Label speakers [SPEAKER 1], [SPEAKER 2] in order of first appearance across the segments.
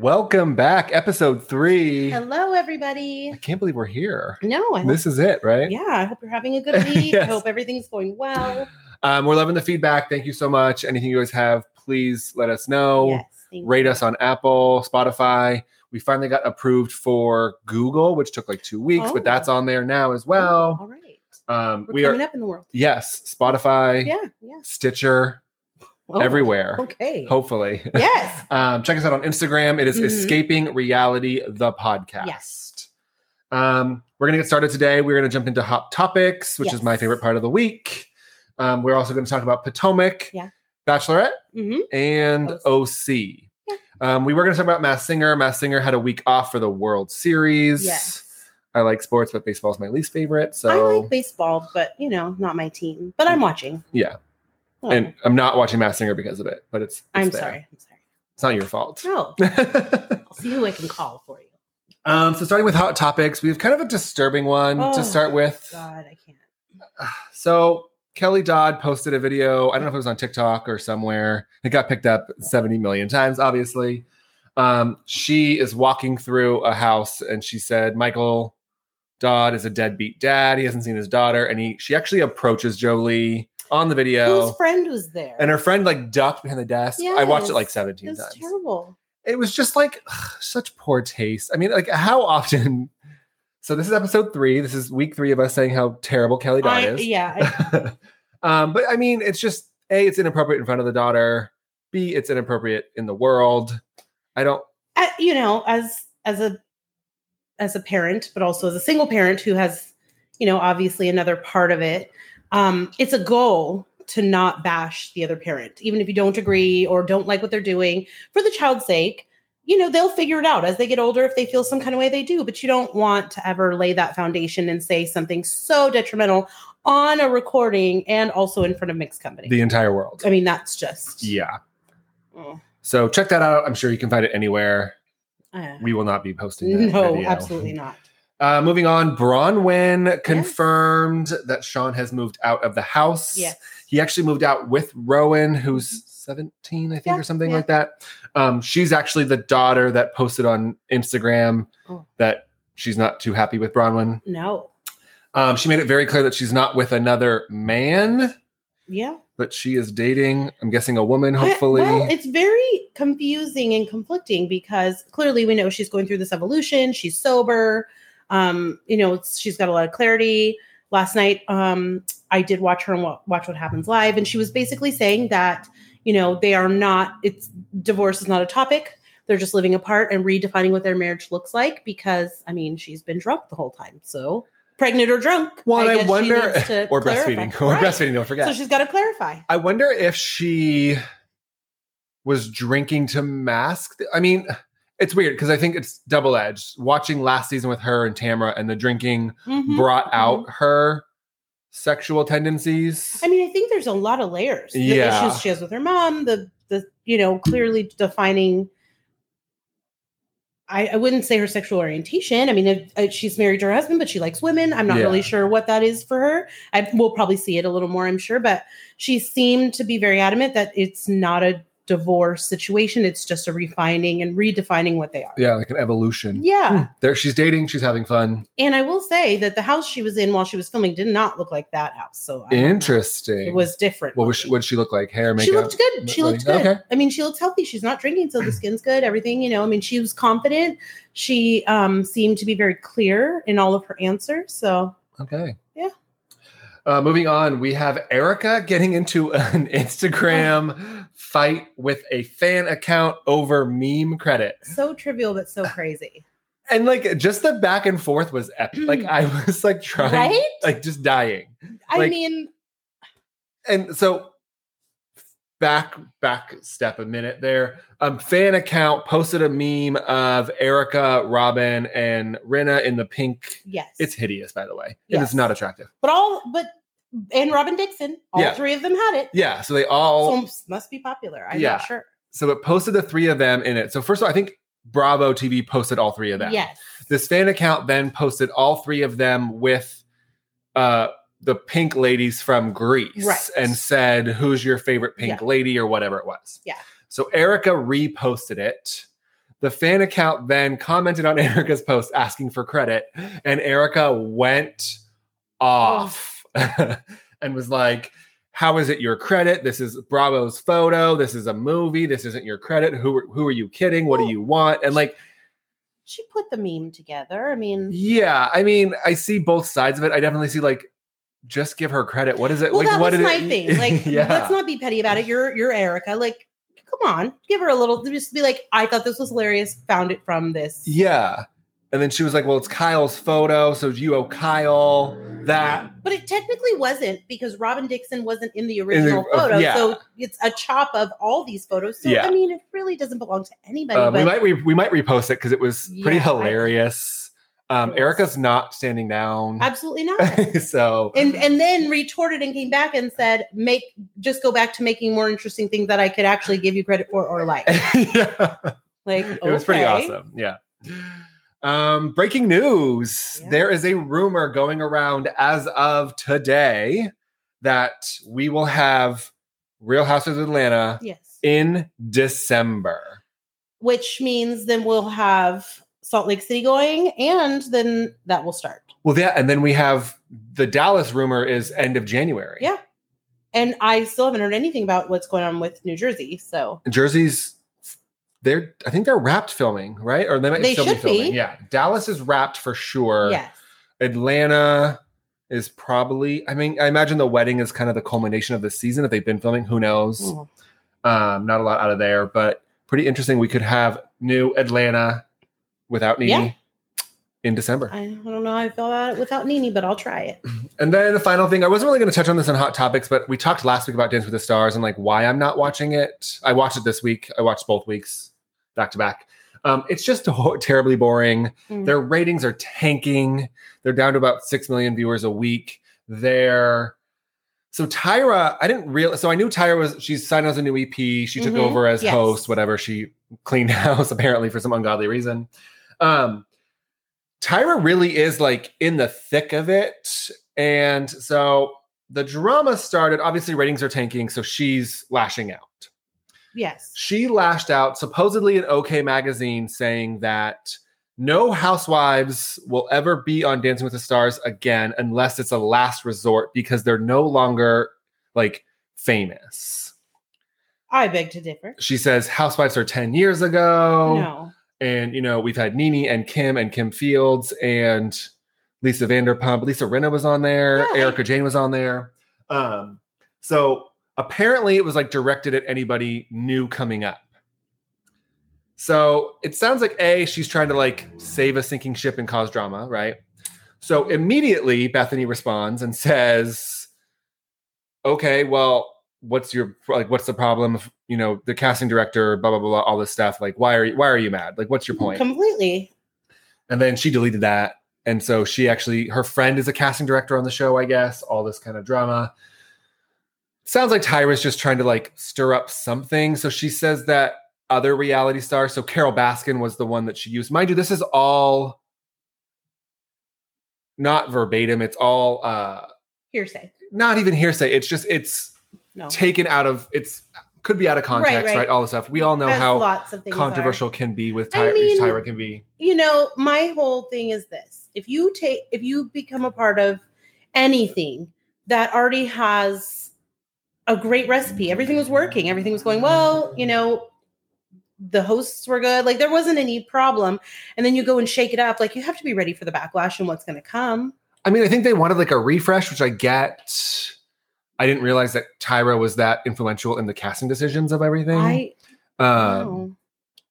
[SPEAKER 1] Welcome back, episode three.
[SPEAKER 2] Hello, everybody.
[SPEAKER 1] I can't believe we're here.
[SPEAKER 2] No, I hope,
[SPEAKER 1] This is it, right?
[SPEAKER 2] yeah, I hope you're having a good week. I
[SPEAKER 1] Yes.
[SPEAKER 2] hope everything's going well.
[SPEAKER 1] Um, we're loving the feedback. Thank you so much. Anything you guys have, please let us know.
[SPEAKER 2] yes, thank
[SPEAKER 1] Oh, Rate
[SPEAKER 2] you.
[SPEAKER 1] us on Apple, Spotify. We finally got approved for Google, which took like two weeks,
[SPEAKER 2] Oh.
[SPEAKER 1] but that's on there now as well.
[SPEAKER 2] All right.
[SPEAKER 1] Um,
[SPEAKER 2] We're
[SPEAKER 1] we
[SPEAKER 2] coming
[SPEAKER 1] are,
[SPEAKER 2] up in the world.
[SPEAKER 1] yes, Spotify,
[SPEAKER 2] Yeah, yeah.
[SPEAKER 1] Stitcher,
[SPEAKER 2] Oh,
[SPEAKER 1] everywhere,
[SPEAKER 2] Okay.
[SPEAKER 1] hopefully.
[SPEAKER 2] Yes.
[SPEAKER 1] Um, check us out on Instagram. It is
[SPEAKER 2] Mhm.
[SPEAKER 1] Escaping Reality, the podcast.
[SPEAKER 2] Yes.
[SPEAKER 1] Um, we're going to get started today. We're going to jump into hot topics, which
[SPEAKER 2] Yes.
[SPEAKER 1] is my favorite part of the week. Um, we're also going to talk about Potomac,
[SPEAKER 2] Yeah.
[SPEAKER 1] Bachelorette,
[SPEAKER 2] hmm
[SPEAKER 1] and OC. Um, we were going to talk about Mass Singer. Mass Singer had a week off for the World Series.
[SPEAKER 2] Yes.
[SPEAKER 1] I like sports, but baseball is my least favorite.
[SPEAKER 2] I
[SPEAKER 1] So,
[SPEAKER 2] like baseball, but you know, not my team. But I'm watching.
[SPEAKER 1] Yeah.
[SPEAKER 2] Oh,
[SPEAKER 1] and I'm not watching Mass Singer because of it, but it's, it's
[SPEAKER 2] I'm
[SPEAKER 1] there.
[SPEAKER 2] sorry. I'm sorry.
[SPEAKER 1] It's not your fault.
[SPEAKER 2] No, I'll see who I can call for you.
[SPEAKER 1] um, so, starting with hot topics, we have kind of a disturbing one
[SPEAKER 2] Oh,
[SPEAKER 1] to start with.
[SPEAKER 2] God, I can't.
[SPEAKER 1] So Kelly Dodd posted a video. I don't know if it was on TikTok or somewhere. It got picked up 70 million times, obviously. Um, she is walking through a house and she said, Michael Dodd is a deadbeat dad. He hasn't seen his daughter. And he she actually approaches Jolie on the video.
[SPEAKER 2] Whose friend was there?
[SPEAKER 1] and her friend like ducked behind the desk. I watched it
[SPEAKER 2] Yes.
[SPEAKER 1] like
[SPEAKER 2] it
[SPEAKER 1] 17
[SPEAKER 2] was
[SPEAKER 1] times.
[SPEAKER 2] terrible.
[SPEAKER 1] It was just like ugh, such poor taste. I mean, like how often? So this is episode three. This is week three of us saying how terrible Kelly Dodd
[SPEAKER 2] I,
[SPEAKER 1] is
[SPEAKER 2] yeah,
[SPEAKER 1] um, but I mean, it's just a, it's inappropriate in front of the daughter. B, it's inappropriate in the world. I don't.
[SPEAKER 2] I, I, you know, as as a as a parent, but also as a single parent who has, you know, obviously another part of it. Um, it's a goal to not bash the other parent, even if you don't agree or don't like what they're doing, for the child's sake. You know, they'll figure it out as they get older. If they feel some kind of way, they do. But you don't want to ever lay that foundation and say something so detrimental on a recording and also in front of mixed company.
[SPEAKER 1] The entire world.
[SPEAKER 2] I mean, that's just
[SPEAKER 1] Yeah.
[SPEAKER 2] Oh,
[SPEAKER 1] So check that out. I'm sure you can find it anywhere.
[SPEAKER 2] uh,
[SPEAKER 1] We will not be posting. That
[SPEAKER 2] no,
[SPEAKER 1] video.
[SPEAKER 2] absolutely not.
[SPEAKER 1] Uh, moving on, Bronwyn confirmed that Sean has moved out of the house.
[SPEAKER 2] Yes.
[SPEAKER 1] He actually moved out with Rowan, who's 17, I think,
[SPEAKER 2] Yeah,
[SPEAKER 1] or something
[SPEAKER 2] yeah.
[SPEAKER 1] like that. Um, she's actually the daughter that posted on Instagram
[SPEAKER 2] Oh.
[SPEAKER 1] that she's not too happy with Bronwyn.
[SPEAKER 2] No.
[SPEAKER 1] Um, she made it very clear that she's not with another man,
[SPEAKER 2] Yeah.
[SPEAKER 1] but she is dating, I'm guessing, a woman,
[SPEAKER 2] I-
[SPEAKER 1] hopefully.
[SPEAKER 2] well, it's very confusing and conflicting because clearly we know she's going through this evolution. She's sober. Um, you know, it's, she's got a lot of clarity. Last night, um, I did watch her and wa- watch what happens live, and she was basically saying that you know they are not. It's divorce is not a topic. They're just living apart and redefining what their marriage looks like because I mean she's been drunk the whole time, so pregnant or drunk.
[SPEAKER 1] Well, and I
[SPEAKER 2] guess she
[SPEAKER 1] wonder-
[SPEAKER 2] needs to
[SPEAKER 1] or
[SPEAKER 2] clarify.
[SPEAKER 1] breastfeeding, or
[SPEAKER 2] Right.
[SPEAKER 1] breastfeeding, don't forget.
[SPEAKER 2] So she's got to clarify.
[SPEAKER 1] I wonder if she was drinking to mask. th- I mean, it's weird because I think it's double edged. Watching last season with her and Tamara and the drinking
[SPEAKER 2] Mhm.
[SPEAKER 1] brought out her sexual tendencies.
[SPEAKER 2] I mean, I think there's a lot of layers. The
[SPEAKER 1] Yeah.
[SPEAKER 2] issues she has with her mom, the the you know, clearly defining I, I wouldn't say her sexual orientation. I mean, if, uh, she's married to her husband, but she likes women. I'm not
[SPEAKER 1] Yeah.
[SPEAKER 2] really sure what that is for her. I will probably see it a little more, I'm sure, but she seemed to be very adamant that it's not a divorce situation. It's just a refining and redefining what they are.
[SPEAKER 1] yeah, like an evolution.
[SPEAKER 2] Yeah.
[SPEAKER 1] There, she's dating. She's having fun.
[SPEAKER 2] And I will say that the house she was in while she was filming did not look like that house. So I don't know.
[SPEAKER 1] Interesting.
[SPEAKER 2] It was different.
[SPEAKER 1] what was she, what did she look like? Hair, makeup.
[SPEAKER 2] She looked good. She
[SPEAKER 1] Like,
[SPEAKER 2] looked good.
[SPEAKER 1] okay.
[SPEAKER 2] I mean, she looks healthy. She's not drinking, so the skin's good. Everything, you know. I mean, she was confident. She um, seemed to be very clear in all of her answers. So
[SPEAKER 1] Okay.
[SPEAKER 2] Yeah.
[SPEAKER 1] Uh, moving on, we have Erica getting into an Instagram fight with a fan account over meme credits.
[SPEAKER 2] so trivial, but so crazy.
[SPEAKER 1] And like just the back and forth was epic. Like I was like trying,
[SPEAKER 2] Right?
[SPEAKER 1] like just dying.
[SPEAKER 2] I
[SPEAKER 1] Like-
[SPEAKER 2] mean,
[SPEAKER 1] And so back back step a minute there. Um fan account posted a meme of Erica, Robin, and Rena in the pink.
[SPEAKER 2] yes.
[SPEAKER 1] It's hideous, by the way. And
[SPEAKER 2] Yes.
[SPEAKER 1] it's not attractive.
[SPEAKER 2] but all but and Robin Dixon. All
[SPEAKER 1] Yeah.
[SPEAKER 2] three of them had it.
[SPEAKER 1] Yeah, so they all
[SPEAKER 2] So it must be popular. I'm
[SPEAKER 1] Yeah.
[SPEAKER 2] not sure.
[SPEAKER 1] so it posted the three of them in it. So first of all, I think Bravo TV posted all three of them.
[SPEAKER 2] Yes.
[SPEAKER 1] This fan account then posted all three of them with uh the pink ladies from Greece
[SPEAKER 2] Right.
[SPEAKER 1] and said, Who's your favorite pink lady or whatever it was.
[SPEAKER 2] Yeah.
[SPEAKER 1] So Erica reposted it. The fan account then commented on Erica's post asking for credit, and Erica went off and was like, how is it your credit? This is Bravo's photo. This is a movie. This isn't your credit. Who are- who are you kidding?
[SPEAKER 2] Oh.
[SPEAKER 1] What do you want? And like,
[SPEAKER 2] She put the meme together. I mean,
[SPEAKER 1] yeah, I mean, I see both sides of it. I definitely see like, just give her credit. What is it?
[SPEAKER 2] well,
[SPEAKER 1] like,
[SPEAKER 2] that
[SPEAKER 1] what
[SPEAKER 2] was
[SPEAKER 1] did
[SPEAKER 2] my
[SPEAKER 1] it- e
[SPEAKER 2] thing. Like,
[SPEAKER 1] yeah,
[SPEAKER 2] let's not be petty about it. You're you're Erica. Like, come on, give her a little. Just be like, I thought this was hilarious. Found it from this.
[SPEAKER 1] yeah. And then she was like, well, it's Kyle's photo, so you owe Kyle that.
[SPEAKER 2] But it technically wasn't because Robin Dixon wasn't in the original
[SPEAKER 1] uh,
[SPEAKER 2] photo.
[SPEAKER 1] yeah.
[SPEAKER 2] So it's a chop of all these photos. So
[SPEAKER 1] Yeah.
[SPEAKER 2] I mean, it really doesn't belong to anybody.
[SPEAKER 1] Um, we
[SPEAKER 2] but
[SPEAKER 1] might re- we might repost it because it was pretty
[SPEAKER 2] Yeah, I-
[SPEAKER 1] hilarious. um,
[SPEAKER 2] Yes.
[SPEAKER 1] Erica's not standing down,
[SPEAKER 2] absolutely not.
[SPEAKER 1] so
[SPEAKER 2] and and then retorted and came back and said, "Make just go back to making more interesting things that I could actually give you credit for or like."
[SPEAKER 1] yeah.
[SPEAKER 2] Like
[SPEAKER 1] it was pretty
[SPEAKER 2] okay.
[SPEAKER 1] awesome. Yeah. Um, breaking news.
[SPEAKER 2] Yeah.
[SPEAKER 1] There is a rumor going around as of today that we will have Real Houses of Atlanta
[SPEAKER 2] Yes,
[SPEAKER 1] in December.
[SPEAKER 2] which means then we'll have Salt Lake City going, and then that will start.
[SPEAKER 1] Well, yeah, and then we have the Dallas rumor is end of January.
[SPEAKER 2] Yeah. And I still haven't heard anything about what's going on with New Jersey. So
[SPEAKER 1] Jersey's they're I think they're wrapped filming, right? Or they might
[SPEAKER 2] They
[SPEAKER 1] still be
[SPEAKER 2] should be.
[SPEAKER 1] filming. Yeah. Dallas is wrapped for sure.
[SPEAKER 2] yes,
[SPEAKER 1] Atlanta is probably. I mean, I imagine the wedding is kind of the culmination of the season. If they've been filming, who knows?
[SPEAKER 2] Mm.
[SPEAKER 1] Um, not a lot out of there, but pretty interesting. We could have new Atlanta without Nene
[SPEAKER 2] Yeah.
[SPEAKER 1] in December.
[SPEAKER 2] I don't know how I feel about it without Nini, but I'll try it.
[SPEAKER 1] And then the final thing, I wasn't really going to touch on this on Hot Topics, but we talked last week about Dance with the Stars and like why I'm not watching it. I watched it this week. I watched both weeks back to back. Um, it's just ho- terribly boring.
[SPEAKER 2] Mm.
[SPEAKER 1] Their ratings are tanking. They're down to about 6 million viewers a week. They're so Tyra, I didn't realize. So I knew Tyra was, she's signed as a new EP. She took
[SPEAKER 2] Mhm.
[SPEAKER 1] over as
[SPEAKER 2] Yes.
[SPEAKER 1] host, whatever. She cleaned house apparently for some ungodly reason. Um, Tyra really is like in the thick of it. And so the drama started. Obviously, ratings are tanking. So she's lashing out.
[SPEAKER 2] Yes.
[SPEAKER 1] She lashed out, supposedly in OK Magazine, saying that no housewives will ever be on Dancing with the Stars again unless it's a last resort because they're no longer like famous.
[SPEAKER 2] I beg to differ.
[SPEAKER 1] She says housewives are 10 years ago.
[SPEAKER 2] No.
[SPEAKER 1] And, you know, we've had Nene and Kim and Kim Fields and Lisa Vanderpump. Lisa Rinna was on there.
[SPEAKER 2] Yeah, like-
[SPEAKER 1] Erica Jane was on there. Um, so apparently it was like directed at anybody new coming up. So it sounds like A, she's trying to like save a sinking ship and cause drama, right? So immediately Bethany responds and says, Okay, well, what's your like what's the problem? If, you know, the casting director, blah blah blah, all this stuff. Like, why are you why are you mad? Like, what's your point?
[SPEAKER 2] Completely.
[SPEAKER 1] and then she deleted that and so she actually her friend is a casting director on the show i guess all this kind of drama sounds like tyra's just trying to like stir up something so she says that other reality stars so carol baskin was the one that she used mind you this is all not verbatim it's all uh
[SPEAKER 2] Hearsay.
[SPEAKER 1] not even hearsay it's just it's
[SPEAKER 2] No.
[SPEAKER 1] taken out of it's could be out of context right,
[SPEAKER 2] right.
[SPEAKER 1] all this stuff we all know
[SPEAKER 2] As
[SPEAKER 1] how
[SPEAKER 2] lots of things are.
[SPEAKER 1] controversial can be with
[SPEAKER 2] I
[SPEAKER 1] Ty-
[SPEAKER 2] mean,
[SPEAKER 1] tyra can be
[SPEAKER 2] You know, my whole thing is this. If you take if you become a part of anything that already has a great recipe, everything was working, everything was going well, you know, the hosts were good, like there wasn't any problem. And then you go and shake it up, like you have to be ready for the backlash and what's gonna come.
[SPEAKER 1] I mean, I think they wanted like a refresh, which I get. I didn't realize that Tyra was that influential in the casting decisions of everything.
[SPEAKER 2] I
[SPEAKER 1] um,
[SPEAKER 2] know.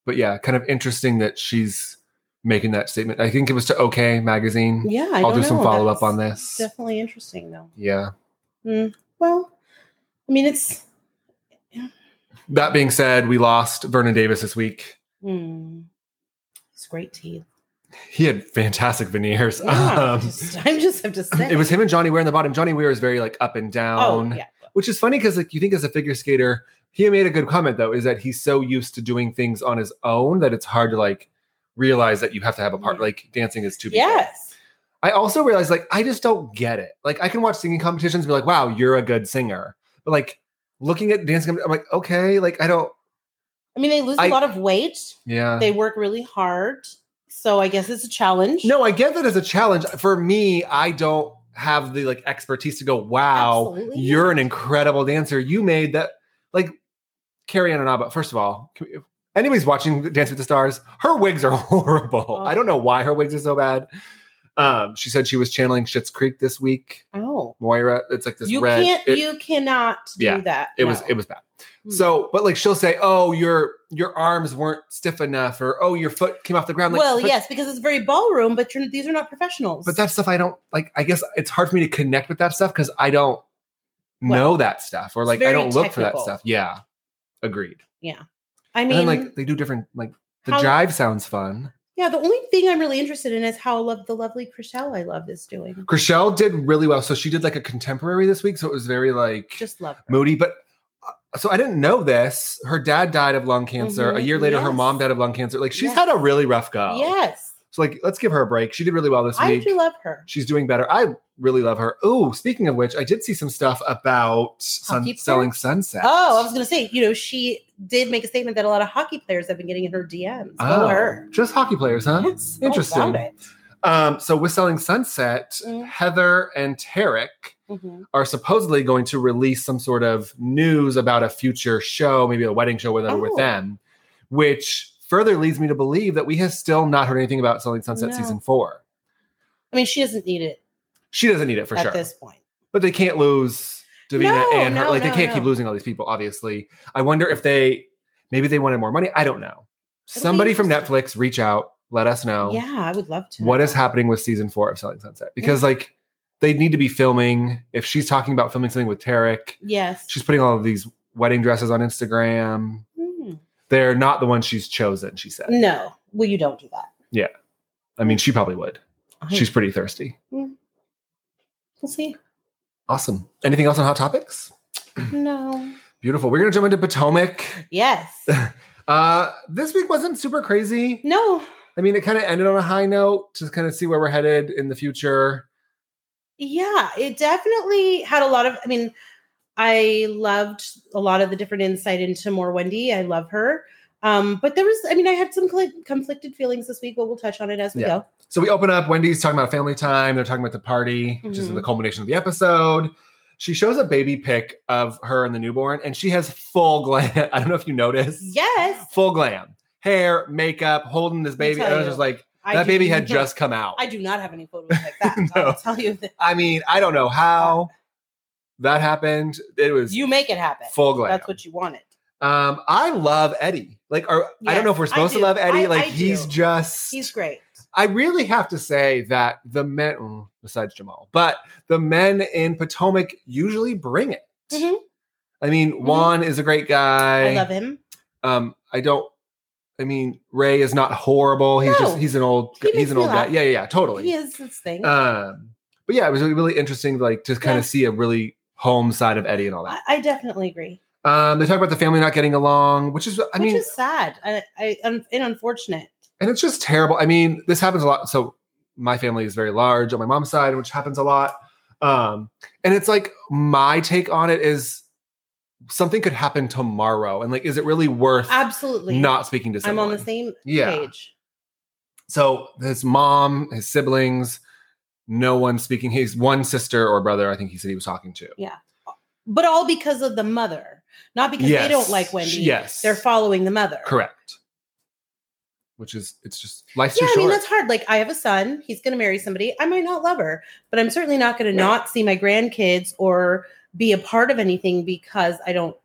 [SPEAKER 1] but yeah, kind of interesting that she's making that statement. I think it was to OK Magazine.
[SPEAKER 2] yeah, I
[SPEAKER 1] I'll
[SPEAKER 2] don't
[SPEAKER 1] do some
[SPEAKER 2] know.
[SPEAKER 1] follow up
[SPEAKER 2] That's
[SPEAKER 1] on this.
[SPEAKER 2] Definitely interesting though.
[SPEAKER 1] yeah.
[SPEAKER 2] Well, I mean it's
[SPEAKER 1] That being said, we lost Vernon Davis this week.
[SPEAKER 2] Mm. It's hmm, great teeth.
[SPEAKER 1] He had fantastic veneers.
[SPEAKER 2] Yeah,
[SPEAKER 1] Um,
[SPEAKER 2] just- I just have to say
[SPEAKER 1] it was him and Johnny Weir in the bottom. Johnny Weir is very like up and down,
[SPEAKER 2] Oh yeah,
[SPEAKER 1] which is funny because like you think as a figure skater, he made a good comment though, is that he's so used to doing things on his own that it's hard to like realize that you have to have a part. Like dancing is too. big.
[SPEAKER 2] yes,
[SPEAKER 1] I also realized like I just don't get it. Like I can watch singing competitions and be like, wow, you're a good singer, but like looking at dancing, I'm- I'm like, okay, like I don't.
[SPEAKER 2] I mean they lose a
[SPEAKER 1] I- Uh-huh.
[SPEAKER 2] lot of weight.
[SPEAKER 1] Yeah.
[SPEAKER 2] They work really hard, so I guess it's a challenge.
[SPEAKER 1] No, I get that as a challenge. For me, I don't have the like expertise to go, wow,
[SPEAKER 2] Absolutely
[SPEAKER 1] you're
[SPEAKER 2] not.
[SPEAKER 1] an incredible dancer. You made that like Carrie Ananaba. First of all, can we- if anybody's watching Dance with the Stars, her wigs are horrible.
[SPEAKER 2] Oh.
[SPEAKER 1] I don't know why her wigs are so bad. Um, she said she was channeling Schitt's Creek this week.
[SPEAKER 2] oh,
[SPEAKER 1] Moira, it's like this
[SPEAKER 2] you
[SPEAKER 1] red.
[SPEAKER 2] can't,
[SPEAKER 1] it,
[SPEAKER 2] you cannot
[SPEAKER 1] Yeah,
[SPEAKER 2] do that.
[SPEAKER 1] it was
[SPEAKER 2] No.
[SPEAKER 1] it was bad.
[SPEAKER 2] Hmm.
[SPEAKER 1] So, but like she'll say, "Oh, your your arms weren't stiff enough," or "Oh, your foot came off the ground." Like,
[SPEAKER 2] well,
[SPEAKER 1] but-
[SPEAKER 2] yes, because it's very ballroom, but you're, these are not professionals.
[SPEAKER 1] but that stuff I don't like. I guess it's hard for me to connect with that stuff because I don't know that stuff, or
[SPEAKER 2] it's
[SPEAKER 1] like I
[SPEAKER 2] very
[SPEAKER 1] don't look for that
[SPEAKER 2] technical.
[SPEAKER 1] stuff. Yeah, agreed.
[SPEAKER 2] I mean,
[SPEAKER 1] and then like they do different. Like the
[SPEAKER 2] how-
[SPEAKER 1] jive sounds fun.
[SPEAKER 2] yeah, the only thing I'm really interested in is how love the lovely Chriselle I love is doing.
[SPEAKER 1] Chriselle did really well, so she did like a contemporary this week, so it was very like
[SPEAKER 2] Just love her.
[SPEAKER 1] moody, but. uh, So I didn't know this. Her dad died of lung cancer. A
[SPEAKER 2] Mhm,
[SPEAKER 1] year later, her
[SPEAKER 2] yes.
[SPEAKER 1] mom died of lung cancer. Like she's
[SPEAKER 2] Yes.
[SPEAKER 1] had a really rough go.
[SPEAKER 2] Yes,
[SPEAKER 1] So like, let's give her a break. She did really well this
[SPEAKER 2] I
[SPEAKER 1] week.
[SPEAKER 2] do love her.
[SPEAKER 1] She's doing better. I really love her. Oh, speaking of which, I did see some stuff about
[SPEAKER 2] Hockey
[SPEAKER 1] sun-
[SPEAKER 2] player?
[SPEAKER 1] selling sunset.
[SPEAKER 2] Oh, I was gonna say, you know, she did make a statement that a lot of hockey players have been getting in her DMs. Oh,
[SPEAKER 1] Oh,
[SPEAKER 2] her.
[SPEAKER 1] just hockey players, huh?
[SPEAKER 2] Yes, all
[SPEAKER 1] Interesting.
[SPEAKER 2] about it.
[SPEAKER 1] Um, so with selling sunset,
[SPEAKER 2] Mm.
[SPEAKER 1] Heather and Tarek
[SPEAKER 2] Mhm.
[SPEAKER 1] are supposedly going to release some sort of news about a future show, maybe a wedding show with, with
[SPEAKER 2] Oh.
[SPEAKER 1] them, which further leads me to believe that we have still not heard anything about selling sunset
[SPEAKER 2] No.
[SPEAKER 1] season four.
[SPEAKER 2] I mean, she doesn't need it
[SPEAKER 1] She doesn't need it for
[SPEAKER 2] at
[SPEAKER 1] sure.
[SPEAKER 2] this point.
[SPEAKER 1] but they can't lose Davina
[SPEAKER 2] No,
[SPEAKER 1] and her.
[SPEAKER 2] no,
[SPEAKER 1] like
[SPEAKER 2] no,
[SPEAKER 1] they can't
[SPEAKER 2] no.
[SPEAKER 1] keep losing all these people. Obviously, I wonder if they maybe they wanted more money. I don't know.
[SPEAKER 2] It'll be
[SPEAKER 1] Somebody from
[SPEAKER 2] interesting.
[SPEAKER 1] Netflix, reach out, let us know
[SPEAKER 2] Yeah, I would love to.
[SPEAKER 1] what is happening with season four of Selling Sunset because like they need to be filming. If she's talking about filming something with Tarek,
[SPEAKER 2] Yes.
[SPEAKER 1] she's putting all of these wedding dresses on Instagram.
[SPEAKER 2] Hmm.
[SPEAKER 1] They're not the ones she's chosen. She said.
[SPEAKER 2] No, well, you don't do that.
[SPEAKER 1] I mean, she probably would.
[SPEAKER 2] I-
[SPEAKER 1] She's pretty thirsty.
[SPEAKER 2] we'll see.
[SPEAKER 1] Awesome. Anything else on hot topics?
[SPEAKER 2] No.
[SPEAKER 1] Beautiful. We're gonna jump into Potomac.
[SPEAKER 2] Yes.
[SPEAKER 1] Uh, this week wasn't super crazy.
[SPEAKER 2] No.
[SPEAKER 1] I mean, it kind of ended on a high note to kind of see where we're headed in the future.
[SPEAKER 2] Yeah, it definitely had a lot of. I mean, I loved a lot of the different insight into more Wendy. I love her. Um, but there was, I mean, I had some cli- conflicted feelings this week, but we'll touch on it as we
[SPEAKER 1] Yeah.
[SPEAKER 2] go.
[SPEAKER 1] So we open up. Wendy's talking about family time. They're talking about the party, which is
[SPEAKER 2] Mhm.
[SPEAKER 1] the culmination of the episode. She shows a baby pic of her and the newborn, and she has full glam. I don't know if you noticed.
[SPEAKER 2] Yes,
[SPEAKER 1] Full glam, hair, makeup, holding this baby.
[SPEAKER 2] tell
[SPEAKER 1] I was
[SPEAKER 2] you,
[SPEAKER 1] just like,
[SPEAKER 2] I
[SPEAKER 1] that
[SPEAKER 2] do
[SPEAKER 1] baby had
[SPEAKER 2] not-
[SPEAKER 1] just come out.
[SPEAKER 2] I do not have any photos like that.
[SPEAKER 1] No.
[SPEAKER 2] I'll tell you that.
[SPEAKER 1] I mean, I don't know how that happened. It was
[SPEAKER 2] You make it happen.
[SPEAKER 1] full glam.
[SPEAKER 2] That's what you wanted.
[SPEAKER 1] Um, I love Eddie. Like, are, I don't know if we're
[SPEAKER 2] Yes, I
[SPEAKER 1] supposed to
[SPEAKER 2] do.
[SPEAKER 1] love Eddie.
[SPEAKER 2] I-
[SPEAKER 1] like,
[SPEAKER 2] I
[SPEAKER 1] he's
[SPEAKER 2] do.
[SPEAKER 1] just.
[SPEAKER 2] He's great.
[SPEAKER 1] I really have to say that the men, mm, besides Jamal, but the men in Potomac usually bring it.
[SPEAKER 2] Mhm.
[SPEAKER 1] I mean, Juan is a great guy.
[SPEAKER 2] Mm-hmm. I love him.
[SPEAKER 1] Um, I don't. I mean, Ray is not horrible. He's
[SPEAKER 2] No.
[SPEAKER 1] just he's an old
[SPEAKER 2] He
[SPEAKER 1] he's
[SPEAKER 2] makes
[SPEAKER 1] an
[SPEAKER 2] me
[SPEAKER 1] old guy.
[SPEAKER 2] laugh.
[SPEAKER 1] Yeah, yeah, yeah, totally.
[SPEAKER 2] He is his thing.
[SPEAKER 1] Um, but yeah, it was really, really interesting, like to kind
[SPEAKER 2] Yeah.
[SPEAKER 1] of see a really home side of Eddie and all that.
[SPEAKER 2] I, I definitely agree.
[SPEAKER 1] Um, they talk about the family not getting along, which is, I
[SPEAKER 2] Which
[SPEAKER 1] mean,
[SPEAKER 2] is sad I, I, un- and unfortunate.
[SPEAKER 1] and it's just terrible. I mean, this happens a lot. So my family is very large on my mom's side, which happens a lot. Um, and it's like my take on it is something could happen tomorrow, and like, is it really worth
[SPEAKER 2] Absolutely.
[SPEAKER 1] not speaking to
[SPEAKER 2] I'm
[SPEAKER 1] someone?
[SPEAKER 2] on the same
[SPEAKER 1] Yeah.
[SPEAKER 2] page.
[SPEAKER 1] So his mom, his siblings, no one speaking. His one sister or brother, I think he said he was talking to.
[SPEAKER 2] but all because of the mother, not because they don't like Wendy.
[SPEAKER 1] Yes,
[SPEAKER 2] They're following the mother.
[SPEAKER 1] correct. Which is, it's just life's too
[SPEAKER 2] Yeah, I mean
[SPEAKER 1] short.
[SPEAKER 2] that's hard. Like I have a son, he's going to marry somebody. I might not love her, but I'm certainly not going to not see my grandkids or be a part of anything because I don't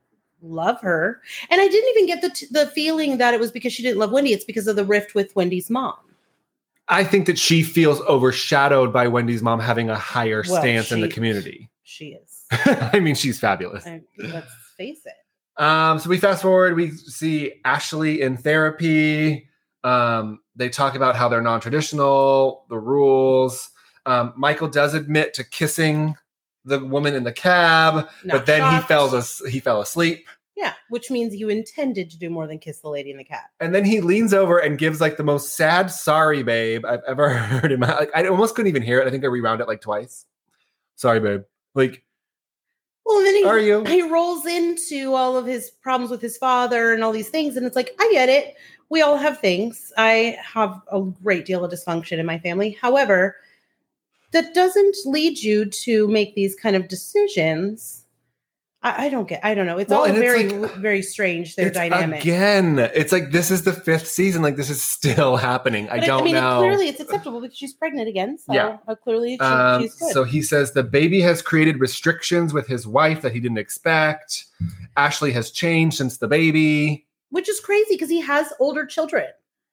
[SPEAKER 2] love her. And I didn't even get the t- the feeling that it was because she didn't love Wendy. It's because of the rift with Wendy's mom.
[SPEAKER 1] I think that she feels overshadowed by Wendy's mom having a higher
[SPEAKER 2] Well,
[SPEAKER 1] stance in the
[SPEAKER 2] she-
[SPEAKER 1] community.
[SPEAKER 2] She is.
[SPEAKER 1] I mean, she's fabulous.
[SPEAKER 2] I, let's face it.
[SPEAKER 1] Um, so we fast forward, we see Ashley in therapy. Um, They talk about how they're non-traditional, the rules. Um, Michael does admit to kissing the woman in the cab,
[SPEAKER 2] Not
[SPEAKER 1] but then he
[SPEAKER 2] shocked.
[SPEAKER 1] fell as- he fell asleep.
[SPEAKER 2] Yeah, which means you intended to do more than kiss the lady in the cat.
[SPEAKER 1] And then he leans over and gives like the most sad "sorry, babe" I've ever heard in my. Like I almost couldn't even hear it. I think I rewound it like twice. Sorry, babe. Like,
[SPEAKER 2] Well, then he,
[SPEAKER 1] are you?
[SPEAKER 2] he rolls into all of his problems with his father and all these things, and it's like I get it. We all have things. I have a great deal of dysfunction in my family. However, that doesn't lead you to make these kind of decisions. I, I don't get. I don't know. It's
[SPEAKER 1] Well,
[SPEAKER 2] all
[SPEAKER 1] and it's
[SPEAKER 2] very,
[SPEAKER 1] like-
[SPEAKER 2] very strange. Their
[SPEAKER 1] It's
[SPEAKER 2] dynamic.
[SPEAKER 1] again. It's like this is the fifth season. Like this is still happening. I
[SPEAKER 2] But
[SPEAKER 1] don't
[SPEAKER 2] I mean,
[SPEAKER 1] know.
[SPEAKER 2] It clearly, it's acceptable because she's pregnant again. So
[SPEAKER 1] Yeah.
[SPEAKER 2] uh, clearly, she,
[SPEAKER 1] Um,
[SPEAKER 2] she's good.
[SPEAKER 1] so he says the baby has created restrictions with his wife that he didn't expect. Ashley has changed since the baby.
[SPEAKER 2] Which is crazy because he has older children.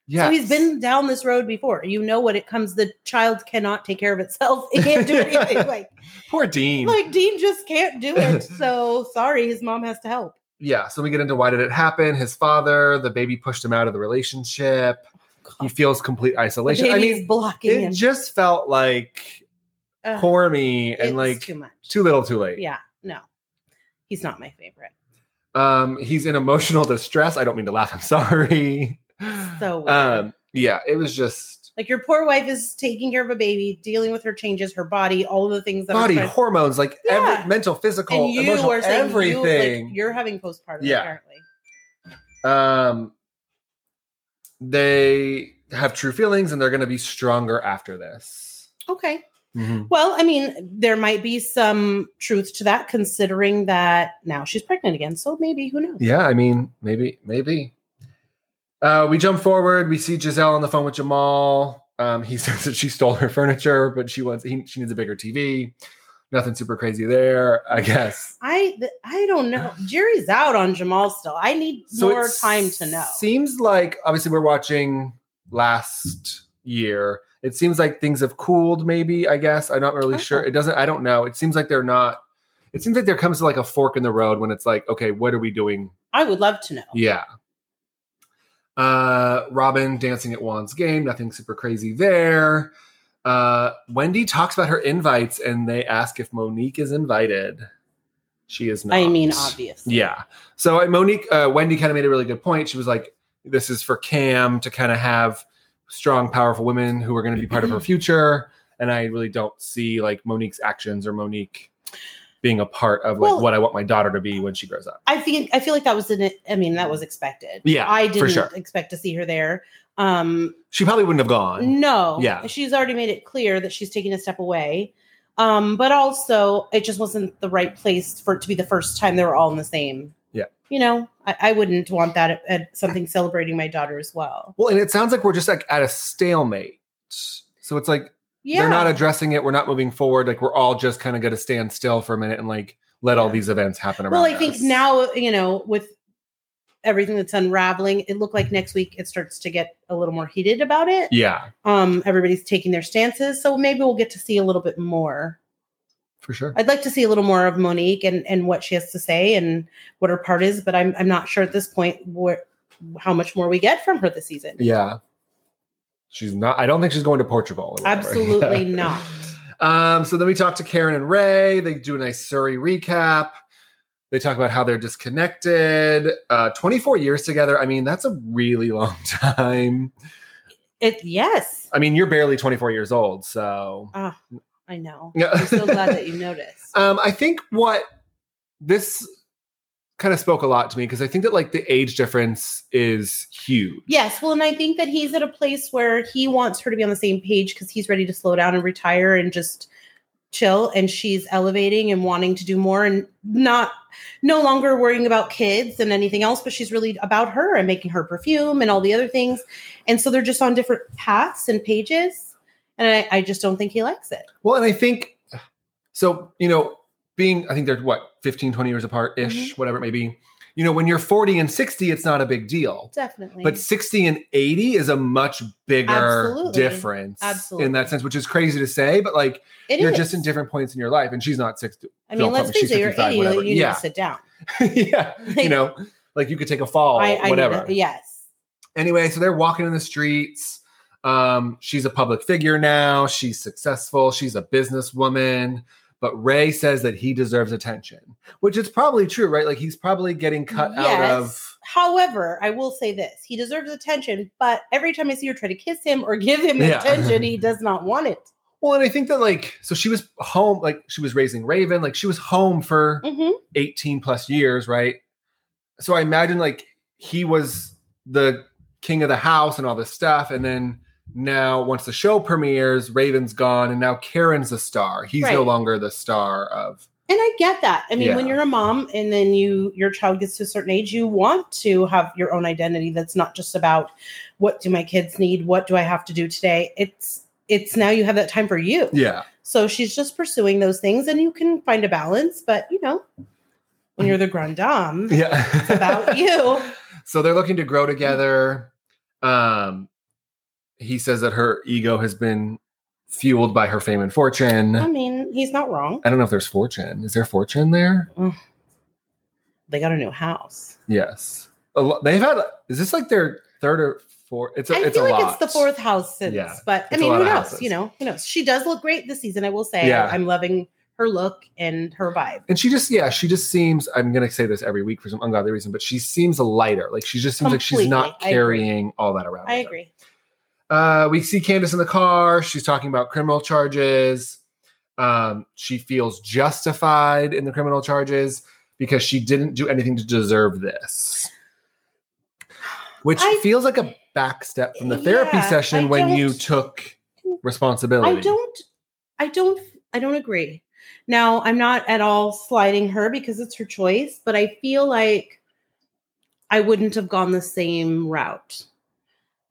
[SPEAKER 1] Yeah,
[SPEAKER 2] So he's been down this road before. You know what it comes. The child cannot take care of itself. It can't do anything. like,
[SPEAKER 1] poor Dean.
[SPEAKER 2] like Dean just can't do it. So sorry, his mom has to help.
[SPEAKER 1] yeah. So we get into why did it happen? His father, the baby pushed him out of the relationship. He
[SPEAKER 2] God,
[SPEAKER 1] feels complete
[SPEAKER 2] the
[SPEAKER 1] isolation. I
[SPEAKER 2] baby's
[SPEAKER 1] mean,
[SPEAKER 2] blocking him.
[SPEAKER 1] it just felt like
[SPEAKER 2] Ugh,
[SPEAKER 1] poor me
[SPEAKER 2] it's
[SPEAKER 1] and like
[SPEAKER 2] too much.
[SPEAKER 1] too little, too late.
[SPEAKER 2] Yeah, no, he's not my favorite.
[SPEAKER 1] Um, he's in emotional distress. I don't mean to laugh. I'm sorry.
[SPEAKER 2] So weird.
[SPEAKER 1] Um, yeah, it was just
[SPEAKER 2] like your poor wife is taking care of a baby, dealing with her changes, her body, all of the things that
[SPEAKER 1] body
[SPEAKER 2] are stress-
[SPEAKER 1] hormones, like
[SPEAKER 2] Yeah.
[SPEAKER 1] every, mental, physical,
[SPEAKER 2] and you
[SPEAKER 1] emotional,
[SPEAKER 2] are saying
[SPEAKER 1] everything.
[SPEAKER 2] You, are having postpartum
[SPEAKER 1] Yeah.
[SPEAKER 2] apparently.
[SPEAKER 1] um, they have true feelings, and they're going to be stronger after this.
[SPEAKER 2] Okay. Well, I mean, there might be some truth to that, considering that now she's pregnant again. So maybe who knows?
[SPEAKER 1] Yeah, I mean, maybe, maybe. Uh, we jump forward. We see Giselle on the phone with Jamal. Um, he says that she stole her furniture, but she wants he, she needs a bigger TV. Nothing super crazy there, I guess.
[SPEAKER 2] I th- I don't know. Jerry's out on Jamal still. I need
[SPEAKER 1] so
[SPEAKER 2] more
[SPEAKER 1] it
[SPEAKER 2] time to know.
[SPEAKER 1] Seems like obviously we're watching last year. It seems like things have cooled, maybe, I guess. I'm not really
[SPEAKER 2] Okay.
[SPEAKER 1] sure. It doesn't, I don't know. It seems like they're not, it seems like there comes to like a fork in the road when it's like, okay, what are we doing?
[SPEAKER 2] I would love to know.
[SPEAKER 1] Yeah. Uh Robin dancing at Juan's game, nothing super crazy there. Uh Wendy talks about her invites and they ask if Monique is invited. She is not.
[SPEAKER 2] I mean, obviously.
[SPEAKER 1] Yeah. So uh, Monique, uh, Wendy kind of made a really good point. She was like, this is for Cam to kind of have strong, powerful women who are going to be part of her future. And I really don't see like Monique's actions or Monique being a part of like
[SPEAKER 2] Well-
[SPEAKER 1] what I want my daughter to be when she grows up.
[SPEAKER 2] I think I feel like that was an. I mean, that was expected.
[SPEAKER 1] Yeah,
[SPEAKER 2] I
[SPEAKER 1] for
[SPEAKER 2] didn't
[SPEAKER 1] sure.
[SPEAKER 2] expect to see her there. Um,
[SPEAKER 1] She probably wouldn't have gone.
[SPEAKER 2] No.
[SPEAKER 1] Yeah.
[SPEAKER 2] She's already made it clear that she's taking a step away. Um, but also it just wasn't the right place for it to be the first time they were all in the same.
[SPEAKER 1] Yeah.
[SPEAKER 2] You know, I, I wouldn't want that at, at something celebrating my daughter as well.
[SPEAKER 1] Well, and it sounds like we're just like at a stalemate. So it's like
[SPEAKER 2] Yeah.
[SPEAKER 1] they're not addressing it. We're not moving forward. Like we're all just kind of going to stand still for a minute and like let all these events happen around.
[SPEAKER 2] well, I think
[SPEAKER 1] us.
[SPEAKER 2] now, you know, with everything that's unraveling, it looked like next week it starts to get a little more heated about it.
[SPEAKER 1] Yeah,
[SPEAKER 2] Um, everybody's taking their stances. So maybe we'll get to see a little bit more
[SPEAKER 1] for sure.
[SPEAKER 2] I'd like to see a little more of Monique and and what she has to say and what her part is, but I'm I'm not sure at this point where how much more we get from her this season.
[SPEAKER 1] Yeah. She's not, I don't think she's going to Portugal. or whatever.
[SPEAKER 2] Absolutely not.
[SPEAKER 1] Um, so then we talk to Karen and Ray. They do a nice Surrey recap. They talk about how they're disconnected. Uh, 24 years together. I mean, that's a really long time.
[SPEAKER 2] It yes,
[SPEAKER 1] I mean, you're barely 24 years old. So,
[SPEAKER 2] I know.
[SPEAKER 1] Yeah.
[SPEAKER 2] I'm so glad that you noticed.
[SPEAKER 1] um, I think what this kind of spoke a lot to me because I think that like the age difference is huge.
[SPEAKER 2] Yes, well, and I think that he's at a place where he wants her to be on the same page because he's ready to slow down and retire and just chill. And she's elevating and wanting to do more and not no longer worrying about kids and anything else, but she's really about her and making her perfume and all the other things. And so they're just on different paths and pages. And I, I just don't think he likes it.
[SPEAKER 1] Well, and I think so, you know, being I think they're what 15, 20 years apart ish,
[SPEAKER 2] Mm-hmm.
[SPEAKER 1] whatever it may be. You know, when you're 40 and 60, it's not a big deal.
[SPEAKER 2] Definitely.
[SPEAKER 1] But 60 and 80 is a much bigger
[SPEAKER 2] Absolutely.
[SPEAKER 1] difference in
[SPEAKER 2] Absolutely.
[SPEAKER 1] that sense, which is crazy to say, but like
[SPEAKER 2] It
[SPEAKER 1] you're
[SPEAKER 2] is.
[SPEAKER 1] just in different points in your life. And she's not 60.
[SPEAKER 2] I
[SPEAKER 1] no
[SPEAKER 2] mean, let's
[SPEAKER 1] problem.
[SPEAKER 2] face
[SPEAKER 1] She's
[SPEAKER 2] it, you're
[SPEAKER 1] 55,
[SPEAKER 2] 80,
[SPEAKER 1] whatever.
[SPEAKER 2] you need
[SPEAKER 1] Yeah.
[SPEAKER 2] to sit down.
[SPEAKER 1] yeah. You
[SPEAKER 2] Like-
[SPEAKER 1] know, like you could take a fall,
[SPEAKER 2] I, I
[SPEAKER 1] Oh, whatever.
[SPEAKER 2] Know, yes.
[SPEAKER 1] Anyway, so they're walking in the streets. Um, she's a public figure now. She's successful. She's a businesswoman. But Ray says that he deserves attention, which is probably true, right? Like he's probably getting cut out of.
[SPEAKER 2] However, I will say this: he deserves attention, but every time I see her try to kiss him or give him
[SPEAKER 1] Yeah.
[SPEAKER 2] attention, he does not want it.
[SPEAKER 1] Well, and I think that like so she was home, like she was raising Raven, like she was home for
[SPEAKER 2] Mhm.
[SPEAKER 1] 18 plus years, right? So I imagine like he was the king of the house and all this stuff. And then now, once the show premieres, Raven's gone, and now Karen's the star. He's no
[SPEAKER 2] Right.
[SPEAKER 1] longer the star of.
[SPEAKER 2] And I get that. I mean, when
[SPEAKER 1] Yeah.
[SPEAKER 2] you're a mom and then you your child gets to a certain age, you want to have your own identity that's not just about what do my kids need, what do I have to do today. It's it's now you have that time for you.
[SPEAKER 1] Yeah.
[SPEAKER 2] So she's just pursuing those things and you can find a balance, but you know, when you're the grand dame, it's
[SPEAKER 1] Yeah. It's
[SPEAKER 2] about you.
[SPEAKER 1] So they're looking to grow together. Um, he says that her ego has been fueled by her fame and fortune.
[SPEAKER 2] I mean, he's not wrong.
[SPEAKER 1] I don't know if there's fortune. Is there fortune there?
[SPEAKER 2] They got a new house.
[SPEAKER 1] Yes. A lo- they've had. Is this like their third or fourth? It's a,
[SPEAKER 2] I
[SPEAKER 1] it's
[SPEAKER 2] feel
[SPEAKER 1] a
[SPEAKER 2] like
[SPEAKER 1] lot.
[SPEAKER 2] it's the fourth house since,
[SPEAKER 1] Yeah,
[SPEAKER 2] but
[SPEAKER 1] it's
[SPEAKER 2] I
[SPEAKER 1] a
[SPEAKER 2] mean,
[SPEAKER 1] lot
[SPEAKER 2] who
[SPEAKER 1] of
[SPEAKER 2] knows?
[SPEAKER 1] houses.
[SPEAKER 2] You know, who knows? She does look great this season. I will say,
[SPEAKER 1] Yeah.
[SPEAKER 2] I'm loving her look and her vibe.
[SPEAKER 1] And she just, yeah, she just seems. I'm gonna say this every week for some ungodly reason, but she seems lighter. Like she just seems like she's not
[SPEAKER 2] Completely. I agree.
[SPEAKER 1] carrying all that around.
[SPEAKER 2] I
[SPEAKER 1] with her.
[SPEAKER 2] agree.
[SPEAKER 1] Uh, we see Candace in the car. She's talking about criminal charges. Um, she feels justified in the criminal charges because she didn't do anything to deserve this, which
[SPEAKER 2] I-
[SPEAKER 1] feels like a backstep from the therapy
[SPEAKER 2] Yeah,
[SPEAKER 1] session
[SPEAKER 2] I
[SPEAKER 1] when you
[SPEAKER 2] don't-
[SPEAKER 1] took responsibility.
[SPEAKER 2] I don't, I don't, I don't agree. Now, I'm not at all sliding her because it's her choice, but I feel like I wouldn't have gone the same route.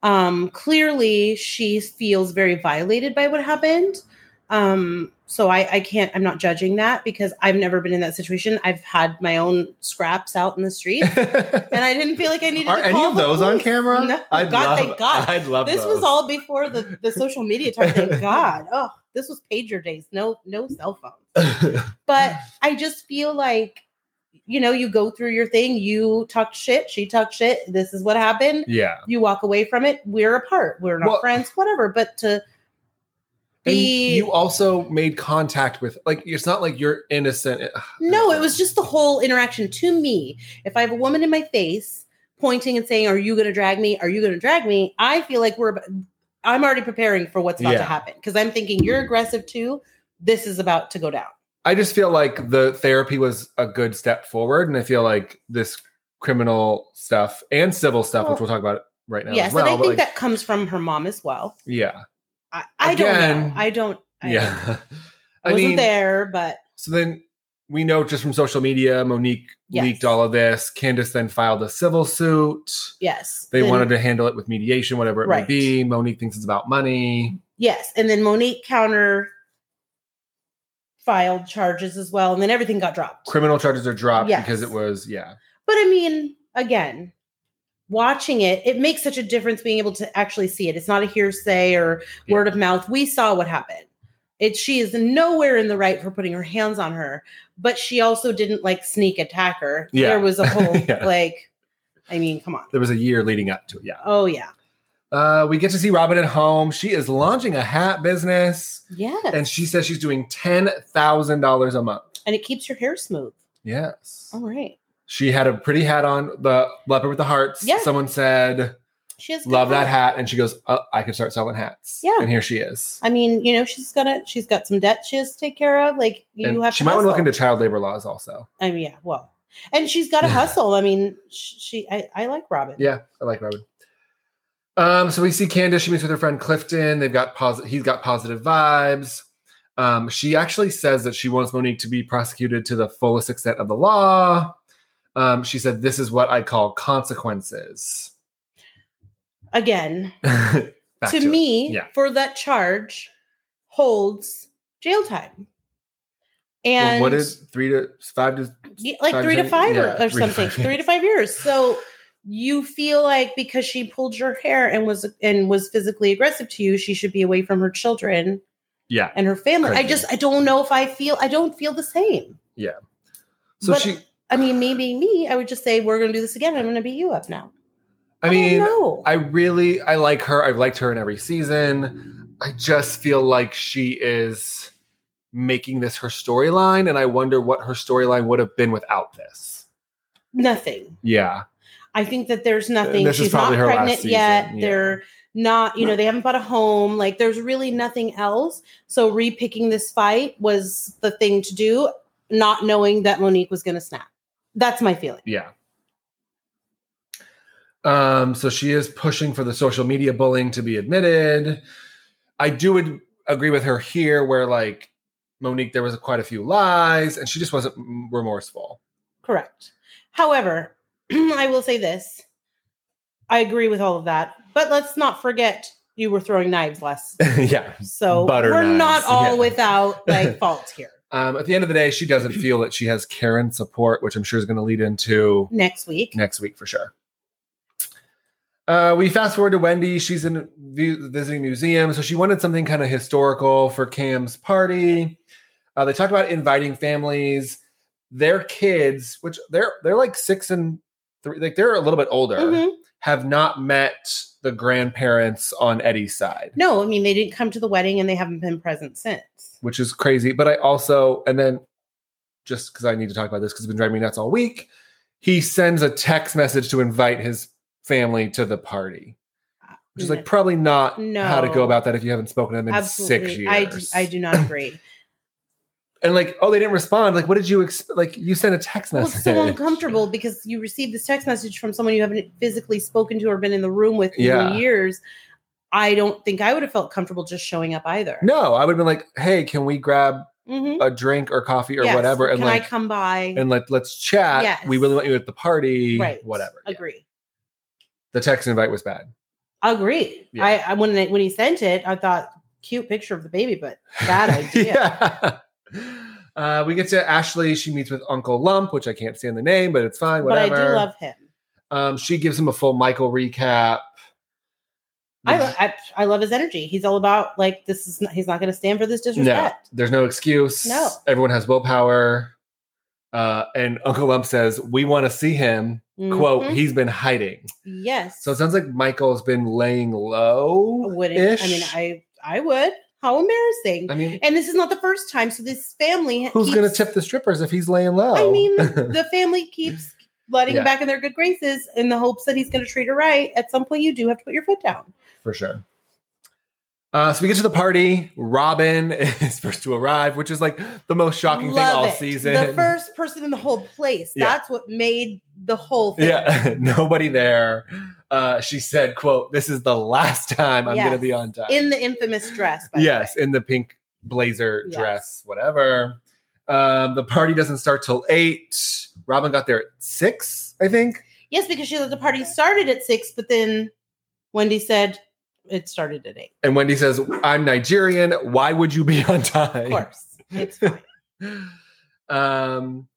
[SPEAKER 2] Um, clearly, she feels very violated by what happened. Um, so I, I can't, I'm not judging that because I've never been in that situation. I've had my own scraps out in the street and I didn't feel like I needed
[SPEAKER 1] Are
[SPEAKER 2] to
[SPEAKER 1] any
[SPEAKER 2] call
[SPEAKER 1] of
[SPEAKER 2] the
[SPEAKER 1] those on
[SPEAKER 2] police.
[SPEAKER 1] camera?
[SPEAKER 2] No,
[SPEAKER 1] I'd
[SPEAKER 2] God,
[SPEAKER 1] love,
[SPEAKER 2] thank God
[SPEAKER 1] I'd love
[SPEAKER 2] this was
[SPEAKER 1] those.
[SPEAKER 2] all before the, the social media time. Thank God. Oh, this was pager days. No, no cell phones. But I just feel like, you know, you go through your thing. You talk shit. She talked shit. This is what happened.
[SPEAKER 1] yeah.
[SPEAKER 2] You walk away from it. We're apart. We're not
[SPEAKER 1] Well-
[SPEAKER 2] friends. Whatever. But to
[SPEAKER 1] And
[SPEAKER 2] be
[SPEAKER 1] you also made contact with, like, it's not like you're innocent.
[SPEAKER 2] No, it was just the whole interaction to me. If I have a woman in my face pointing and saying, Are you going to drag me? Are you going to drag me? I feel like we're, I'm already preparing for what's about
[SPEAKER 1] Yeah.
[SPEAKER 2] to happen because I'm thinking you're aggressive too. This is about to go down.
[SPEAKER 1] I just feel like the therapy was a good step forward, and I feel like this criminal stuff and civil stuff, which we'll talk about right now.
[SPEAKER 2] yes.
[SPEAKER 1] as well,
[SPEAKER 2] and I
[SPEAKER 1] but, like,
[SPEAKER 2] think that comes from her mom as well.
[SPEAKER 1] yeah,
[SPEAKER 2] I, I don't
[SPEAKER 1] Again,
[SPEAKER 2] know. I don't. I
[SPEAKER 1] yeah. I
[SPEAKER 2] Wasn't
[SPEAKER 1] mean,
[SPEAKER 2] there, but
[SPEAKER 1] so then we know just from social media, Monique
[SPEAKER 2] Yes.
[SPEAKER 1] leaked all of this. Candace then filed a civil suit.
[SPEAKER 2] yes.
[SPEAKER 1] They
[SPEAKER 2] Then-
[SPEAKER 1] wanted to handle it with mediation, whatever it may
[SPEAKER 2] Right.
[SPEAKER 1] be. Monique thinks it's about money.
[SPEAKER 2] Yes, and then Monique counter filed charges as well, and then everything got dropped.
[SPEAKER 1] Criminal charges are dropped
[SPEAKER 2] Yes.
[SPEAKER 1] because it was yeah.
[SPEAKER 2] But I mean, again, watching it, it makes such a difference being able to actually see it. It's not a hearsay or
[SPEAKER 1] Yeah.
[SPEAKER 2] word of mouth. We saw what happened. It she is nowhere in the right for putting her hands on her, but she also didn't like sneak attack her.
[SPEAKER 1] Yeah.
[SPEAKER 2] There was a whole
[SPEAKER 1] Yeah.
[SPEAKER 2] like I mean, come on.
[SPEAKER 1] There was a year leading up to it. Yeah,
[SPEAKER 2] Oh yeah.
[SPEAKER 1] uh, we get to see Robin at home. She is launching a hat business.
[SPEAKER 2] Yes.
[SPEAKER 1] and she says she's doing ten thousand dollars a month.
[SPEAKER 2] and it keeps your hair smooth.
[SPEAKER 1] Yes,
[SPEAKER 2] All right.
[SPEAKER 1] she had a pretty hat on, the leopard with the hearts.
[SPEAKER 2] Yeah.
[SPEAKER 1] Someone said,
[SPEAKER 2] She has good
[SPEAKER 1] "Love that
[SPEAKER 2] hair.
[SPEAKER 1] hat," and she goes, oh, "I could start selling hats."
[SPEAKER 2] Yeah.
[SPEAKER 1] and here she is.
[SPEAKER 2] I mean, you know, she's gonna she's got some debt she has to take care of. Like you
[SPEAKER 1] and
[SPEAKER 2] have
[SPEAKER 1] she might want to look
[SPEAKER 2] hustle.
[SPEAKER 1] into child labor laws also.
[SPEAKER 2] I mean, yeah, well, and she's got to hustle. I mean, sh- she, I, I like Robin.
[SPEAKER 1] Yeah, I like Robin. Um, so we see Candace. She meets with her friend Clifton. They've got positive. He's got positive vibes. Um, she actually says that she wants Monique to be prosecuted to the fullest extent of the law. Um, she said, "This is what I call consequences."
[SPEAKER 2] Again,
[SPEAKER 1] to,
[SPEAKER 2] to,
[SPEAKER 1] it.
[SPEAKER 2] me,
[SPEAKER 1] Yeah.
[SPEAKER 2] for that charge, holds jail time,
[SPEAKER 1] Well,
[SPEAKER 2] and
[SPEAKER 1] what is three to five to
[SPEAKER 2] yeah, like
[SPEAKER 1] five
[SPEAKER 2] three to
[SPEAKER 1] gen-
[SPEAKER 2] five
[SPEAKER 1] yeah,
[SPEAKER 2] or, or
[SPEAKER 1] three to
[SPEAKER 2] something,
[SPEAKER 1] five
[SPEAKER 2] three to five years. So you feel like because she pulled your hair and was and was physically aggressive to you, she should be away from her children
[SPEAKER 1] yeah?
[SPEAKER 2] and her family. I
[SPEAKER 1] Crazy.
[SPEAKER 2] just, I don't know if I feel, I don't feel the same.
[SPEAKER 1] So
[SPEAKER 2] But-
[SPEAKER 1] she
[SPEAKER 2] I mean, me being me, I would just say, we're going to do this again. I'm going to beat you up now.
[SPEAKER 1] I mean,
[SPEAKER 2] no.
[SPEAKER 1] I really I like her. I've liked her in every season. I just feel like she is making this her storyline, and I wonder what her storyline would have been without this.
[SPEAKER 2] nothing.
[SPEAKER 1] Yeah,
[SPEAKER 2] I think that there's nothing.
[SPEAKER 1] This is
[SPEAKER 2] She's not
[SPEAKER 1] probably her last
[SPEAKER 2] pregnant
[SPEAKER 1] season,
[SPEAKER 2] yet.
[SPEAKER 1] yeah.
[SPEAKER 2] They're not, you know,
[SPEAKER 1] No.
[SPEAKER 2] they haven't bought a home. Like there's really nothing else. So repicking this fight was the thing to do, not knowing that Monique was going to snap. That's my feeling.
[SPEAKER 1] yeah. Um, so she is pushing for the social media bullying to be admitted. I do would agree with her here, where like Monique, there was quite a few lies, and she just wasn't remorseful.
[SPEAKER 2] Correct. However, I will say this. I agree with all of that, but let's not forget you were throwing knives last.
[SPEAKER 1] yeah,
[SPEAKER 2] So
[SPEAKER 1] Butter
[SPEAKER 2] we're
[SPEAKER 1] knives,
[SPEAKER 2] not all
[SPEAKER 1] yeah.
[SPEAKER 2] without like fault here.
[SPEAKER 1] Um, at the end of the day, she doesn't feel that she has Karen support, which I'm sure is going to lead into
[SPEAKER 2] Next week.
[SPEAKER 1] next week for sure. Uh, we fast forward to Wendy. She's in vi- visiting museum, so she wanted something kind of historical for Cam's party. Uh, they talked about inviting families, their kids, which they're they're like six and three, like they're a little bit older,
[SPEAKER 2] Mhm.
[SPEAKER 1] have not met the grandparents on Eddie's side.
[SPEAKER 2] No, I mean they didn't come to the wedding and they haven't been present since.
[SPEAKER 1] which is crazy. But I also, and then just because I need to talk about this because it's been driving me nuts all week, he sends a text message to invite his family to the party, which is like probably not
[SPEAKER 2] No.
[SPEAKER 1] how to go about that if you haven't spoken to them in six
[SPEAKER 2] Absolutely.
[SPEAKER 1] years.
[SPEAKER 2] I d- I do not agree.
[SPEAKER 1] And like, oh, they didn't respond. Like, what did you ex- like? You sent a text
[SPEAKER 2] well,
[SPEAKER 1] message.
[SPEAKER 2] it's so uncomfortable because you receive this text message from someone you haven't physically spoken to or been in the room with
[SPEAKER 1] Yeah.
[SPEAKER 2] in years. I don't think I would have felt comfortable just showing up either.
[SPEAKER 1] No, I would have been like, hey, can we grab
[SPEAKER 2] Mhm.
[SPEAKER 1] a drink or coffee or
[SPEAKER 2] Yes.
[SPEAKER 1] whatever, and
[SPEAKER 2] Can
[SPEAKER 1] like,
[SPEAKER 2] I come by?
[SPEAKER 1] and like, let's chat.
[SPEAKER 2] Yes.
[SPEAKER 1] We really want you at the party.
[SPEAKER 2] right.
[SPEAKER 1] Whatever. Yeah.
[SPEAKER 2] Agree.
[SPEAKER 1] The text invite was bad.
[SPEAKER 2] Agree.
[SPEAKER 1] Yeah.
[SPEAKER 2] I, I when it, when he sent it, I thought cute picture of the baby, but bad idea.
[SPEAKER 1] yeah. Uh, we get to Ashley. She meets with Uncle Lump, which I can't stand the name, but it's fine.
[SPEAKER 2] But I
[SPEAKER 1] Whatever.
[SPEAKER 2] do love him.
[SPEAKER 1] Um, she gives him a full Michael recap.
[SPEAKER 2] I, I I love his energy. He's all about like this is not, he's not going to stand for this
[SPEAKER 1] no,
[SPEAKER 2] disrespect.
[SPEAKER 1] there's no excuse.
[SPEAKER 2] No.
[SPEAKER 1] everyone has willpower. Uh, and Uncle Lump says, "We want to see him." Quote:
[SPEAKER 2] Mhm.
[SPEAKER 1] He's been hiding.
[SPEAKER 2] Yes.
[SPEAKER 1] So it sounds like Michael's been laying low.
[SPEAKER 2] wouldn't I mean
[SPEAKER 1] ish.
[SPEAKER 2] I I would. How embarrassing.
[SPEAKER 1] I mean,
[SPEAKER 2] Oh, and this is not the first time. So this family
[SPEAKER 1] who's
[SPEAKER 2] keeps-
[SPEAKER 1] going to tip the strippers if he's laying low?
[SPEAKER 2] I mean, the family keeps letting
[SPEAKER 1] Yeah.
[SPEAKER 2] him back in their good graces in the hopes that he's going to treat her right. At some point, you do have to put your foot down.
[SPEAKER 1] for sure. Uh, so we get to the party. Robin is first to arrive, which is like the most shocking
[SPEAKER 2] Love
[SPEAKER 1] thing all
[SPEAKER 2] it.
[SPEAKER 1] season.
[SPEAKER 2] The first person in the whole place.
[SPEAKER 1] Yeah.
[SPEAKER 2] That's what made the whole thing.
[SPEAKER 1] yeah, nobody there. Uh, she said, "quote This is the last time I'm going to
[SPEAKER 2] Yes.
[SPEAKER 1] be on time."
[SPEAKER 2] In the infamous dress. by the
[SPEAKER 1] yes,
[SPEAKER 2] way.
[SPEAKER 1] in the pink blazer
[SPEAKER 2] Yes.
[SPEAKER 1] dress, whatever. Um, the party doesn't start till eight. Robin got there at six, I think.
[SPEAKER 2] Yes, because she let the party started at six, but then Wendy said it started at eight.
[SPEAKER 1] And Wendy says, "I'm Nigerian. Why would you be on time?"
[SPEAKER 2] Of course. It's fine.
[SPEAKER 1] um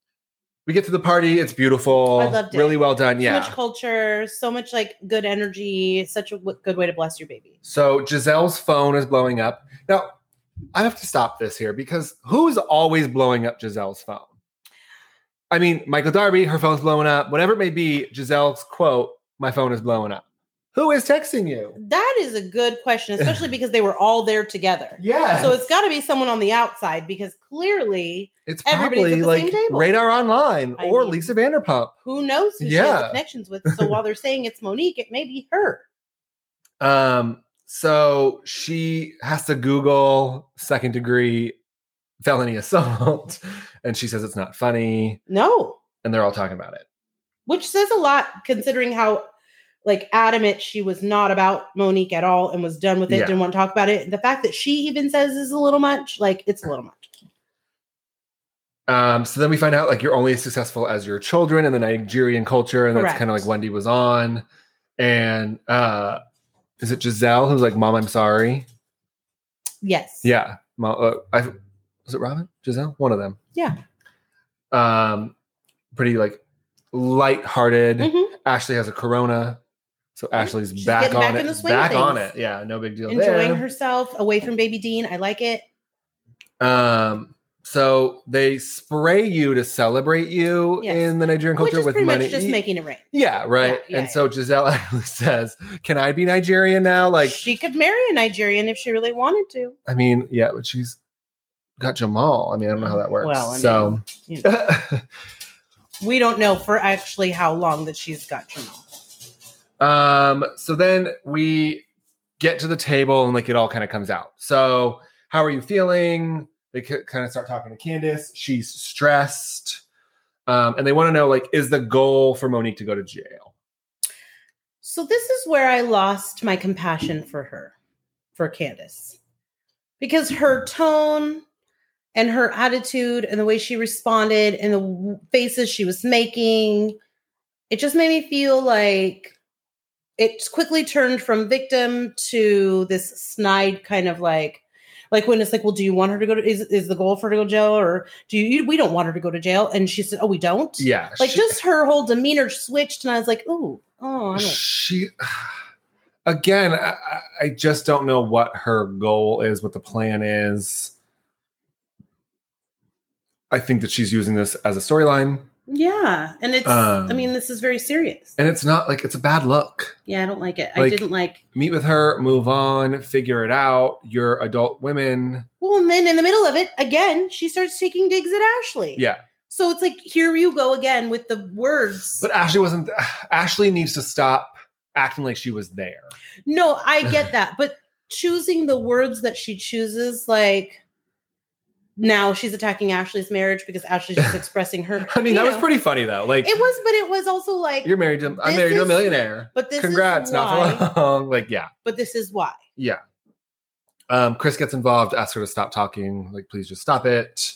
[SPEAKER 1] we get to the party it's beautiful
[SPEAKER 2] I loved it.
[SPEAKER 1] really well done
[SPEAKER 2] So much
[SPEAKER 1] yeah
[SPEAKER 2] culture, so much like good energy, such a w- good way to bless your baby.
[SPEAKER 1] so giselle's phone is blowing up now i have to stop this here because who's always blowing up giselle's phone i mean michael darby her phone's blowing up whatever it may be giselle's quote my phone is blowing up who is texting you
[SPEAKER 2] That is a good question, especially because they were all there together.
[SPEAKER 1] yeah
[SPEAKER 2] So it's got to be someone on the outside because clearly,
[SPEAKER 1] it's
[SPEAKER 2] everybody's at
[SPEAKER 1] probably
[SPEAKER 2] the
[SPEAKER 1] like
[SPEAKER 2] same table.
[SPEAKER 1] radar online
[SPEAKER 2] I
[SPEAKER 1] or
[SPEAKER 2] mean-
[SPEAKER 1] lisa vanderpump
[SPEAKER 2] who knows who she has
[SPEAKER 1] Yeah.
[SPEAKER 2] the connections with? So while they're saying it's Monique, it may be her.
[SPEAKER 1] Um, so she has to Google second degree felony assault, and she says it's not funny,
[SPEAKER 2] No,
[SPEAKER 1] and they're all talking about it.
[SPEAKER 2] which says a lot considering how like adamant she was not about Monique at all and was done with it,
[SPEAKER 1] Yeah.
[SPEAKER 2] didn't want to talk about it. The fact that she even says is a little much, like it's a little much.
[SPEAKER 1] Um, so then we find out like you're only as successful as your children in the Nigerian culture, and that's
[SPEAKER 2] Correct.
[SPEAKER 1] kind of like Wendy was on. And uh, is it Giselle who's like, Mom, I'm sorry?
[SPEAKER 2] Yes.
[SPEAKER 1] Yeah, Mom, uh, I was it Robin, Giselle, one of them.
[SPEAKER 2] Yeah.
[SPEAKER 1] Um, pretty like light-hearted.
[SPEAKER 2] Mhm.
[SPEAKER 1] Ashley has a corona. So Ashley's
[SPEAKER 2] She's
[SPEAKER 1] back
[SPEAKER 2] getting
[SPEAKER 1] on
[SPEAKER 2] back
[SPEAKER 1] it.
[SPEAKER 2] in the swing of
[SPEAKER 1] back on
[SPEAKER 2] things.
[SPEAKER 1] it. Yeah, no big deal
[SPEAKER 2] enjoying
[SPEAKER 1] there.
[SPEAKER 2] herself away from baby dean i like it
[SPEAKER 1] Um So they spray you to celebrate you
[SPEAKER 2] Yes.
[SPEAKER 1] in the Nigerian
[SPEAKER 2] Which
[SPEAKER 1] culture
[SPEAKER 2] is
[SPEAKER 1] with
[SPEAKER 2] pretty
[SPEAKER 1] money.
[SPEAKER 2] much just making it rain.
[SPEAKER 1] yeah, right.
[SPEAKER 2] Yeah, yeah,
[SPEAKER 1] and so Giselle Adler says, "Can I be Nigerian now?" Like,
[SPEAKER 2] she could marry a Nigerian if she really wanted to.
[SPEAKER 1] I mean, yeah, but she's got Jamal. I mean, I don't know how that works.
[SPEAKER 2] Well, I mean,
[SPEAKER 1] so
[SPEAKER 2] you We don't know for actually how long that she's got Jamal.
[SPEAKER 1] Um, so then we get to the table and like it all kind of comes out. So, how are you feeling? They kind of start talking to Candace. She's stressed. Um, and they want to know like, is the goal for Monique to go to jail?
[SPEAKER 2] So this is where I lost my compassion for her, for Candace. Because her tone and her attitude and the way she responded and the w- faces she was making, it just made me feel like it quickly turned from victim to this snide kind of like like when it's like, well, do you want her to go to is, is the goal for her to go to jail or do you, you we don't want her to go to jail? And she said, Oh, we don't?
[SPEAKER 1] Yeah.
[SPEAKER 2] Like
[SPEAKER 1] she-
[SPEAKER 2] just her whole demeanor switched, and I was like, "Ooh, oh, I don't
[SPEAKER 1] she again, I, I- I just don't know what her goal is, what the plan is. I think that she's using this as a storyline,
[SPEAKER 2] Yeah, and it's. I
[SPEAKER 1] Um,
[SPEAKER 2] mean, this is very serious.
[SPEAKER 1] and it's not like it's a bad look.
[SPEAKER 2] Yeah, I don't like it. I
[SPEAKER 1] Like-
[SPEAKER 2] didn't like.
[SPEAKER 1] meet with her, move on, figure it out. You're adult women.
[SPEAKER 2] Well, and then in the middle of it, again, she starts taking digs at Ashley.
[SPEAKER 1] Yeah.
[SPEAKER 2] So it's like here you go again with the words.
[SPEAKER 1] But Ashley wasn't Ashley needs to stop acting like she was there.
[SPEAKER 2] no, I get that, but choosing the words that she chooses, like now she's attacking Ashley's marriage because Ashley's just expressing her.
[SPEAKER 1] I mean,
[SPEAKER 2] you
[SPEAKER 1] that was
[SPEAKER 2] know.
[SPEAKER 1] pretty funny though. Like
[SPEAKER 2] It was, but it was also like.
[SPEAKER 1] you're married to I'm
[SPEAKER 2] This
[SPEAKER 1] married to a
[SPEAKER 2] is-
[SPEAKER 1] millionaire.
[SPEAKER 2] but this
[SPEAKER 1] Congrats,
[SPEAKER 2] is why.
[SPEAKER 1] not for long. Like, yeah.
[SPEAKER 2] But this is why.
[SPEAKER 1] Yeah. Um, Chris gets involved, asks her to stop talking, like, please just stop it.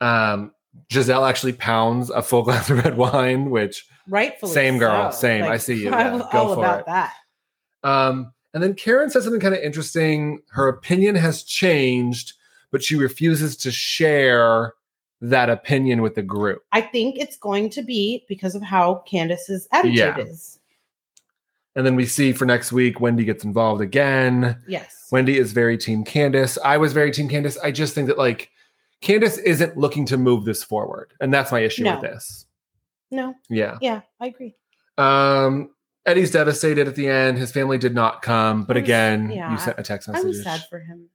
[SPEAKER 1] Um, Giselle actually pounds a full glass of red wine, which
[SPEAKER 2] Rightfully.
[SPEAKER 1] Same girl,
[SPEAKER 2] so.
[SPEAKER 1] same. I see you.
[SPEAKER 2] I'm
[SPEAKER 1] Yeah, go
[SPEAKER 2] all
[SPEAKER 1] for
[SPEAKER 2] about
[SPEAKER 1] it.
[SPEAKER 2] that.
[SPEAKER 1] Um, and then Karen says something kind of interesting. Her opinion has changed, but she refuses to share that opinion with the group.
[SPEAKER 2] I think it's going to be because of how Candace's attitude
[SPEAKER 1] Yeah.
[SPEAKER 2] is.
[SPEAKER 1] And then we see for next week, Wendy gets involved again.
[SPEAKER 2] Yes.
[SPEAKER 1] Wendy is very team Candace. I was very team Candace. I just think that like Candace isn't looking to move this forward. And that's my issue
[SPEAKER 2] No.
[SPEAKER 1] with this.
[SPEAKER 2] no.
[SPEAKER 1] Yeah.
[SPEAKER 2] Yeah, I agree.
[SPEAKER 1] Um, Eddie's devastated at the end. His family did not come. But
[SPEAKER 2] I was-
[SPEAKER 1] again,
[SPEAKER 2] yeah,
[SPEAKER 1] you sent a text
[SPEAKER 2] I
[SPEAKER 1] message.
[SPEAKER 2] was sad for him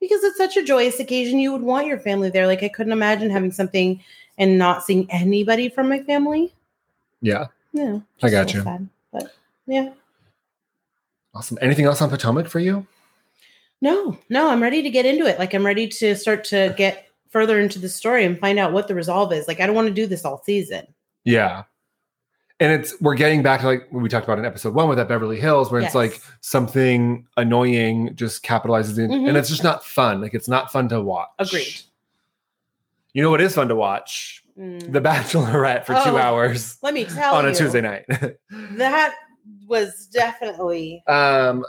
[SPEAKER 2] because it's such a joyous occasion. You would want your family there. Like I couldn't imagine having something and not seeing anybody from my family.
[SPEAKER 1] Yeah.
[SPEAKER 2] No,
[SPEAKER 1] I
[SPEAKER 2] just a
[SPEAKER 1] got
[SPEAKER 2] little
[SPEAKER 1] you.
[SPEAKER 2] sad. But yeah,
[SPEAKER 1] Awesome. Anything else on Potomac for you?
[SPEAKER 2] no, no, I'm ready to get into it. Like I'm ready to start to get further into the story and find out what the resolve is. Like I don't want to do this all season.
[SPEAKER 1] Yeah. And it's we're getting back to like what we talked about in episode one with that Beverly Hills, where
[SPEAKER 2] Yes.
[SPEAKER 1] it's like something annoying just capitalizes in,
[SPEAKER 2] Mhm.
[SPEAKER 1] and it's just not fun. Like it's not fun to watch.
[SPEAKER 2] Agreed.
[SPEAKER 1] You know what is fun to watch?
[SPEAKER 2] Mm.
[SPEAKER 1] The Bachelorette for
[SPEAKER 2] Oh,
[SPEAKER 1] two hours
[SPEAKER 2] Let me tell
[SPEAKER 1] on a
[SPEAKER 2] you,
[SPEAKER 1] Tuesday night.
[SPEAKER 2] that was definitely
[SPEAKER 1] um,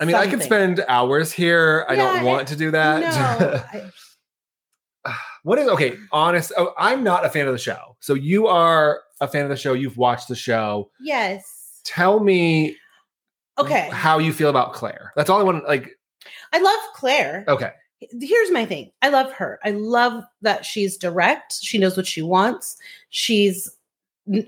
[SPEAKER 1] I mean, I
[SPEAKER 2] Something.
[SPEAKER 1] could spend hours here. I
[SPEAKER 2] Yeah,
[SPEAKER 1] don't want to do that.
[SPEAKER 2] no. I-
[SPEAKER 1] what is okay? Honest. Oh, I'm not a fan of the show. So you are a fan of the show. You've watched the show.
[SPEAKER 2] yes.
[SPEAKER 1] Tell me Oh,
[SPEAKER 2] Okay.
[SPEAKER 1] how you feel about Claire. That's all I want. Like,
[SPEAKER 2] I love Claire.
[SPEAKER 1] okay,
[SPEAKER 2] Here's my thing. I love her. I love that she's direct. She knows what she wants. She's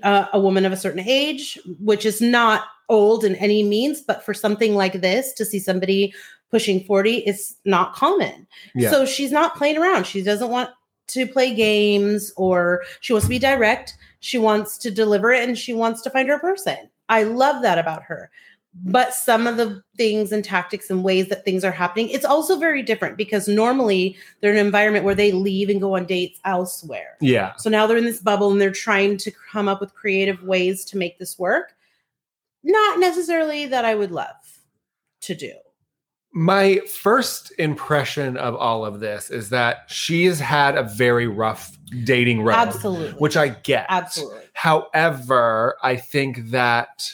[SPEAKER 2] uh, a woman of a certain age, which is not old in any means, but for something like this to see somebody pushing 40 is not common.
[SPEAKER 1] Yeah.
[SPEAKER 2] So she's not playing around. She doesn't want to play games or she wants to be direct. She wants to deliver it and she wants to find her person. I love that about her. But some of the things and tactics and ways that things are happening, it's also very different because normally they're in an environment where they leave and go on dates elsewhere.
[SPEAKER 1] yeah,
[SPEAKER 2] So now they're in this bubble and they're trying to come up with creative ways to make this work. Not necessarily that I would love to do.
[SPEAKER 1] my first impression of all of this is that she's had a very rough dating road,
[SPEAKER 2] Absolutely.
[SPEAKER 1] which I get.
[SPEAKER 2] absolutely.
[SPEAKER 1] However, I think that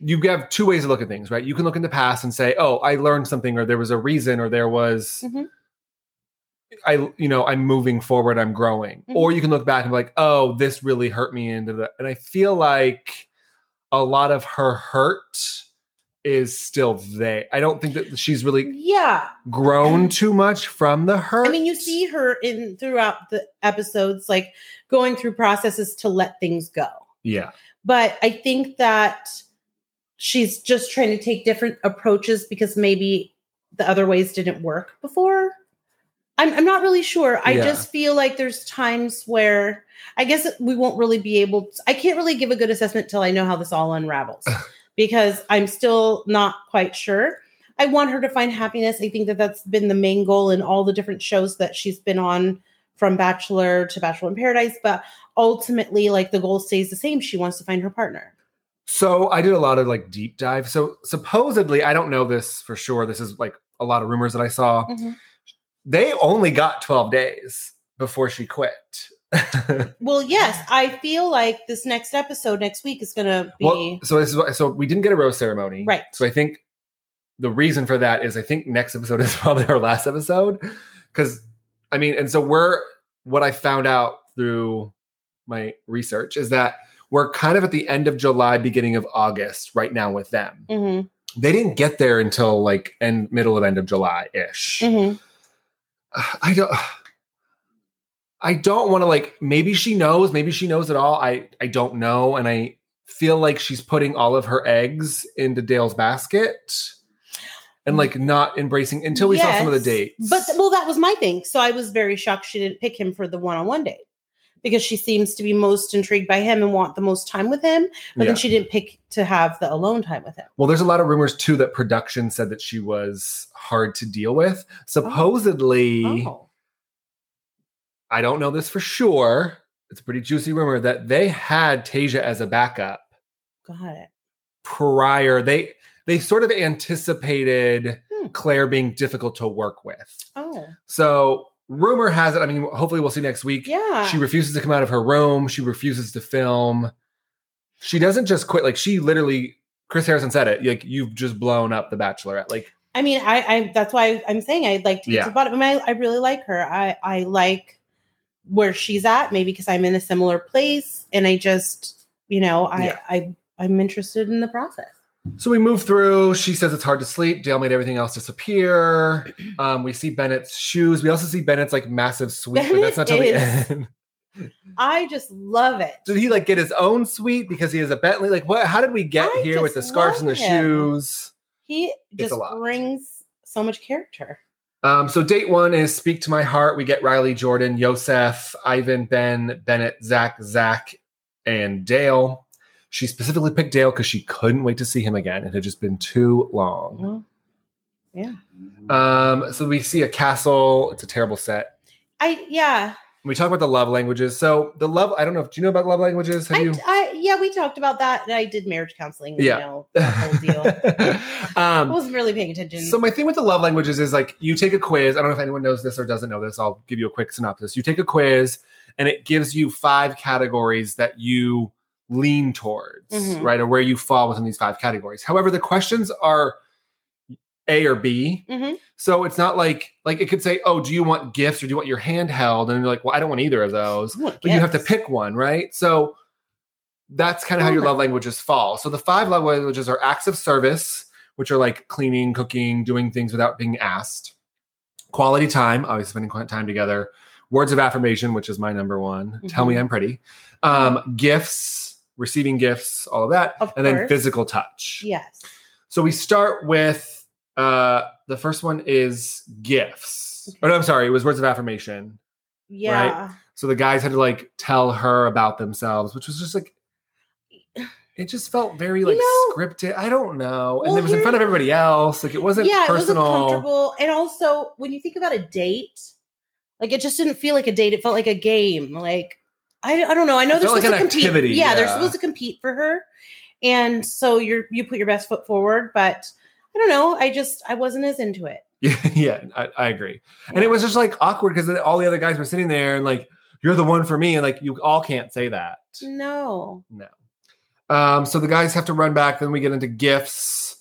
[SPEAKER 1] you have two ways to look at things, right? You can look in the past and say, "Oh, I learned something," or "There was a reason," or "There was."
[SPEAKER 2] Mhm.
[SPEAKER 1] I you know I'm moving forward I'm growing
[SPEAKER 2] Mhm.
[SPEAKER 1] or you can look back and be like oh this really hurt me into the and I feel like a lot of her hurt is still there. I don't think that she's really
[SPEAKER 2] Mm. Yeah.
[SPEAKER 1] grown too much from the hurt.
[SPEAKER 2] I mean, you see her in throughout the episodes, like going through processes to let things go.
[SPEAKER 1] yeah,
[SPEAKER 2] But I think that she's just trying to take different approaches because maybe the other ways didn't work before. I'm, I'm not really sure. I
[SPEAKER 1] Yeah.
[SPEAKER 2] just feel like there's times where I guess we won't really be able to, I can't really give a good assessment till I know how this all unravels because I'm still not quite sure. I want her to find happiness. I think that that's been the main goal in all the different shows that she's been on from Bachelor to Bachelor in Paradise. But ultimately, like the goal stays the same. She wants to find her partner.
[SPEAKER 1] So I did a lot of like deep dive. So supposedly, I don't know this for sure. This is like a lot of rumors that I saw.
[SPEAKER 2] Mhm.
[SPEAKER 1] They only got 12 days before she quit.
[SPEAKER 2] Well, yes, I feel like this next episode next week is going to be.
[SPEAKER 1] well, so this is what, so we didn't get a rose ceremony.
[SPEAKER 2] Right.
[SPEAKER 1] So I think the reason for that is I think next episode is probably our last episode cuz I mean and so we're what I found out through my research is that we're kind of at the end of July beginning of August right now with them.
[SPEAKER 2] Mhm,
[SPEAKER 1] they didn't get there until like end middle of end of July ish.
[SPEAKER 2] mhm.
[SPEAKER 1] I don't. I don't want to like. Maybe she knows. Maybe she knows it all. I I don't know, and I feel like she's putting all of her eggs into Dale's basket, and like not embracing until we saw some of the
[SPEAKER 2] Yes,
[SPEAKER 1] dates.
[SPEAKER 2] But well, that was my thing. So I was very shocked she didn't pick him for the one on one date because she seems to be most intrigued by him and want the most time with him.
[SPEAKER 1] Yeah.
[SPEAKER 2] But then she didn't pick to have the alone time with him.
[SPEAKER 1] Well, there's a lot of rumors too that production said that she was hard to deal with. Supposedly,
[SPEAKER 2] Oh.
[SPEAKER 1] I don't know this for sure. It's a pretty juicy rumor that they had Tasia as a backup.
[SPEAKER 2] Got it.
[SPEAKER 1] prior they they sort of anticipated
[SPEAKER 2] Hmm.
[SPEAKER 1] claire being difficult to work with
[SPEAKER 2] Oh,
[SPEAKER 1] so rumor has it i mean hopefully we'll see next week
[SPEAKER 2] yeah.
[SPEAKER 1] she refuses to come out of her room she refuses to film she doesn't just quit like she literally chris harrison said it like you've just blown up the bachelorette like
[SPEAKER 2] I mean, I, I that's why I'm saying I'd like to get
[SPEAKER 1] Yeah.
[SPEAKER 2] to the bottom. I, mean, I, I really like her. I, I like where she's at, maybe because I'm in a similar place and I just, you know, I,
[SPEAKER 1] Yeah.
[SPEAKER 2] I, I'm interested in the process.
[SPEAKER 1] So we move through. She says it's hard to sleep. Dale made everything else disappear. Um, we see Bennett's shoes. We also see Bennett's like massive suite, but that's not till the
[SPEAKER 2] Bennett is-
[SPEAKER 1] end.
[SPEAKER 2] I just love it.
[SPEAKER 1] did he like get his own suite because he has a Bentley? Like, what? How did we get
[SPEAKER 2] I
[SPEAKER 1] here with the
[SPEAKER 2] just
[SPEAKER 1] scarves and the
[SPEAKER 2] love him.
[SPEAKER 1] shoes?
[SPEAKER 2] He just
[SPEAKER 1] a lot.
[SPEAKER 2] brings so much character.
[SPEAKER 1] Um, so date one is "Speak to My Heart." We get Riley, Jordan, Yosef, Ivan, Ben, Bennett, Zach, Zach, and Dale. She specifically picked Dale because she couldn't wait to see him again. It had just been too long.
[SPEAKER 2] Well, Mm.
[SPEAKER 1] Um, so we see a castle. It's a terrible set.
[SPEAKER 2] I, yeah,
[SPEAKER 1] We talk about the love languages. So the love. I don't know. Do you know about love languages? Have
[SPEAKER 2] I,
[SPEAKER 1] you?
[SPEAKER 2] I, yeah, we talked about that. I did marriage counseling.
[SPEAKER 1] Yeah.
[SPEAKER 2] You know, the whole deal. I
[SPEAKER 1] um,
[SPEAKER 2] wasn't really paying attention.
[SPEAKER 1] So my thing with the love languages is like you take a quiz. I don't know if anyone knows this or doesn't know this. I'll give you a quick synopsis. You take a quiz and it gives you five categories that you lean towards,
[SPEAKER 2] Mhm.
[SPEAKER 1] right? Or where you fall within these five categories. However, the questions are A or B.
[SPEAKER 2] Mhm.
[SPEAKER 1] So it's not like like it could say, "Oh, do you want gifts or do you want your handheld?" And you're like, "Well, I don't want either of those." but you have to pick one, right? So that's kind of how your
[SPEAKER 2] Bummer.
[SPEAKER 1] love languages fall. So the five love languages are acts of service, which are like cleaning, cooking, doing things without being asked, quality time, obviously spending qu- time together, words of affirmation, which is my number one. Tell me
[SPEAKER 2] Mhm.
[SPEAKER 1] I'm pretty. Um, gifts, receiving gifts, all of that,
[SPEAKER 2] Of
[SPEAKER 1] and then
[SPEAKER 2] course.
[SPEAKER 1] physical touch.
[SPEAKER 2] Yes.
[SPEAKER 1] So we start with uh, the first one is gifts. Oh no, I'm sorry, it was words of affirmation.
[SPEAKER 2] Yeah.
[SPEAKER 1] So the guys had to like tell her about themselves, which was just like it just felt very
[SPEAKER 2] You
[SPEAKER 1] like
[SPEAKER 2] know-
[SPEAKER 1] scripted. I don't know. and
[SPEAKER 2] Well,
[SPEAKER 1] it was in
[SPEAKER 2] here-
[SPEAKER 1] front of everybody else. Like it wasn't
[SPEAKER 2] yeah, it wasn't
[SPEAKER 1] personal.
[SPEAKER 2] comfortable. And also, when you think about a date, like it just didn't feel like a date. It felt like a game. Like I, I don't know. I know
[SPEAKER 1] It
[SPEAKER 2] they're
[SPEAKER 1] felt like
[SPEAKER 2] supposed to
[SPEAKER 1] an
[SPEAKER 2] compete.
[SPEAKER 1] activity,
[SPEAKER 2] yeah, they're
[SPEAKER 1] yeah.
[SPEAKER 2] supposed to compete for her, and so you're you put your best foot forward. But I don't know. I just I wasn't as into it.
[SPEAKER 1] yeah, yeah, I, I agree. And it was just like awkward because all the other guys were sitting there and like, you're the one for me. And like you all can't say that.
[SPEAKER 2] no.
[SPEAKER 1] Um, so the guys have to run back, then we get into gifts.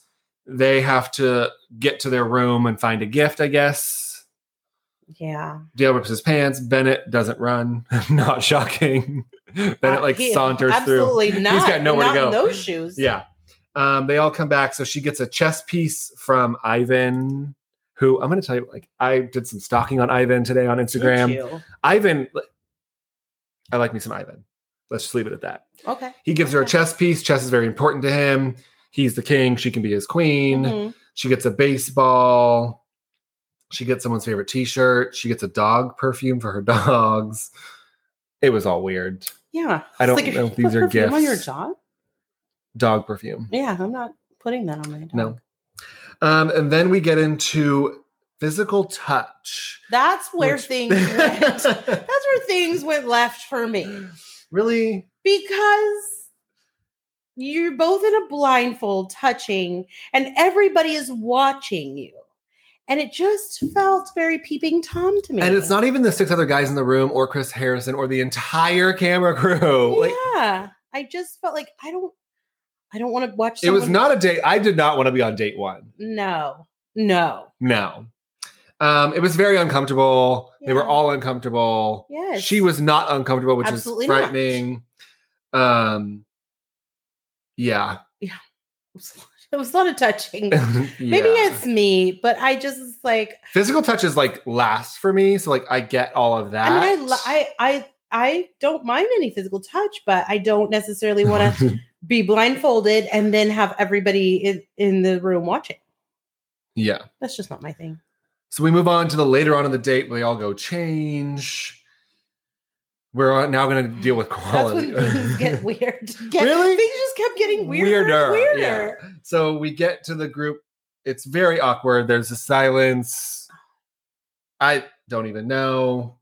[SPEAKER 1] They have to get to their room and find a gift, I guess.
[SPEAKER 2] Yeah,
[SPEAKER 1] Dale rips his pants. Bennett doesnn't run. Not shocking. Bennett like
[SPEAKER 2] Uh, he-
[SPEAKER 1] saunters through.
[SPEAKER 2] absolutely not.
[SPEAKER 1] got nowhere to
[SPEAKER 2] Not in
[SPEAKER 1] go.
[SPEAKER 2] those shoes.
[SPEAKER 1] Yeah. Um, they all come back. So she gets a chess piece from Ivan, who I'm going to tell you, like, I did some stalking on Ivan today on Instagram.
[SPEAKER 2] Thank you.
[SPEAKER 1] Ivan, I like me some Ivan. Let's just leave it at that.
[SPEAKER 2] Okay.
[SPEAKER 1] He gives her a
[SPEAKER 2] Okay.
[SPEAKER 1] chess piece. Chess is very important to him. He's the king. She can be his queen.
[SPEAKER 2] Mhm.
[SPEAKER 1] She gets a baseball. She gets someone's favorite T-shirt. She gets a dog perfume for her dogs. It was all weird.
[SPEAKER 2] Yeah.
[SPEAKER 1] I
[SPEAKER 2] It's
[SPEAKER 1] don't
[SPEAKER 2] if
[SPEAKER 1] know
[SPEAKER 2] you
[SPEAKER 1] if these
[SPEAKER 2] put
[SPEAKER 1] are
[SPEAKER 2] perfume On your
[SPEAKER 1] gifts.
[SPEAKER 2] dog?
[SPEAKER 1] Dog perfume.
[SPEAKER 2] Yeah, I'm not putting that on my dog.
[SPEAKER 1] No. Um, and then we get into physical touch.
[SPEAKER 2] That's where
[SPEAKER 1] which-
[SPEAKER 2] things went. That's where things went left for me
[SPEAKER 1] really?
[SPEAKER 2] because you're both in a blindfold touching and everybody is watching you. And it just felt very peeping Tom to me.
[SPEAKER 1] And it's not even the six other guys in the room or Chris Harrison or the entire camera crew. Like
[SPEAKER 2] yeah. I just felt like I don't I don't want to watch
[SPEAKER 1] it was
[SPEAKER 2] someone-
[SPEAKER 1] not a date. I did not want to be on date one.
[SPEAKER 2] No. No.
[SPEAKER 1] No. Um, it was very uncomfortable. They were
[SPEAKER 2] Yeah.
[SPEAKER 1] all uncomfortable.
[SPEAKER 2] Yes.
[SPEAKER 1] She was not uncomfortable, which
[SPEAKER 2] Absolutely
[SPEAKER 1] is
[SPEAKER 2] not.
[SPEAKER 1] frightening. Um yeah.
[SPEAKER 2] it was a lot of touching.
[SPEAKER 1] yeah.
[SPEAKER 2] Maybe it's me, but I just like
[SPEAKER 1] physical touch is like last for me. So like I get all of that.
[SPEAKER 2] I mean, I, li- I, I, I don't mind any physical touch, but I don't necessarily want to be blindfolded and then have everybody in, in the room watching.
[SPEAKER 1] Yeah.
[SPEAKER 2] That's just not my thing.
[SPEAKER 1] So we move on to the later on in the date where they all go change. We're now gonna deal with
[SPEAKER 2] That's
[SPEAKER 1] quality.
[SPEAKER 2] when things get weird. Get-
[SPEAKER 1] Really?
[SPEAKER 2] Things just kept getting weirder,
[SPEAKER 1] Weirder,
[SPEAKER 2] and weirder.
[SPEAKER 1] So we get to the group. It's very awkward. There's a silence. I don't even know.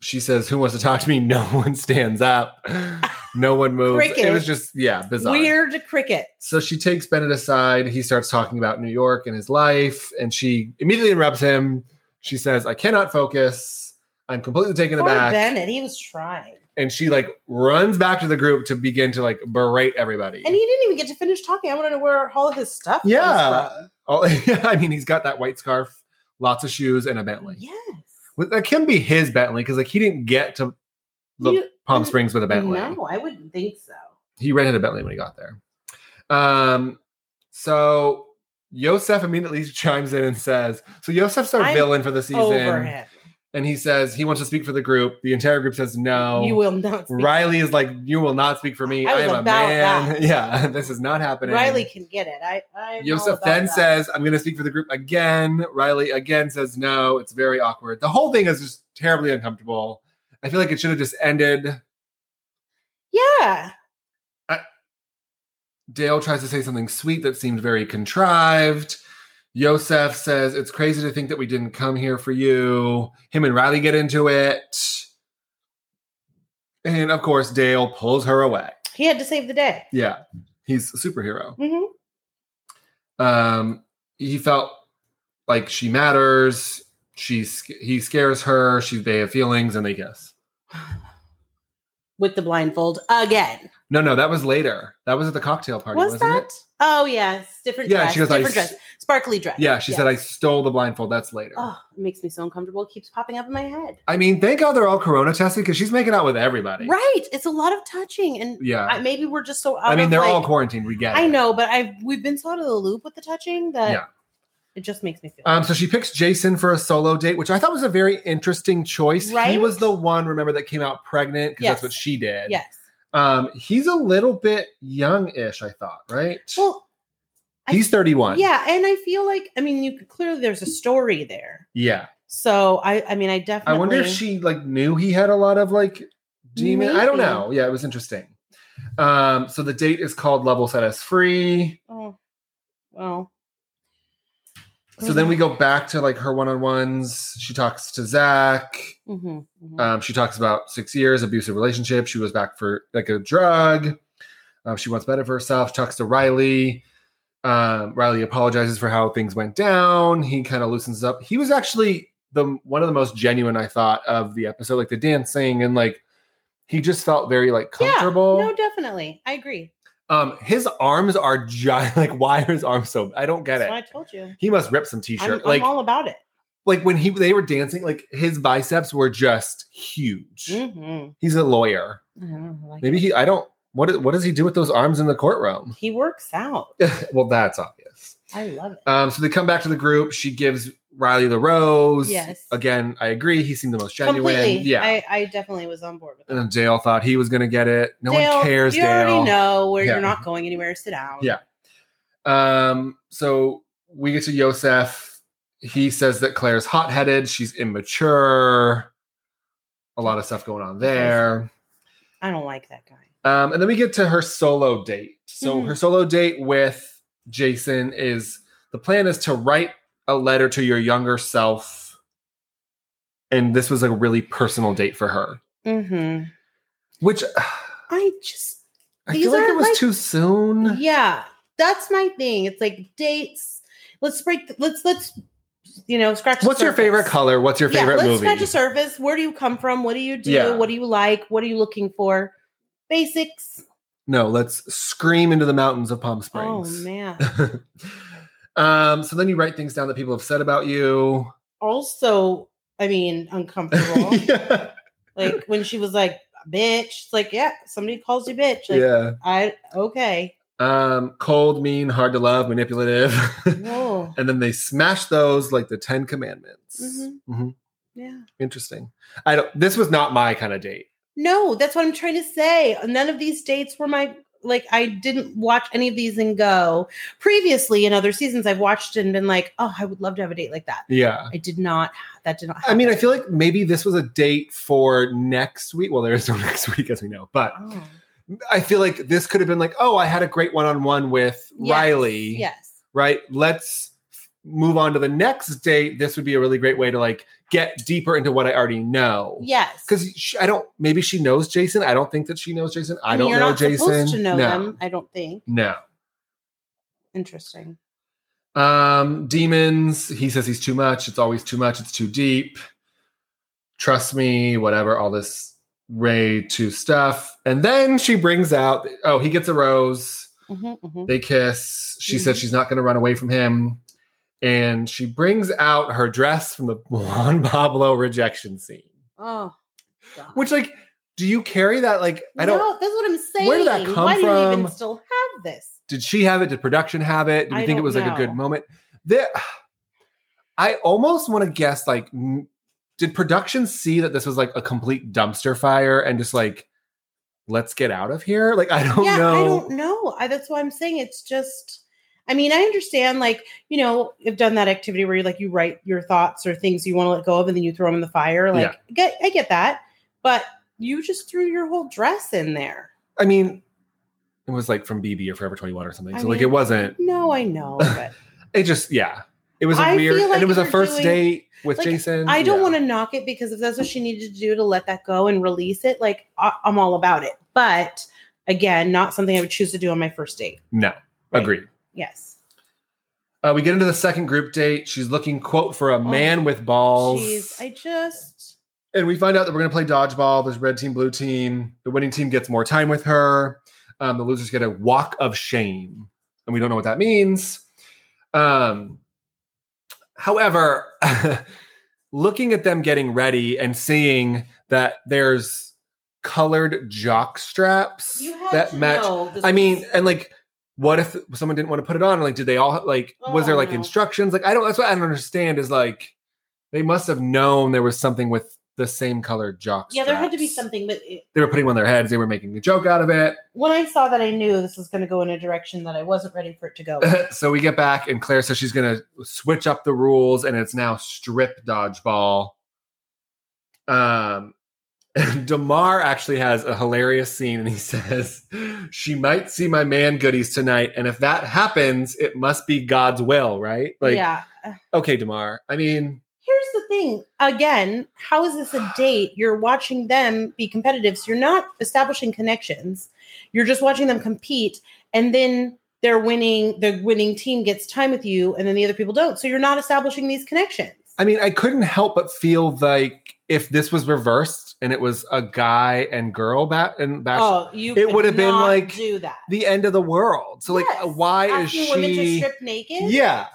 [SPEAKER 1] She says, Who wants to talk to me? No one stands up. No one moves. It was
[SPEAKER 2] Crickets.
[SPEAKER 1] just, yeah, bizarre.
[SPEAKER 2] Weird cricket.
[SPEAKER 1] So she takes Bennett aside. He starts talking about New York and his life, and she immediately interrupts him. She says, I cannot focus. I'm completely taken
[SPEAKER 2] Poor
[SPEAKER 1] aback.
[SPEAKER 2] Bennett, he was trying,
[SPEAKER 1] And she like runs back to the group to begin to like berate everybody.
[SPEAKER 2] and he didn't even get to finish talking. I want to know where all of his stuff. comes
[SPEAKER 1] Yeah.
[SPEAKER 2] from.
[SPEAKER 1] Oh, yeah, I mean, he's got that white scarf, lots of shoes, and a Bentley.
[SPEAKER 2] Yes.
[SPEAKER 1] Well, That can be his Bentley because like he didn't get to the
[SPEAKER 2] You-
[SPEAKER 1] Palm Springs with a Bentley.
[SPEAKER 2] No, I wouldn't think so.
[SPEAKER 1] He rented a Bentley when he got there. Um, so Yosef immediately chimes in and says, "So Yosef's our
[SPEAKER 2] I'm
[SPEAKER 1] villain for the
[SPEAKER 2] Over
[SPEAKER 1] season,"
[SPEAKER 2] him.
[SPEAKER 1] and he says he wants to speak for the group. The entire group says no.
[SPEAKER 2] You will not. speak
[SPEAKER 1] Riley is like, "You will not speak for me.
[SPEAKER 2] I
[SPEAKER 1] I,
[SPEAKER 2] was
[SPEAKER 1] am a
[SPEAKER 2] about
[SPEAKER 1] man.
[SPEAKER 2] that.
[SPEAKER 1] Yeah, this is not happening."
[SPEAKER 2] Riley can get it. I, I
[SPEAKER 1] Yosef then
[SPEAKER 2] said,
[SPEAKER 1] says, I'm going to speak for the group again. Riley again says no. It's very awkward. The whole thing is just terribly uncomfortable. I feel like it should have just ended.
[SPEAKER 2] "Yeah,
[SPEAKER 1] Dale tries to say something sweet that seemed very contrived. Yosef says, It's crazy to think that we didn't come here for you. Him and Riley get into it. And of course, Dale pulls her away.
[SPEAKER 2] he had to save the day."
[SPEAKER 1] Yeah, he's a superhero.
[SPEAKER 2] hmm
[SPEAKER 1] um he felt like she matters she's he scares her she they have feelings and they kiss
[SPEAKER 2] With the blindfold again.
[SPEAKER 1] no no that was later that was at the cocktail party
[SPEAKER 2] was
[SPEAKER 1] was not
[SPEAKER 2] that?
[SPEAKER 1] it
[SPEAKER 2] Oh yes, different
[SPEAKER 1] Yeah,
[SPEAKER 2] dress.
[SPEAKER 1] she goes, I
[SPEAKER 2] different
[SPEAKER 1] s-
[SPEAKER 2] dress. Sparkly dress.
[SPEAKER 1] yeah she said i stole the blindfold that's later
[SPEAKER 2] Oh, it makes me so uncomfortable. It keeps popping up in my head.
[SPEAKER 1] i mean thank god they're all corona tested because she's making out with everybody
[SPEAKER 2] Right. It's a lot of touching, and
[SPEAKER 1] yeah
[SPEAKER 2] I, maybe we're just so. Out
[SPEAKER 1] i mean
[SPEAKER 2] of,
[SPEAKER 1] they're
[SPEAKER 2] like-
[SPEAKER 1] all quarantined we get it
[SPEAKER 2] I know, but I've we've been so out of the loop with the touching that
[SPEAKER 1] Yeah.
[SPEAKER 2] it just makes me feel.
[SPEAKER 1] um, so she picks Jason for a solo date, which I thought was a very interesting choice. He
[SPEAKER 2] Right?
[SPEAKER 1] was the one, remember, that came out pregnant because that's
[SPEAKER 2] Yes.
[SPEAKER 1] what she did.
[SPEAKER 2] yes.
[SPEAKER 1] Um, he's a little bit young-ish, I thought, right?
[SPEAKER 2] Well, I-
[SPEAKER 1] he's 31.
[SPEAKER 2] yeah, and I feel like I mean, you could, clearly there's a story there.
[SPEAKER 1] Yeah.
[SPEAKER 2] So I, I mean, I definitely.
[SPEAKER 1] I wonder if she like knew he had a lot of like demon. I don't
[SPEAKER 2] Maybe.
[SPEAKER 1] know. Yeah, it was interesting. Um, so the date is called Level Set Us Free.
[SPEAKER 2] Oh, well.
[SPEAKER 1] So then we go back to like her one-on-ones. She talks to Zach.
[SPEAKER 2] hmm
[SPEAKER 1] Um, she talks about six years abusive relationship. She goes back for like a drug. Um, she wants better for herself. She talks to Riley. Um, Riley apologizes for how things went down. He kind of loosens up. He was actually the one of the most genuine I thought of the episode, like the dancing and like he just felt very like
[SPEAKER 2] Yeah,
[SPEAKER 1] comfortable.
[SPEAKER 2] no, definitely, I agree.
[SPEAKER 1] um, his arms are giant. Like why are his arms so? I don't get
[SPEAKER 2] That's what I
[SPEAKER 1] it.
[SPEAKER 2] told you.
[SPEAKER 1] He must rip some
[SPEAKER 2] I'm,
[SPEAKER 1] t-shirt.
[SPEAKER 2] I'm
[SPEAKER 1] like
[SPEAKER 2] all about it.
[SPEAKER 1] like when he they were dancing, like his biceps were just huge.
[SPEAKER 2] Mhm.
[SPEAKER 1] He's a lawyer.
[SPEAKER 2] I don't know, like-
[SPEAKER 1] Maybe he. I don't What is, what does he do with those arms in the courtroom?
[SPEAKER 2] He works out.
[SPEAKER 1] well, that's obvious.
[SPEAKER 2] I love it.
[SPEAKER 1] Um, so they come back to the group. She gives Riley the rose.
[SPEAKER 2] Yes.
[SPEAKER 1] Again, I agree. He seemed the most genuine.
[SPEAKER 2] Completely.
[SPEAKER 1] Yeah.
[SPEAKER 2] I, I definitely was on board with
[SPEAKER 1] and
[SPEAKER 2] that.
[SPEAKER 1] then Dale thought he was going to get it. No one cares,
[SPEAKER 2] You
[SPEAKER 1] Dale.
[SPEAKER 2] already know where
[SPEAKER 1] Yeah.
[SPEAKER 2] you're not going anywhere. Sit down.
[SPEAKER 1] Yeah. Um, so we get to Yosef. He says that Claire's hot headed, she's immature, a lot of stuff going on there.
[SPEAKER 2] I don't like that guy.
[SPEAKER 1] Um, and then we get to her solo date. So
[SPEAKER 2] Mhm.
[SPEAKER 1] her solo date with Jason is the plan is to write a letter to your younger self. And this was a really personal date for her,
[SPEAKER 2] hmm
[SPEAKER 1] which uh,
[SPEAKER 2] I just
[SPEAKER 1] I
[SPEAKER 2] These
[SPEAKER 1] feel like
[SPEAKER 2] are,
[SPEAKER 1] it was
[SPEAKER 2] like-
[SPEAKER 1] too soon.
[SPEAKER 2] yeah, that's my thing. It's like dates. Let's break. th- let's let's you know scratch. the
[SPEAKER 1] What's your
[SPEAKER 2] surface.
[SPEAKER 1] favorite color? What's your favorite
[SPEAKER 2] yeah, let's
[SPEAKER 1] movie?
[SPEAKER 2] scratch the surface. Where do you come from? What do you do?
[SPEAKER 1] Yeah.
[SPEAKER 2] What do you like? What are you looking for? Basics.
[SPEAKER 1] No, let's scream into the mountains of Palm
[SPEAKER 2] Oh
[SPEAKER 1] Springs.
[SPEAKER 2] man.
[SPEAKER 1] um, so then you write things down that people have said about you.
[SPEAKER 2] also, I mean, uncomfortable.
[SPEAKER 1] yeah.
[SPEAKER 2] like when she was like, "Bitch," it's like, yeah, somebody calls you bitch. Like,
[SPEAKER 1] yeah.
[SPEAKER 2] I okay.
[SPEAKER 1] Um, cold, mean, hard to love, manipulative.
[SPEAKER 2] Whoa.
[SPEAKER 1] and then they smash those like the Ten Commandments.
[SPEAKER 2] Mhm.
[SPEAKER 1] Mhm.
[SPEAKER 2] Yeah.
[SPEAKER 1] Interesting. I don't this was not my kind of date.
[SPEAKER 2] No, that's what I'm trying to say. None of these dates were my like I didn't watch any of these and go. Previously in other seasons I've watched and been like, "Oh, I would love to have a date like that."
[SPEAKER 1] Yeah.
[SPEAKER 2] I did not that did not
[SPEAKER 1] I
[SPEAKER 2] happen.
[SPEAKER 1] mean, I feel like maybe this was a date for next week. Well, there is no next week, as we know, but
[SPEAKER 2] Oh.
[SPEAKER 1] I feel like this could have been like, oh, I had a great one on one with
[SPEAKER 2] Yes,
[SPEAKER 1] Riley.
[SPEAKER 2] Yes.
[SPEAKER 1] right? Let's move on to the next date. This would be a really great way to like get deeper into what I already know.
[SPEAKER 2] Yes.
[SPEAKER 1] Because I don't, maybe she knows Jason. I don't think that she knows Jason. I,
[SPEAKER 2] mean,
[SPEAKER 1] don't
[SPEAKER 2] you're
[SPEAKER 1] know
[SPEAKER 2] not
[SPEAKER 1] Jason.
[SPEAKER 2] Supposed to know
[SPEAKER 1] no,
[SPEAKER 2] them, I don't think.
[SPEAKER 1] no.
[SPEAKER 2] Interesting.
[SPEAKER 1] Um, demons. He says he's too much. It's always too much. It's too deep. Trust me. Whatever. All this Ray two stuff. And then she brings out. Oh, he gets a rose.
[SPEAKER 2] Mhm, mhm.
[SPEAKER 1] They kiss. She says she's not going to run away from him. And she brings out her dress from the Juan Pablo rejection scene.
[SPEAKER 2] Oh. God.
[SPEAKER 1] Which, like, do you carry that? Like, I don't.
[SPEAKER 2] No, that's what I'm saying.
[SPEAKER 1] Where did that come
[SPEAKER 2] Why do you even
[SPEAKER 1] from?
[SPEAKER 2] still have this?
[SPEAKER 1] Did she have it? Did production have it? Do you
[SPEAKER 2] I
[SPEAKER 1] think it
[SPEAKER 2] don't
[SPEAKER 1] was like a
[SPEAKER 2] know.
[SPEAKER 1] good moment? There, I almost want to guess. Like, m- did production see that this was like a complete dumpster fire and just like, let's get out of here? Like, I don't
[SPEAKER 2] yeah,
[SPEAKER 1] know.
[SPEAKER 2] I don't know. I, that's why I'm saying it's just. I mean, I understand. Like you know, I've done that activity where you like you write your thoughts or things you want to let go of, and then you throw them in the fire. Like, get I get that, but you just threw your whole dress in there.
[SPEAKER 1] I mean, it was like from BB or Forever Twenty One or something.
[SPEAKER 2] I
[SPEAKER 1] so like, it
[SPEAKER 2] mean,
[SPEAKER 1] wasn't.
[SPEAKER 2] No, I know, but
[SPEAKER 1] it just yeah it was a
[SPEAKER 2] I
[SPEAKER 1] weird
[SPEAKER 2] feel like
[SPEAKER 1] and it was a
[SPEAKER 2] we're
[SPEAKER 1] first
[SPEAKER 2] doing-
[SPEAKER 1] date with
[SPEAKER 2] like,
[SPEAKER 1] jason
[SPEAKER 2] I don't want to knock it because if that's what she needed to do to let that go and release it, like I, I'm all about it. But again, not something I would choose to do on my first date.
[SPEAKER 1] no
[SPEAKER 2] Right.
[SPEAKER 1] agree
[SPEAKER 2] Yes,
[SPEAKER 1] uh, we get into the second group date she's looking quote for a man with balls
[SPEAKER 2] Oh. jeez, I just
[SPEAKER 1] and we find out that we're going to play dodgeball there's red team blue team the winning team gets more time with her um, the losers get a walk of shame and we don't know what that means um, however looking at them getting ready and seeing that there's colored jock straps that match I mean, and like, what if someone didn't want to put it on? Like, did they all like? was there like
[SPEAKER 2] Oh.
[SPEAKER 1] instructions? Like, I don't. That's what I don't understand. Is like, they must have known there was something with the same colored jock.
[SPEAKER 2] yeah, there had to be
[SPEAKER 1] straps.
[SPEAKER 2] something, but it,
[SPEAKER 1] They were putting one on their heads. They were making a joke out of it.
[SPEAKER 2] when I saw that, I knew this was going to go in a direction that I wasn't ready for it to go.
[SPEAKER 1] so we get back, and Claire says she's gonna switch up the rules, and it's now strip dodgeball. Um. Damar actually has a hilarious scene and he says, She might see my man goodies tonight. And if that happens, it must be God's will, right? Like,
[SPEAKER 2] yeah.
[SPEAKER 1] okay, Damar. I mean,
[SPEAKER 2] Here's the thing. Again, how is this a date? You're watching them be competitive, so you're not establishing connections. You're just watching them compete, and then they're winning. The winning team gets time with you, and then the other people don't. So you're not establishing these connections.
[SPEAKER 1] I mean, I couldn't help but feel like if this was reversed and it was a guy and girl bat and bash,
[SPEAKER 2] oh, you.
[SPEAKER 1] It
[SPEAKER 2] could
[SPEAKER 1] would have been
[SPEAKER 2] not
[SPEAKER 1] like
[SPEAKER 2] do that.
[SPEAKER 1] the end of the world. So, like,
[SPEAKER 2] Yes.
[SPEAKER 1] why is
[SPEAKER 2] Asking women to
[SPEAKER 1] she?
[SPEAKER 2] strip naked?
[SPEAKER 1] Yeah,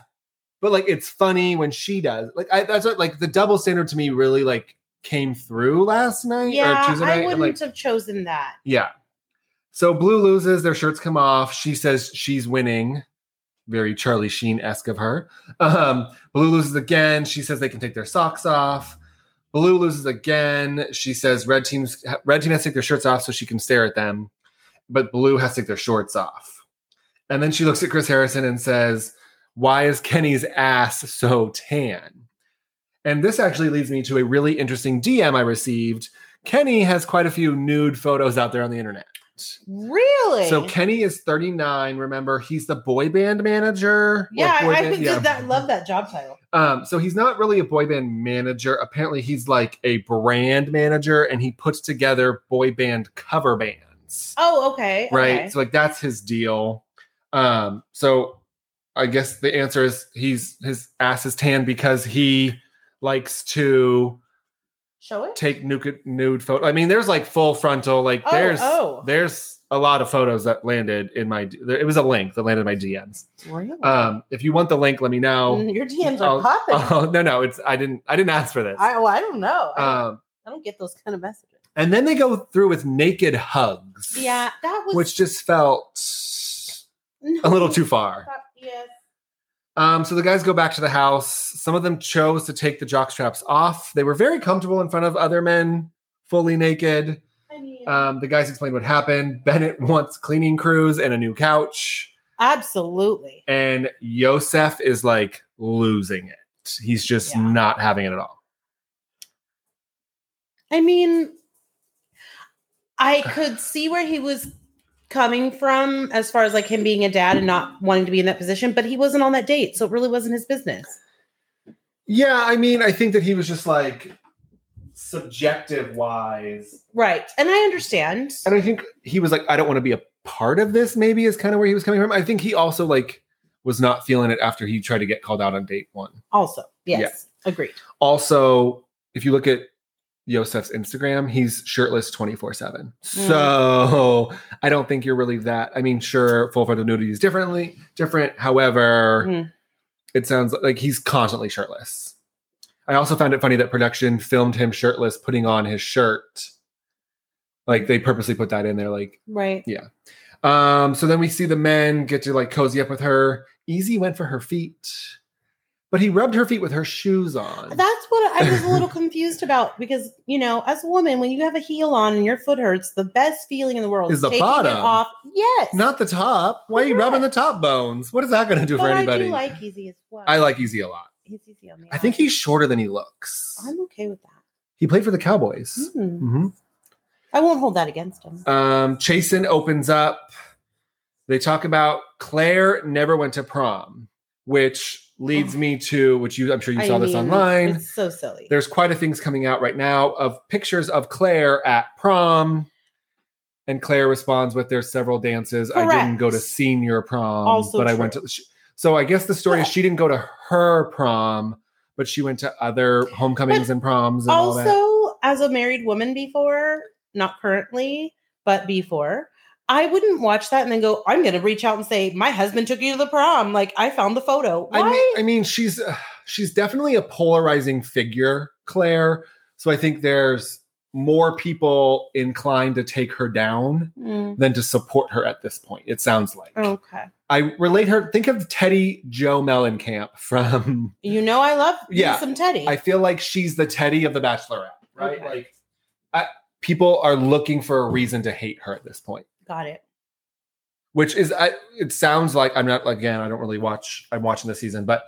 [SPEAKER 1] but like, it's funny when she does. Like, I, that's what like the double standard to me really like came through last night
[SPEAKER 2] Yeah,
[SPEAKER 1] or Tuesday night.
[SPEAKER 2] I
[SPEAKER 1] and,
[SPEAKER 2] wouldn't
[SPEAKER 1] like,
[SPEAKER 2] have chosen that.
[SPEAKER 1] yeah. So Blue loses, their shirts come off. She says she's winning. Very Charlie Sheen esque of her. Um, Blue loses again. She says they can take their socks off. Blue loses again. She says red teams red team has to take their shirts off so she can stare at them, but blue has to take their shorts off. And then she looks at Chris Harrison and says, "Why is Kenny's ass so tan?" And this actually leads me to a really interesting DM I received. Kenny has quite a few nude photos out there on the internet.
[SPEAKER 2] Really?
[SPEAKER 1] So Kenny is 39. Remember, he's the boy band manager.
[SPEAKER 2] yeah,
[SPEAKER 1] Like, boy
[SPEAKER 2] I, I
[SPEAKER 1] band-
[SPEAKER 2] did
[SPEAKER 1] yeah.
[SPEAKER 2] that. Love that job title.
[SPEAKER 1] Um, so he's not really a boy band manager. Apparently, he's like a brand manager, and he puts together boy band cover bands.
[SPEAKER 2] Oh, okay.
[SPEAKER 1] Right.
[SPEAKER 2] okay.
[SPEAKER 1] So like that's his deal. Um, so I guess the answer is he's his ass is tan because he likes to
[SPEAKER 2] Show it.
[SPEAKER 1] take nude nude photo. I mean, there's like full frontal. Like
[SPEAKER 2] Oh,
[SPEAKER 1] there's
[SPEAKER 2] oh.
[SPEAKER 1] there's a lot of photos that landed in my. There, it was a link that landed in my DMs.
[SPEAKER 2] Really?
[SPEAKER 1] Um, if you want the link, let me know.
[SPEAKER 2] Mm, Oh. Your DMs
[SPEAKER 1] I'll-
[SPEAKER 2] are popping.
[SPEAKER 1] Oh, no, no, it's I didn't I didn't ask for this.
[SPEAKER 2] I, well, I don't know. I,
[SPEAKER 1] um,
[SPEAKER 2] I don't get those kind of messages.
[SPEAKER 1] and then they go through with naked hugs.
[SPEAKER 2] Yeah, that was
[SPEAKER 1] which just felt a little too far.
[SPEAKER 2] Yes.
[SPEAKER 1] Um, so the guys go back to the house. Some of them chose to take the jock straps off. They were very comfortable in front of other men, fully naked.
[SPEAKER 2] I mean,
[SPEAKER 1] Um, the guys explained what happened. Bennett wants cleaning crews and a new couch.
[SPEAKER 2] absolutely.
[SPEAKER 1] And Yosef is like losing it. He's just
[SPEAKER 2] Yeah.
[SPEAKER 1] not having it at all.
[SPEAKER 2] I mean, I could see where he was coming from as far as like him being a dad and not wanting to be in that position, but he wasn't on that date, so it really wasn't his business.
[SPEAKER 1] Yeah, I mean, I think that he was just like subjective wise.
[SPEAKER 2] Right. And I understand.
[SPEAKER 1] And I think he was like, I don't want to be a part of this, maybe is kind of where he was coming from. I think he also like was not feeling it after he tried to get called out on date one.
[SPEAKER 2] Also, yes. Agreed.
[SPEAKER 1] Also, if you look at Yosef's Instagram, he's shirtless 24 7. So I don't think you're really that. I mean, sure, full frontal nudity is differently different. However,
[SPEAKER 2] Mhm.
[SPEAKER 1] it sounds like he's constantly shirtless. I also found it funny that production filmed him shirtless, putting on his shirt. Like they purposely put that in there, like
[SPEAKER 2] Right.
[SPEAKER 1] um, so then we see the men get to like cozy up with her. Easy went for her feet, but he rubbed her feet with her shoes on.
[SPEAKER 2] That's what I was a little confused about because you know, as a woman, when you have a heel on and your foot hurts, the best feeling in the world
[SPEAKER 1] Is the
[SPEAKER 2] taking it
[SPEAKER 1] bottom.
[SPEAKER 2] off. Yes,
[SPEAKER 1] Not the top. Why are you rubbing the top bones? What is that going to do
[SPEAKER 2] but
[SPEAKER 1] for
[SPEAKER 2] I
[SPEAKER 1] anybody?
[SPEAKER 2] do like Easy as well.
[SPEAKER 1] I like Easy a lot.
[SPEAKER 2] he's easy on the
[SPEAKER 1] I think
[SPEAKER 2] eyes.
[SPEAKER 1] he's shorter than he looks.
[SPEAKER 2] I'm okay with that.
[SPEAKER 1] He played for the Cowboys.
[SPEAKER 2] Hmm.
[SPEAKER 1] hmm
[SPEAKER 2] I won't hold that against him.
[SPEAKER 1] Um, Chasen opens up. They talk about Claire never went to prom, which leads me to which you I'm sure you
[SPEAKER 2] Oh. I
[SPEAKER 1] saw this
[SPEAKER 2] mean,
[SPEAKER 1] online.
[SPEAKER 2] It's so silly.
[SPEAKER 1] there's quite a things coming out right now of pictures of Claire at prom. And Claire responds with there's several dances. I didn't
[SPEAKER 2] Correct.
[SPEAKER 1] go to senior prom,
[SPEAKER 2] Also
[SPEAKER 1] but I went
[SPEAKER 2] true.
[SPEAKER 1] to sh so I guess the story is she didn't go to her prom, but she went to other homecomings and proms and all that.
[SPEAKER 2] also, as a married woman before, not currently, but before, I wouldn't watch that and then go, I'm going to reach out and say, my husband took you to the prom. Like, I found the photo. Why?
[SPEAKER 1] I mean, I mean she's uh, she's definitely a polarizing figure, Claire. So I think there's more people inclined to take her down
[SPEAKER 2] Mm,
[SPEAKER 1] than to support her at this point. It sounds like.
[SPEAKER 2] Hmm. okay.
[SPEAKER 1] I relate her. Think of Teddy Joe Mellencamp from.
[SPEAKER 2] You know, I love me
[SPEAKER 1] Yeah,
[SPEAKER 2] some Teddy.
[SPEAKER 1] I feel like she's the Teddy of the Bachelorette, right?
[SPEAKER 2] Okay.
[SPEAKER 1] Like, I, people are looking for a reason to hate her at this point,
[SPEAKER 2] Got it.
[SPEAKER 1] which is. I, it sounds like I'm not. Again, I don't really watch. I'm watching this season, but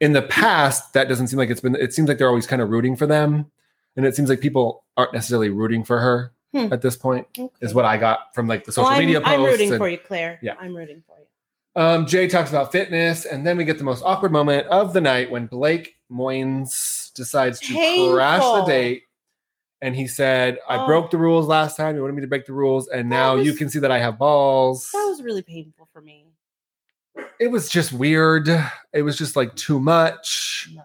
[SPEAKER 1] in the past, that doesn't seem like it's been. It seems like they're always kind of rooting for them, and it seems like people aren't necessarily rooting for her
[SPEAKER 2] Hmm.
[SPEAKER 1] at this point.
[SPEAKER 2] Okay.
[SPEAKER 1] Is what I got from like the social
[SPEAKER 2] Well, I'm,
[SPEAKER 1] media posts.
[SPEAKER 2] I'm rooting
[SPEAKER 1] and-
[SPEAKER 2] for you, Claire.
[SPEAKER 1] Yeah.
[SPEAKER 2] I'm rooting for you.
[SPEAKER 1] Um, Jay talks about fitness, and then we get the most awkward moment of the night when Blake Moynes decides to crash the
[SPEAKER 2] Painful.
[SPEAKER 1] date. And he said, I
[SPEAKER 2] Oh.
[SPEAKER 1] broke the rules last time. You wanted me to break the rules. And
[SPEAKER 2] That
[SPEAKER 1] now you
[SPEAKER 2] was-
[SPEAKER 1] can see that I have balls.
[SPEAKER 2] That was really painful for me.
[SPEAKER 1] it was just weird. It was just like too much.
[SPEAKER 2] No.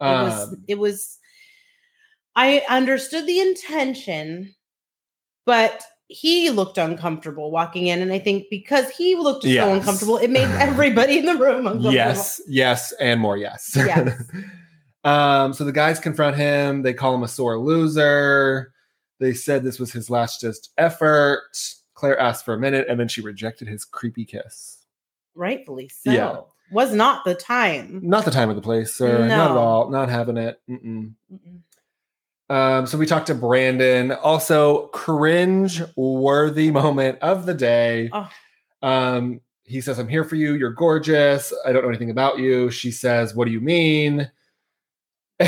[SPEAKER 2] It was
[SPEAKER 1] Um,
[SPEAKER 2] it was I understood the intention, but he looked uncomfortable walking in. And I think because he looked so
[SPEAKER 1] Yes.
[SPEAKER 2] uncomfortable, it made everybody in the room uncomfortable.
[SPEAKER 1] yes, yes, and more yes.
[SPEAKER 2] Yes.
[SPEAKER 1] um, so the guys confront him. They call him a sore loser. They said this was his last just effort. Claire asked for a minute and then she rejected his creepy kiss.
[SPEAKER 2] rightfully so.
[SPEAKER 1] Yeah.
[SPEAKER 2] Was not the time.
[SPEAKER 1] Not the time of the place, sir. Not at
[SPEAKER 2] No.
[SPEAKER 1] all. Not having it. Mm-mm. Um, so we talked to Brandon. Also, cringe worthy moment of the day.
[SPEAKER 2] Oh.
[SPEAKER 1] Um, he says, I'm here for you. You're gorgeous. I don't know anything about you. She says, What do you mean?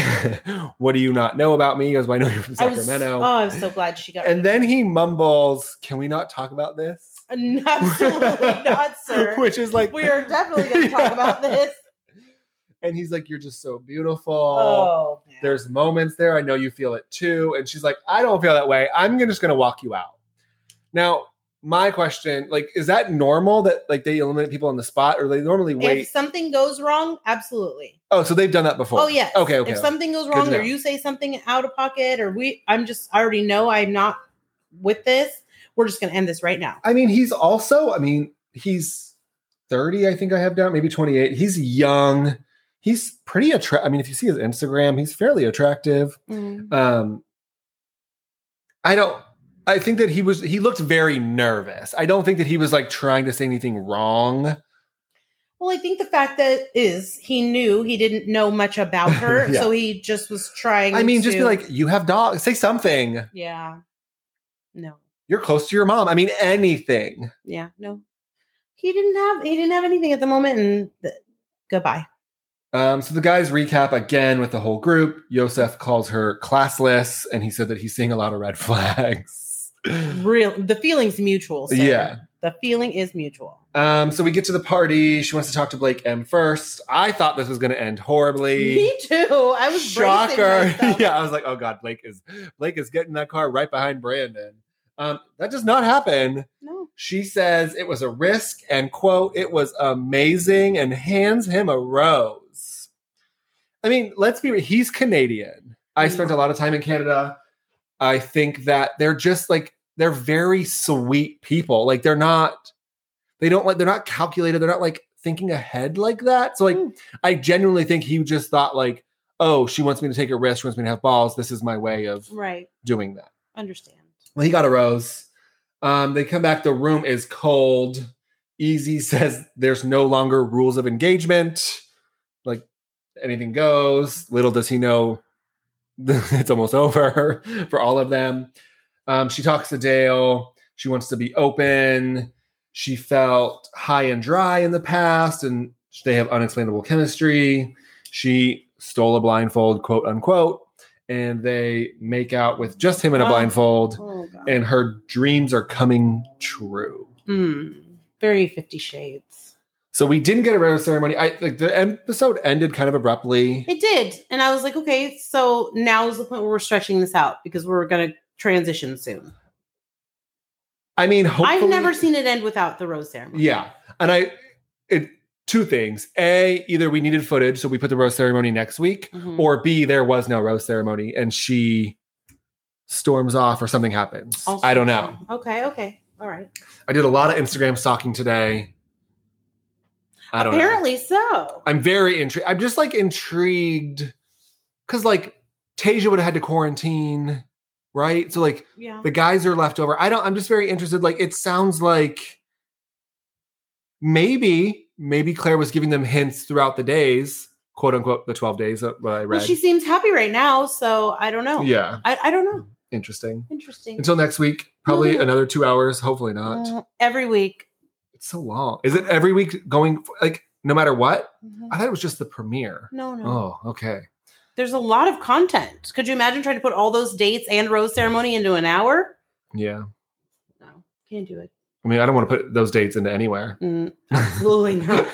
[SPEAKER 1] what do you not know about me? He goes, Well, I know you're from
[SPEAKER 2] I was,
[SPEAKER 1] Sacramento.
[SPEAKER 2] oh, I'm so glad she got.
[SPEAKER 1] and then he mumbles, Can we not talk about this?
[SPEAKER 2] absolutely not, sir.
[SPEAKER 1] Which is like,
[SPEAKER 2] We are definitely going to talk about this.
[SPEAKER 1] and he's like, You're just so beautiful.
[SPEAKER 2] Oh, man.
[SPEAKER 1] There's moments there. I know you feel it too. And she's like, I don't feel that way. I'm gonna- just going to walk you out. Now, my question, like, is that normal that like they eliminate people on the spot or they normally wait?
[SPEAKER 2] If something goes wrong, absolutely.
[SPEAKER 1] oh, so they've done that before.
[SPEAKER 2] Oh yes.
[SPEAKER 1] Okay. Okay.
[SPEAKER 2] If something goes
[SPEAKER 1] Good to
[SPEAKER 2] wrong, or
[SPEAKER 1] know.
[SPEAKER 2] you say something out of pocket, or we, I'm just, I already know I'm not with this. We're just going to end this right now.
[SPEAKER 1] I mean, he's also, I mean, he's 30, I think I have down, maybe 28. He's young. He's pretty attractive. I mean, if you see his Instagram, he's fairly attractive. Um, I don't. I think that he was. He looked very nervous. I don't think that he was like trying to say anything wrong.
[SPEAKER 2] Well, I think the fact that is he knew he didn't know much about her,
[SPEAKER 1] Yeah.
[SPEAKER 2] so he just was trying.
[SPEAKER 1] I mean, just be
[SPEAKER 2] to-
[SPEAKER 1] like, you have dogs. Say something.
[SPEAKER 2] yeah, no,
[SPEAKER 1] You're close to your mom. I mean, anything.
[SPEAKER 2] yeah, no. He didn't have he didn't have anything at the moment, and th- goodbye.
[SPEAKER 1] Um, so the guys recap again with the whole group. Yosef calls her classless, and he said that he's seeing a lot of red flags.
[SPEAKER 2] Real, the feeling's mutual. Sarah.
[SPEAKER 1] Yeah.
[SPEAKER 2] the feeling is mutual.
[SPEAKER 1] Um, so we get to the party. She wants to talk to Blake M first. I thought this was going to end horribly.
[SPEAKER 2] Me too. I was bracing
[SPEAKER 1] shocker.
[SPEAKER 2] myself.
[SPEAKER 1] yeah, I was like, oh god, Blake is Blake is getting that car right behind Brandon. Um, that does not happen.
[SPEAKER 2] No.
[SPEAKER 1] She says it was a risk and quote, it was amazing and hands him a rose. I mean, let's be he's Canadian. I spent a lot of time in Canada. I think that they're just like they're very sweet people. Like they're not they don't like they're not calculated. They're not like thinking ahead like that. So like
[SPEAKER 2] Mm.
[SPEAKER 1] I genuinely think he just thought like, "Oh, she wants me to take a risk. She wants me to have balls. This is my way of
[SPEAKER 2] Right.
[SPEAKER 1] doing that."
[SPEAKER 2] Understand.
[SPEAKER 1] Well, he got a rose. Um, they come back. The room is cold. Easy says there's no longer rules of engagement. Like anything goes. Little does he know it's almost over for all of them. Um, she talks to Dale. She wants to be open. She felt high and dry in the past, and they have unexplainable chemistry. She stole a blindfold, quote unquote, and they make out with just him in a
[SPEAKER 2] Wow.
[SPEAKER 1] blindfold
[SPEAKER 2] Oh god.
[SPEAKER 1] and her dreams are coming true.
[SPEAKER 2] Mm, very Fifty Shades.
[SPEAKER 1] So we didn't get a rose ceremony. I like the episode ended kind of abruptly.
[SPEAKER 2] It did. And I was like, okay, so now is the point where we're stretching this out because we're going to transition soon.
[SPEAKER 1] I mean, hopefully,
[SPEAKER 2] I've never seen it end without the rose ceremony.
[SPEAKER 1] Yeah, and I, it two things: a either we needed footage, so we put the rose ceremony next week,
[SPEAKER 2] Mhm.
[SPEAKER 1] or b there was no rose ceremony and she storms off or something happens.
[SPEAKER 2] Also-
[SPEAKER 1] I don't know.
[SPEAKER 2] Okay, okay. All right.
[SPEAKER 1] I did a lot of Instagram stalking today. I don't know.
[SPEAKER 2] Apparently so.
[SPEAKER 1] I'm very intrigued. I'm just like intrigued because like Tasia would have had to quarantine, right? So like
[SPEAKER 2] Yeah.
[SPEAKER 1] the guys are left over. I don't. I'm just very interested. Like it sounds like maybe maybe Claire was giving them hints throughout the days, quote unquote, the 12 days that I read.
[SPEAKER 2] Well, she seems happy right now, so I don't know.
[SPEAKER 1] Yeah,
[SPEAKER 2] I, I don't know.
[SPEAKER 1] interesting.
[SPEAKER 2] Interesting.
[SPEAKER 1] Until next week, probably
[SPEAKER 2] Mhm.
[SPEAKER 1] another two hours. Hopefully not.
[SPEAKER 2] Mm, every week.
[SPEAKER 1] It's so long. Is it every week going like no matter what?
[SPEAKER 2] Mhm.
[SPEAKER 1] I thought it was just the premiere.
[SPEAKER 2] No, no.
[SPEAKER 1] Oh, okay.
[SPEAKER 2] There's a lot of content. Could you imagine trying to put all those dates and rose ceremony into an hour?
[SPEAKER 1] Yeah.
[SPEAKER 2] No, can't do it.
[SPEAKER 1] I mean, I don't want to put those dates into anywhere.
[SPEAKER 2] Mm, absolutely not.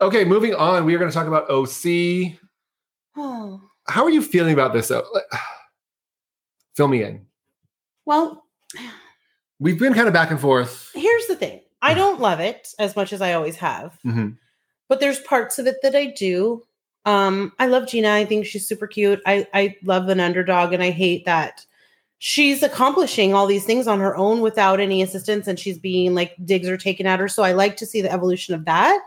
[SPEAKER 1] okay, moving on. We are going to talk about OC.
[SPEAKER 2] Oh.
[SPEAKER 1] How are you feeling about this? though? Like, Fill me in.
[SPEAKER 2] Well,
[SPEAKER 1] We've been kind of back and forth.
[SPEAKER 2] here's the thing i don't love it as much as i always have
[SPEAKER 1] Mhm.
[SPEAKER 2] but there's parts of it that i do um i love gina i think she's super cute i i love an underdog and i hate that she's accomplishing all these things on her own without any assistance and she's being like digs are taken at her so i like to see the evolution of that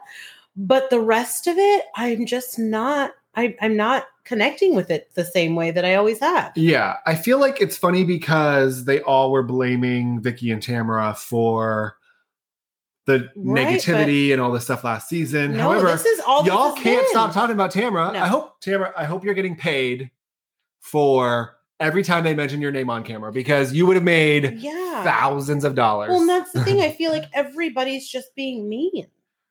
[SPEAKER 2] but the rest of it i'm just not I, i'm not connecting with it the same way that I always have.
[SPEAKER 1] Yeah, I feel like it's funny because they all were blaming Vicky and Tamara for the
[SPEAKER 2] Right,
[SPEAKER 1] negativity and all this stuff last season.
[SPEAKER 2] No,
[SPEAKER 1] However,
[SPEAKER 2] this is all this
[SPEAKER 1] y'all
[SPEAKER 2] has
[SPEAKER 1] can't
[SPEAKER 2] been.
[SPEAKER 1] stop talking about Tamara.
[SPEAKER 2] No.
[SPEAKER 1] I hope Tamara. I hope you're getting paid for every time they mention your name on camera because you would have made
[SPEAKER 2] Yeah.
[SPEAKER 1] thousands of dollars.
[SPEAKER 2] Ah. Well, and that's the thing. I feel like everybody's just being mean.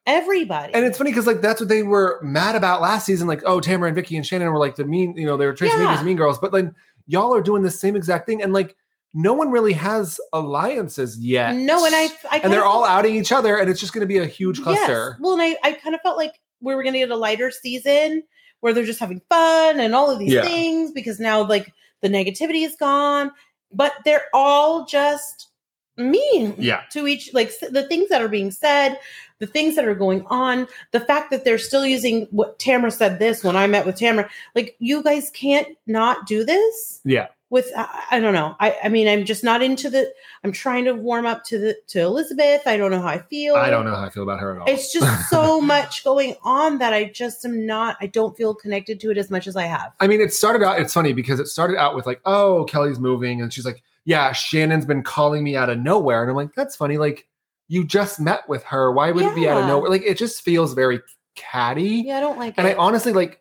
[SPEAKER 2] Everybody.
[SPEAKER 1] and it's funny because like that's what they were mad about last season. Like, oh, Tamara and Vicky and Shannon were like the mean, you know, they were Tracy
[SPEAKER 2] Yeah.
[SPEAKER 1] Meekers mean girls. But like y'all are doing the same exact thing, and like no one really has alliances yet.
[SPEAKER 2] no, and I, I
[SPEAKER 1] and
[SPEAKER 2] kinda
[SPEAKER 1] they're all
[SPEAKER 2] felt-
[SPEAKER 1] outing each other, and it's just going to be a huge cluster.
[SPEAKER 2] Yes. Well, and I, I kind of felt like we were going to get a lighter season where they're just having fun and all of these
[SPEAKER 1] Yeah.
[SPEAKER 2] things because now like the negativity is gone, but they're all just mean
[SPEAKER 1] Yeah.
[SPEAKER 2] to each like s- the things that are being said the things that are going on the fact that they're still using what tamara said this when i met with tamara like you guys can't not do this
[SPEAKER 1] Yeah.
[SPEAKER 2] with i, I don't know I, I mean i'm just not into the i'm trying to warm up to the to elizabeth i don't know how i feel
[SPEAKER 1] I don't know how I feel about her at all.
[SPEAKER 2] it's just so much going on that I just am not, I don't feel connected to it as much as I have.
[SPEAKER 1] I mean, it started out, it's funny because it started out with like, oh, Kelly's moving. And she's like, yeah, Shannon's been calling me out of nowhere. And I'm like, that's funny. Like, you just met with her. Why would it be out of
[SPEAKER 2] Yeah.
[SPEAKER 1] nowhere? Like, it just feels very catty.
[SPEAKER 2] Yeah, I don't like
[SPEAKER 1] And I
[SPEAKER 2] it.
[SPEAKER 1] honestly, like,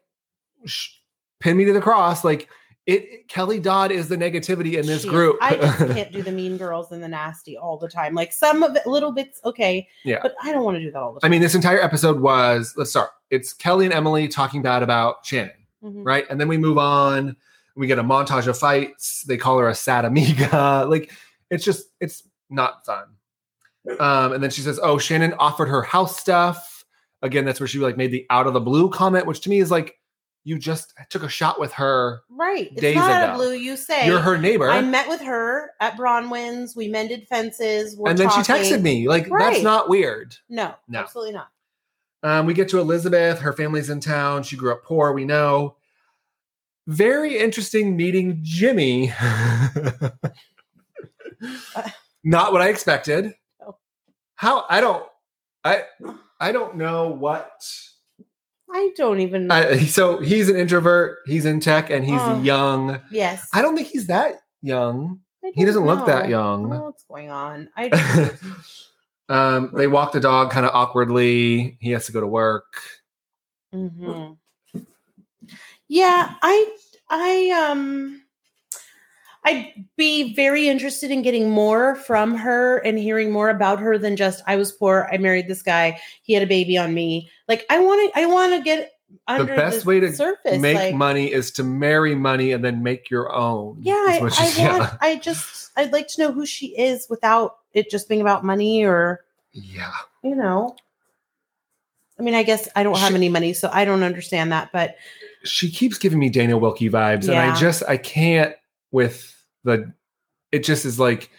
[SPEAKER 1] sh- pin me to the cross. Like, it, Kelly Dodd is the negativity in this
[SPEAKER 2] Jeez,
[SPEAKER 1] group.
[SPEAKER 2] I just can't do the mean girls and the nasty all the time. Like some of it, little bits, okay.
[SPEAKER 1] Yeah.
[SPEAKER 2] But I don't want to do that all the
[SPEAKER 1] I
[SPEAKER 2] time.
[SPEAKER 1] mean, this entire episode was, let's start. It's Kelly and Emily talking bad about Shannon.
[SPEAKER 2] Mhm.
[SPEAKER 1] right? And then we move on. We get a montage of fights. They call her a sad amiga. Like it's just it's not fun. Um, and then she says, "Oh, Shannon offered her house stuff." Again, that's where she like made the out of the blue comment, which to me is like, you just took a shot with her.
[SPEAKER 2] Right. It's
[SPEAKER 1] Days
[SPEAKER 2] not out
[SPEAKER 1] ago.
[SPEAKER 2] of blue. You say,
[SPEAKER 1] You're her neighbor,
[SPEAKER 2] I met with her at Bronwyn's. We mended fences. We're
[SPEAKER 1] and then she
[SPEAKER 2] talking.
[SPEAKER 1] texted me. Like that's
[SPEAKER 2] Right.
[SPEAKER 1] not weird.
[SPEAKER 2] No,
[SPEAKER 1] No.
[SPEAKER 2] absolutely not.
[SPEAKER 1] Um, we get to Elizabeth. Her family's in town. She grew up poor. We know. Very interesting meeting Jimmy. Not what I expected.
[SPEAKER 2] Oh.
[SPEAKER 1] How I don't I I don't know what.
[SPEAKER 2] I don't even know.
[SPEAKER 1] I, so he's an introvert. He's in tech and he's
[SPEAKER 2] Oh.
[SPEAKER 1] young.
[SPEAKER 2] yes.
[SPEAKER 1] I don't think he's that young.
[SPEAKER 2] I
[SPEAKER 1] He
[SPEAKER 2] don't
[SPEAKER 1] doesn't look that
[SPEAKER 2] know. I don't know
[SPEAKER 1] young.
[SPEAKER 2] what's going on? I don't
[SPEAKER 1] um, they walk the dog kind of awkwardly. He has to go to work.
[SPEAKER 2] hmm
[SPEAKER 1] Mm-hmm.
[SPEAKER 2] Yeah, I, I, um, I'd be very interested in getting more from her and hearing more about her than just I was poor, I married this guy, he had a baby on me. Like I want to, I want to get under the
[SPEAKER 1] best way to
[SPEAKER 2] surface.
[SPEAKER 1] make
[SPEAKER 2] like,
[SPEAKER 1] money is to marry money and then make your own.
[SPEAKER 2] Yeah,
[SPEAKER 1] is
[SPEAKER 2] I,
[SPEAKER 1] what
[SPEAKER 2] I
[SPEAKER 1] she's-
[SPEAKER 2] want. I just, I'd like to know who she is without it just being about money or
[SPEAKER 1] yeah.
[SPEAKER 2] you know. I mean, I guess I don't have
[SPEAKER 1] She-
[SPEAKER 2] any money, so I don't understand that. But
[SPEAKER 1] She keeps giving me Dana Wilkie vibes, and I
[SPEAKER 2] Yeah.
[SPEAKER 1] just I can't with the. It just is like,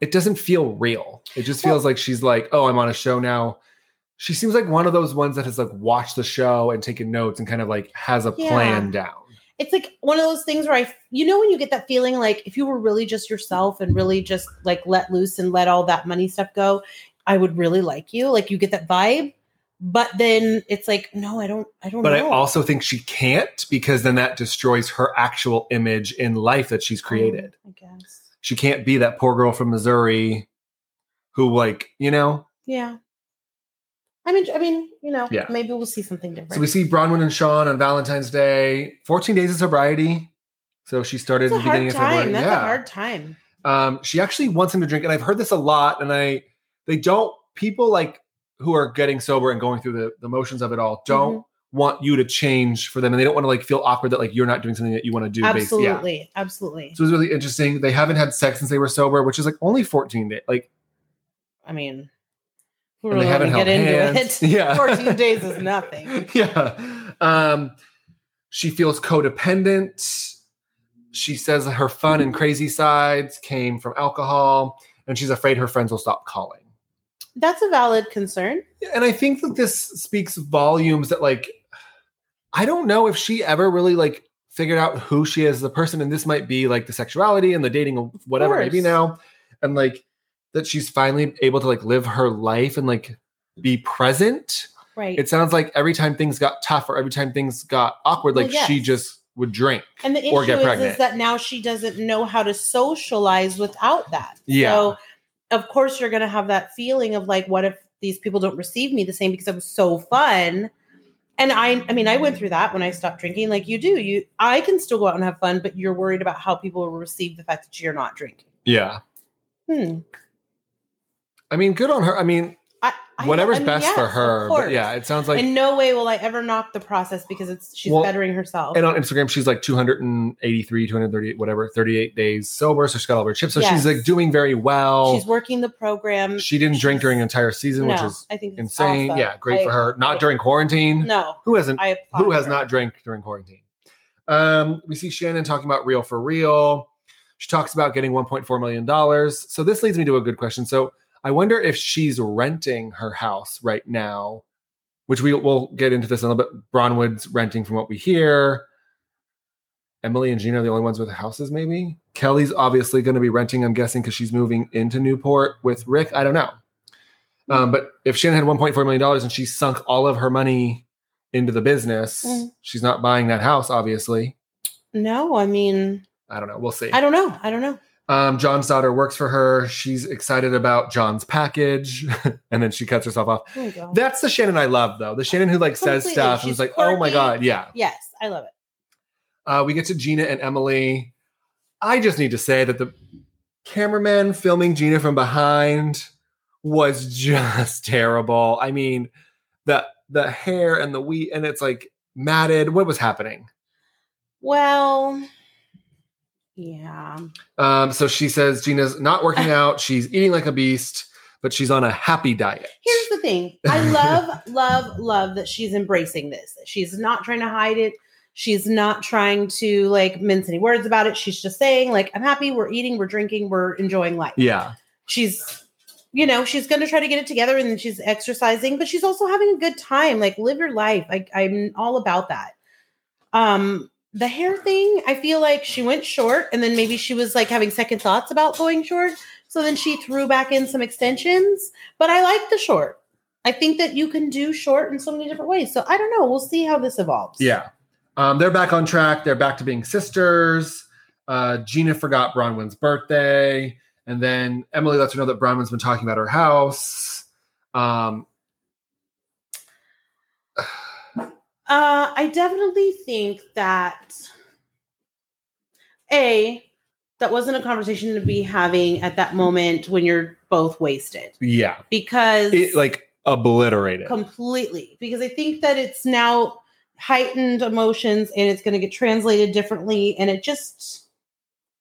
[SPEAKER 1] it doesn't feel real. It just
[SPEAKER 2] Well-
[SPEAKER 1] feels like she's like, oh, I'm on a show now. She seems like one of those ones that has like watched the show and taken notes and kind of like has a
[SPEAKER 2] Yeah.
[SPEAKER 1] plan down.
[SPEAKER 2] it's like one of those things where I, you know, when you get that feeling like if you were really just yourself and really just like let loose and let all that money stuff go, I would really like you. Like you get that vibe, but then it's like, no, I don't, I don't
[SPEAKER 1] But I
[SPEAKER 2] know. Um,
[SPEAKER 1] also think she can't because then that destroys her actual image in life that she's created.
[SPEAKER 2] Um, I guess.
[SPEAKER 1] she can't be that poor girl from Missouri who like, you know.
[SPEAKER 2] Yeah. I mean, I mean, you know,
[SPEAKER 1] Yeah.
[SPEAKER 2] maybe we'll see something different.
[SPEAKER 1] So we see Bronwyn and Sean on Valentine's Day. 14 days of sobriety. So she started
[SPEAKER 2] it's
[SPEAKER 1] at
[SPEAKER 2] a
[SPEAKER 1] the beginning
[SPEAKER 2] hard
[SPEAKER 1] of February.
[SPEAKER 2] time. That's
[SPEAKER 1] yeah.
[SPEAKER 2] a hard time.
[SPEAKER 1] um, she actually wants him to drink, and I've heard this a lot, and I they don't people like who are getting sober and going through the, the motions of it all don't
[SPEAKER 2] Mm-hmm.
[SPEAKER 1] want you to change for them and they don't want to like feel awkward that like you're not doing something that you want to do based- yeah.
[SPEAKER 2] Absolutely. Absolutely.
[SPEAKER 1] So it was really interesting. They haven't had sex since they were sober, which is like only 14 days. Like
[SPEAKER 2] I mean, we
[SPEAKER 1] and they haven't
[SPEAKER 2] get
[SPEAKER 1] held
[SPEAKER 2] into
[SPEAKER 1] hands.
[SPEAKER 2] it.
[SPEAKER 1] Yeah.
[SPEAKER 2] 14 days is nothing.
[SPEAKER 1] yeah. Um, she feels codependent. She says her fun and crazy sides came from alcohol, and she's afraid her friends will stop calling.
[SPEAKER 2] That's a valid concern.
[SPEAKER 1] And I think that this speaks volumes that, like, I don't know if she ever really like figured out who she is as a person, and this might be like the sexuality and the dating, of whatever maybe
[SPEAKER 2] course.
[SPEAKER 1] now, and like that she's finally able to like live her life and like be present
[SPEAKER 2] Right.
[SPEAKER 1] it sounds like every time things got tough or every time things got awkward,
[SPEAKER 2] Well,
[SPEAKER 1] like she
[SPEAKER 2] yes.
[SPEAKER 1] just would drink.
[SPEAKER 2] And the issue
[SPEAKER 1] Or get
[SPEAKER 2] is,
[SPEAKER 1] pregnant.
[SPEAKER 2] is that now she doesn't know how to socialize without that.
[SPEAKER 1] Yeah.
[SPEAKER 2] So, of course, you're going to have that feeling of like, what if these people don't receive me the same because I was so fun? And I, I mean, I went through that when I stopped drinking. Like you do, you, I can still go out and have fun, but you're worried about how people will receive the fact that you're not drinking.
[SPEAKER 1] Yeah.
[SPEAKER 2] Hmm.
[SPEAKER 1] I mean, good on her. I mean,
[SPEAKER 2] I, I-
[SPEAKER 1] whatever's
[SPEAKER 2] I mean,
[SPEAKER 1] best
[SPEAKER 2] yes,
[SPEAKER 1] for
[SPEAKER 2] of
[SPEAKER 1] her. But
[SPEAKER 2] course.
[SPEAKER 1] yeah, it sounds like.
[SPEAKER 2] in no way will I ever knock the process because it's she's
[SPEAKER 1] Well,
[SPEAKER 2] bettering herself.
[SPEAKER 1] and on Instagram, she's like 283, 238, whatever, 38 days sober. So she's got all her chips. So
[SPEAKER 2] Yes.
[SPEAKER 1] she's like doing very well.
[SPEAKER 2] she's working the program.
[SPEAKER 1] she didn't drink during an entire season,
[SPEAKER 2] no,
[SPEAKER 1] which is
[SPEAKER 2] I think it's
[SPEAKER 1] insane.
[SPEAKER 2] awesome.
[SPEAKER 1] Yeah, great
[SPEAKER 2] I-
[SPEAKER 1] for her. Not
[SPEAKER 2] I-
[SPEAKER 1] during quarantine.
[SPEAKER 2] No,
[SPEAKER 1] Who hasn't?
[SPEAKER 2] I applaud
[SPEAKER 1] who has
[SPEAKER 2] her.
[SPEAKER 1] not drank during quarantine? Um, we see Shannon talking about real for real. She talks about getting 1.4 million dollars. So this leads me to a good question. So I wonder if she's renting her house right now, which we will get into this in a little bit. Bronwood's renting from what we hear. Emily and Gina are the only ones with houses, maybe. Kelly's obviously going to be renting, I'm guessing, because she's moving into Newport with Rick. I don't know.
[SPEAKER 2] Mm.
[SPEAKER 1] Um, but if Shannon had $1.4 million and she sunk all of her money into the business,
[SPEAKER 2] Mm.
[SPEAKER 1] she's not buying that house, obviously.
[SPEAKER 2] No, I mean,
[SPEAKER 1] I don't know. We'll see.
[SPEAKER 2] I don't know. I don't know.
[SPEAKER 1] Um, John's daughter works for her. She's excited about John's package. and then she cuts herself off.
[SPEAKER 2] Oh, God.
[SPEAKER 1] That's the Shannon I love, though. The Shannon who like says
[SPEAKER 2] Completely.
[SPEAKER 1] stuff and
[SPEAKER 2] She's
[SPEAKER 1] is like, oh my
[SPEAKER 2] quirky.
[SPEAKER 1] God. Yeah.
[SPEAKER 2] yes, I love it.
[SPEAKER 1] Uh, we get to Gina and Emily. I just need to say that the cameraman filming Gina from behind was just terrible. I mean, the the hair and the wheat and it's like matted. What was happening?
[SPEAKER 2] Well, yeah.
[SPEAKER 1] Um, so she says Gina's not working out. She's eating like a beast, but she's on a happy diet.
[SPEAKER 2] Here's the thing. I love, love, love that she's embracing this. She's not trying to hide it. She's not trying to like mince any words about it. She's just saying, like, I'm happy. We're eating. We're drinking. We're enjoying life.
[SPEAKER 1] yeah,
[SPEAKER 2] she's you know she's going to try to get it together and she's exercising but she's also having a good time like live your life I, i'm all about that um the hair thing i feel like she went short and then maybe she was like having second thoughts about going short so then she threw back in some extensions but i like the short i think that you can do short in so many different ways so i don't know we'll see how this evolves
[SPEAKER 1] yeah. Um, they're back on track. They're back to being sisters. Uh, Gina forgot Bronwyn's birthday, and then Emily lets her know that Bronwyn's been talking about her house. Um,
[SPEAKER 2] Uh, I definitely think that a that wasn't a conversation to be having at that moment when you're both wasted
[SPEAKER 1] yeah,
[SPEAKER 2] because
[SPEAKER 1] it like obliterated.
[SPEAKER 2] completely because I think that it's now heightened emotions and it's going to get translated differently and it just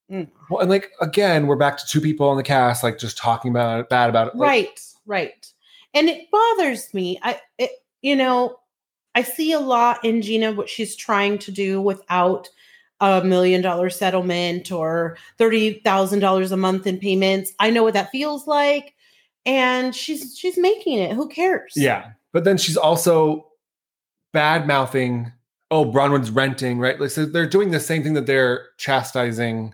[SPEAKER 1] Well, and like again, we're back to two people on the cast, like just talking about it, bad about it. Like,
[SPEAKER 2] right right and it bothers me i it, you know i see a lot in gina what she's trying to do without a million dollar settlement or $30000 a month in payments i know what that feels like and she's she's making it who cares
[SPEAKER 1] yeah, but then she's also bad mouthing. Oh, Bronwyn's renting, right? Like, so they're doing the same thing that they're chastising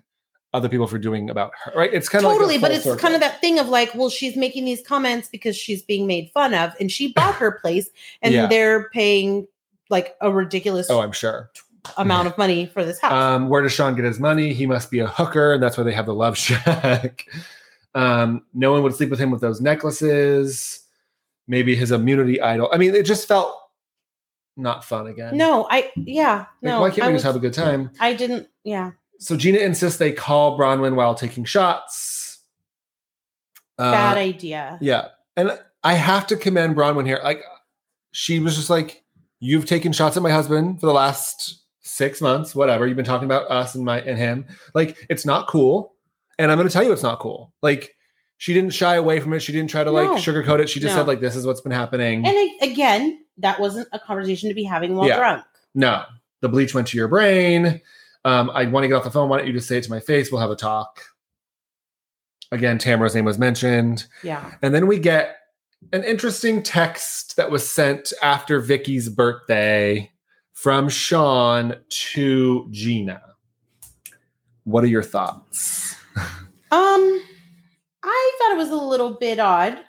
[SPEAKER 1] other people for doing about her, right? It's kind of
[SPEAKER 2] totally but it's kind of that thing of like well she's making these comments because she's being made fun of and she bought her place and
[SPEAKER 1] Yeah.
[SPEAKER 2] they're paying like a ridiculous
[SPEAKER 1] Oh, I'm sure.
[SPEAKER 2] amount of money for this house
[SPEAKER 1] Um, where does Sean get his money? He must be a hooker, and that's why they have the love shack. um, no one would sleep with him with those necklaces. Maybe his immunity idol. I mean, it just felt not fun again.
[SPEAKER 2] No, I yeah,
[SPEAKER 1] Like,
[SPEAKER 2] no.
[SPEAKER 1] why can't
[SPEAKER 2] I,
[SPEAKER 1] we
[SPEAKER 2] was,
[SPEAKER 1] just have a good time?
[SPEAKER 2] I didn't yeah.
[SPEAKER 1] So Gina insists they call Bronwyn while taking shots. Uh,
[SPEAKER 2] Bad idea.
[SPEAKER 1] yeah, and I have to commend Bronwyn here. Like, she was just like, "You've taken shots at my husband for the last six months, whatever. You've been talking about us and my and him. Like, it's not cool, and I'm going to tell you it's not cool. Like." She didn't shy away from it. She didn't try to like
[SPEAKER 2] No.
[SPEAKER 1] sugarcoat it. She just
[SPEAKER 2] No.
[SPEAKER 1] said like this is what's been happening.
[SPEAKER 2] And I, again, that wasn't a conversation to be having while
[SPEAKER 1] Yeah.
[SPEAKER 2] drunk.
[SPEAKER 1] no, the bleach went to your brain. Um, I want to get off the phone. Why don't you just say it to my face? We'll have a talk. Again, Tamara's name was mentioned.
[SPEAKER 2] Yeah.
[SPEAKER 1] And then we get an interesting text that was sent after Vicky's birthday from Sean to Gina. What are your thoughts?
[SPEAKER 2] Um I thought it was a little bit odd.
[SPEAKER 1] Oh.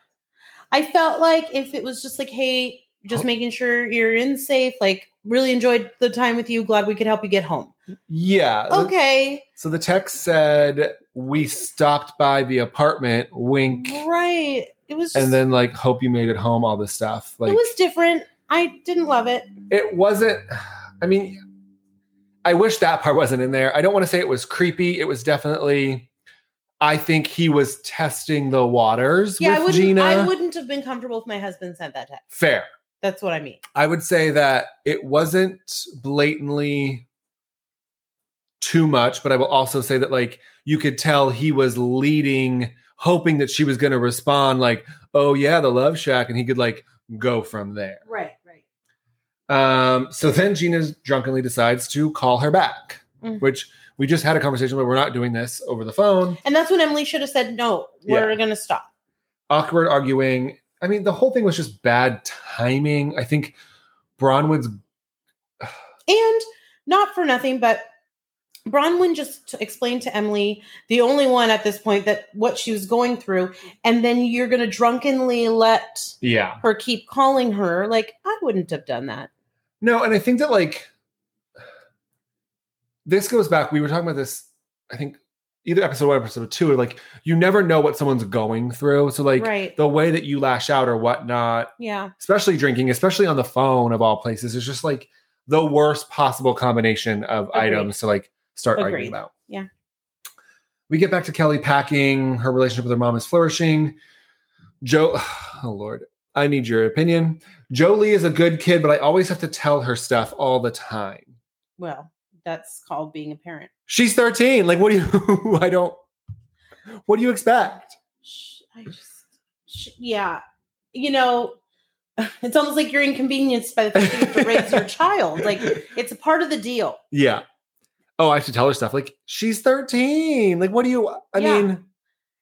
[SPEAKER 2] I felt like if it was just like, hey, just making sure you're in safe, like really enjoyed the time with you. Glad we could help you get home.
[SPEAKER 1] Yeah.
[SPEAKER 2] Oh. Okay.
[SPEAKER 1] So the text said we stopped by the apartment, wink,
[SPEAKER 2] Right. It was just,
[SPEAKER 1] and then like hope you made it home, all this stuff. Like
[SPEAKER 2] it was different. I didn't love it.
[SPEAKER 1] it wasn't i mean i wish that part wasn't in there i don't want to say it was creepy it was definitely i think he was testing the waters
[SPEAKER 2] Yeah, I
[SPEAKER 1] with
[SPEAKER 2] wouldn't
[SPEAKER 1] gina
[SPEAKER 2] I wouldn't have been comfortable if my husband sent that text.
[SPEAKER 1] fair
[SPEAKER 2] That's what I mean.
[SPEAKER 1] i would say that it wasn't blatantly too much but i will also say that like you could tell he was leading hoping that she was going to respond like oh yeah the love shack and he could like go from there
[SPEAKER 2] Right, right.
[SPEAKER 1] Um, so then Gina drunkenly decides to call her back,
[SPEAKER 2] Mm.
[SPEAKER 1] which we just had a conversation, but we're not doing this over the phone.
[SPEAKER 2] And that's when Emily should have said, No, we're gonna stop.
[SPEAKER 1] Awkward arguing. I mean, the whole thing was just bad timing. I think Bronwyn's
[SPEAKER 2] And not for nothing, but Bronwyn just explained to Emily, the only one at this point, that what she was going through, and then you're gonna drunkenly let
[SPEAKER 1] yeah.
[SPEAKER 2] her keep calling her. Like, I wouldn't have done that.
[SPEAKER 1] No, and I think that like this goes back. We were talking about this, I think either episode one, or episode two, like you never know what someone's going through. So like
[SPEAKER 2] right.
[SPEAKER 1] the way that you lash out or whatnot
[SPEAKER 2] yeah.
[SPEAKER 1] especially drinking, especially on the phone of all places, is just like the worst possible combination of
[SPEAKER 2] Agreed.
[SPEAKER 1] items to like start arguing
[SPEAKER 2] Agreed.
[SPEAKER 1] about.
[SPEAKER 2] Yeah.
[SPEAKER 1] We get back to Kelly packing. Her relationship with her mom is flourishing. Joe, oh Lord, I need your opinion. Jolie is a good kid, but I always have to tell her stuff all the time.
[SPEAKER 2] Well, that's called being a parent.
[SPEAKER 1] She's 13. Like, what do you, I don't, what do you expect?
[SPEAKER 2] Sh- I just, sh- yeah, you know, it's almost like you're inconvenienced by the fact that you have to raise your child. Like it's a part of the deal.
[SPEAKER 1] Yeah. Oh, I have to tell her stuff. Like, she's 13. Like, what do you, I
[SPEAKER 2] Yeah.
[SPEAKER 1] mean,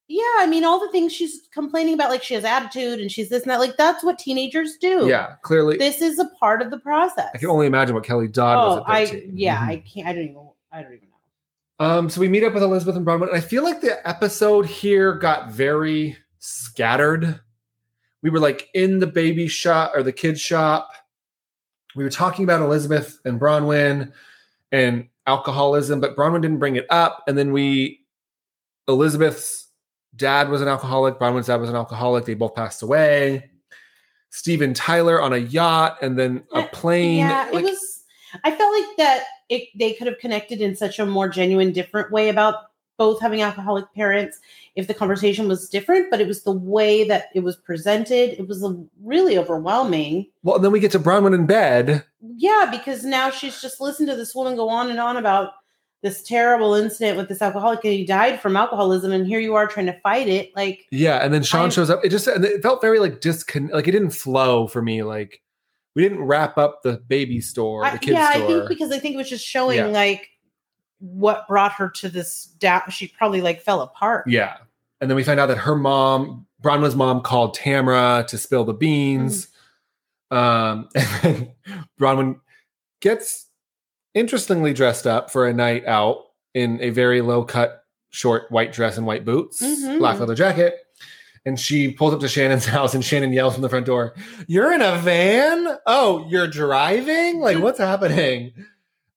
[SPEAKER 2] Yeah, I mean, all the things she's complaining about, like she has attitude and she's this and that. Like that's what teenagers do.
[SPEAKER 1] yeah, clearly.
[SPEAKER 2] this is a part of the process.
[SPEAKER 1] I can only imagine what Kelly Dodd
[SPEAKER 2] oh,
[SPEAKER 1] was
[SPEAKER 2] I
[SPEAKER 1] at 13.
[SPEAKER 2] yeah,
[SPEAKER 1] Mhm.
[SPEAKER 2] I can't. I don't even. I don't even know.
[SPEAKER 1] Um, so we meet up with Elizabeth and Bronwyn. and I feel like the episode here got very scattered. We were like in the baby shop or the kid shop. We were talking about Elizabeth and Bronwyn and alcoholism, but Bronwyn didn't bring it up. And then we, Elizabeth's dad was an alcoholic. Bronwyn's dad was an alcoholic. They both passed away. Steven Tyler on a yacht and then a
[SPEAKER 2] Yeah,
[SPEAKER 1] plane.
[SPEAKER 2] Yeah,
[SPEAKER 1] Like,
[SPEAKER 2] it was. I felt like that it, they could have connected in such a more genuine, different way about both having alcoholic parents if the conversation was different, but it was the way that it was presented. It was a, really overwhelming.
[SPEAKER 1] well, then we get to Bronwyn in bed.
[SPEAKER 2] Yeah, because now she's just listened to this woman go on and on about this terrible incident with this alcoholic and he died from alcoholism, and here you are trying to fight it. Like,
[SPEAKER 1] Yeah, and then Sean
[SPEAKER 2] I'm-
[SPEAKER 1] shows up. It just and it felt very like discon like it didn't flow for me. Like we didn't wrap up the baby store,
[SPEAKER 2] I-
[SPEAKER 1] the kids
[SPEAKER 2] yeah, I
[SPEAKER 1] store.
[SPEAKER 2] think because I think it was just showing
[SPEAKER 1] Yeah.
[SPEAKER 2] like what brought her to this doubt. She probably like fell apart.
[SPEAKER 1] yeah, and then we find out that her mom, Bronwyn's mom, called Tamara to spill the beans.
[SPEAKER 2] Mm-hmm.
[SPEAKER 1] Um, and then Bronwyn gets interestingly dressed up for a night out in a very low cut, short white dress and white boots,
[SPEAKER 2] Mhm.
[SPEAKER 1] black leather jacket. And she pulls up to Shannon's house, and Shannon yells from the front door, "You're in a van? Oh, you're driving? Like, what's happening?"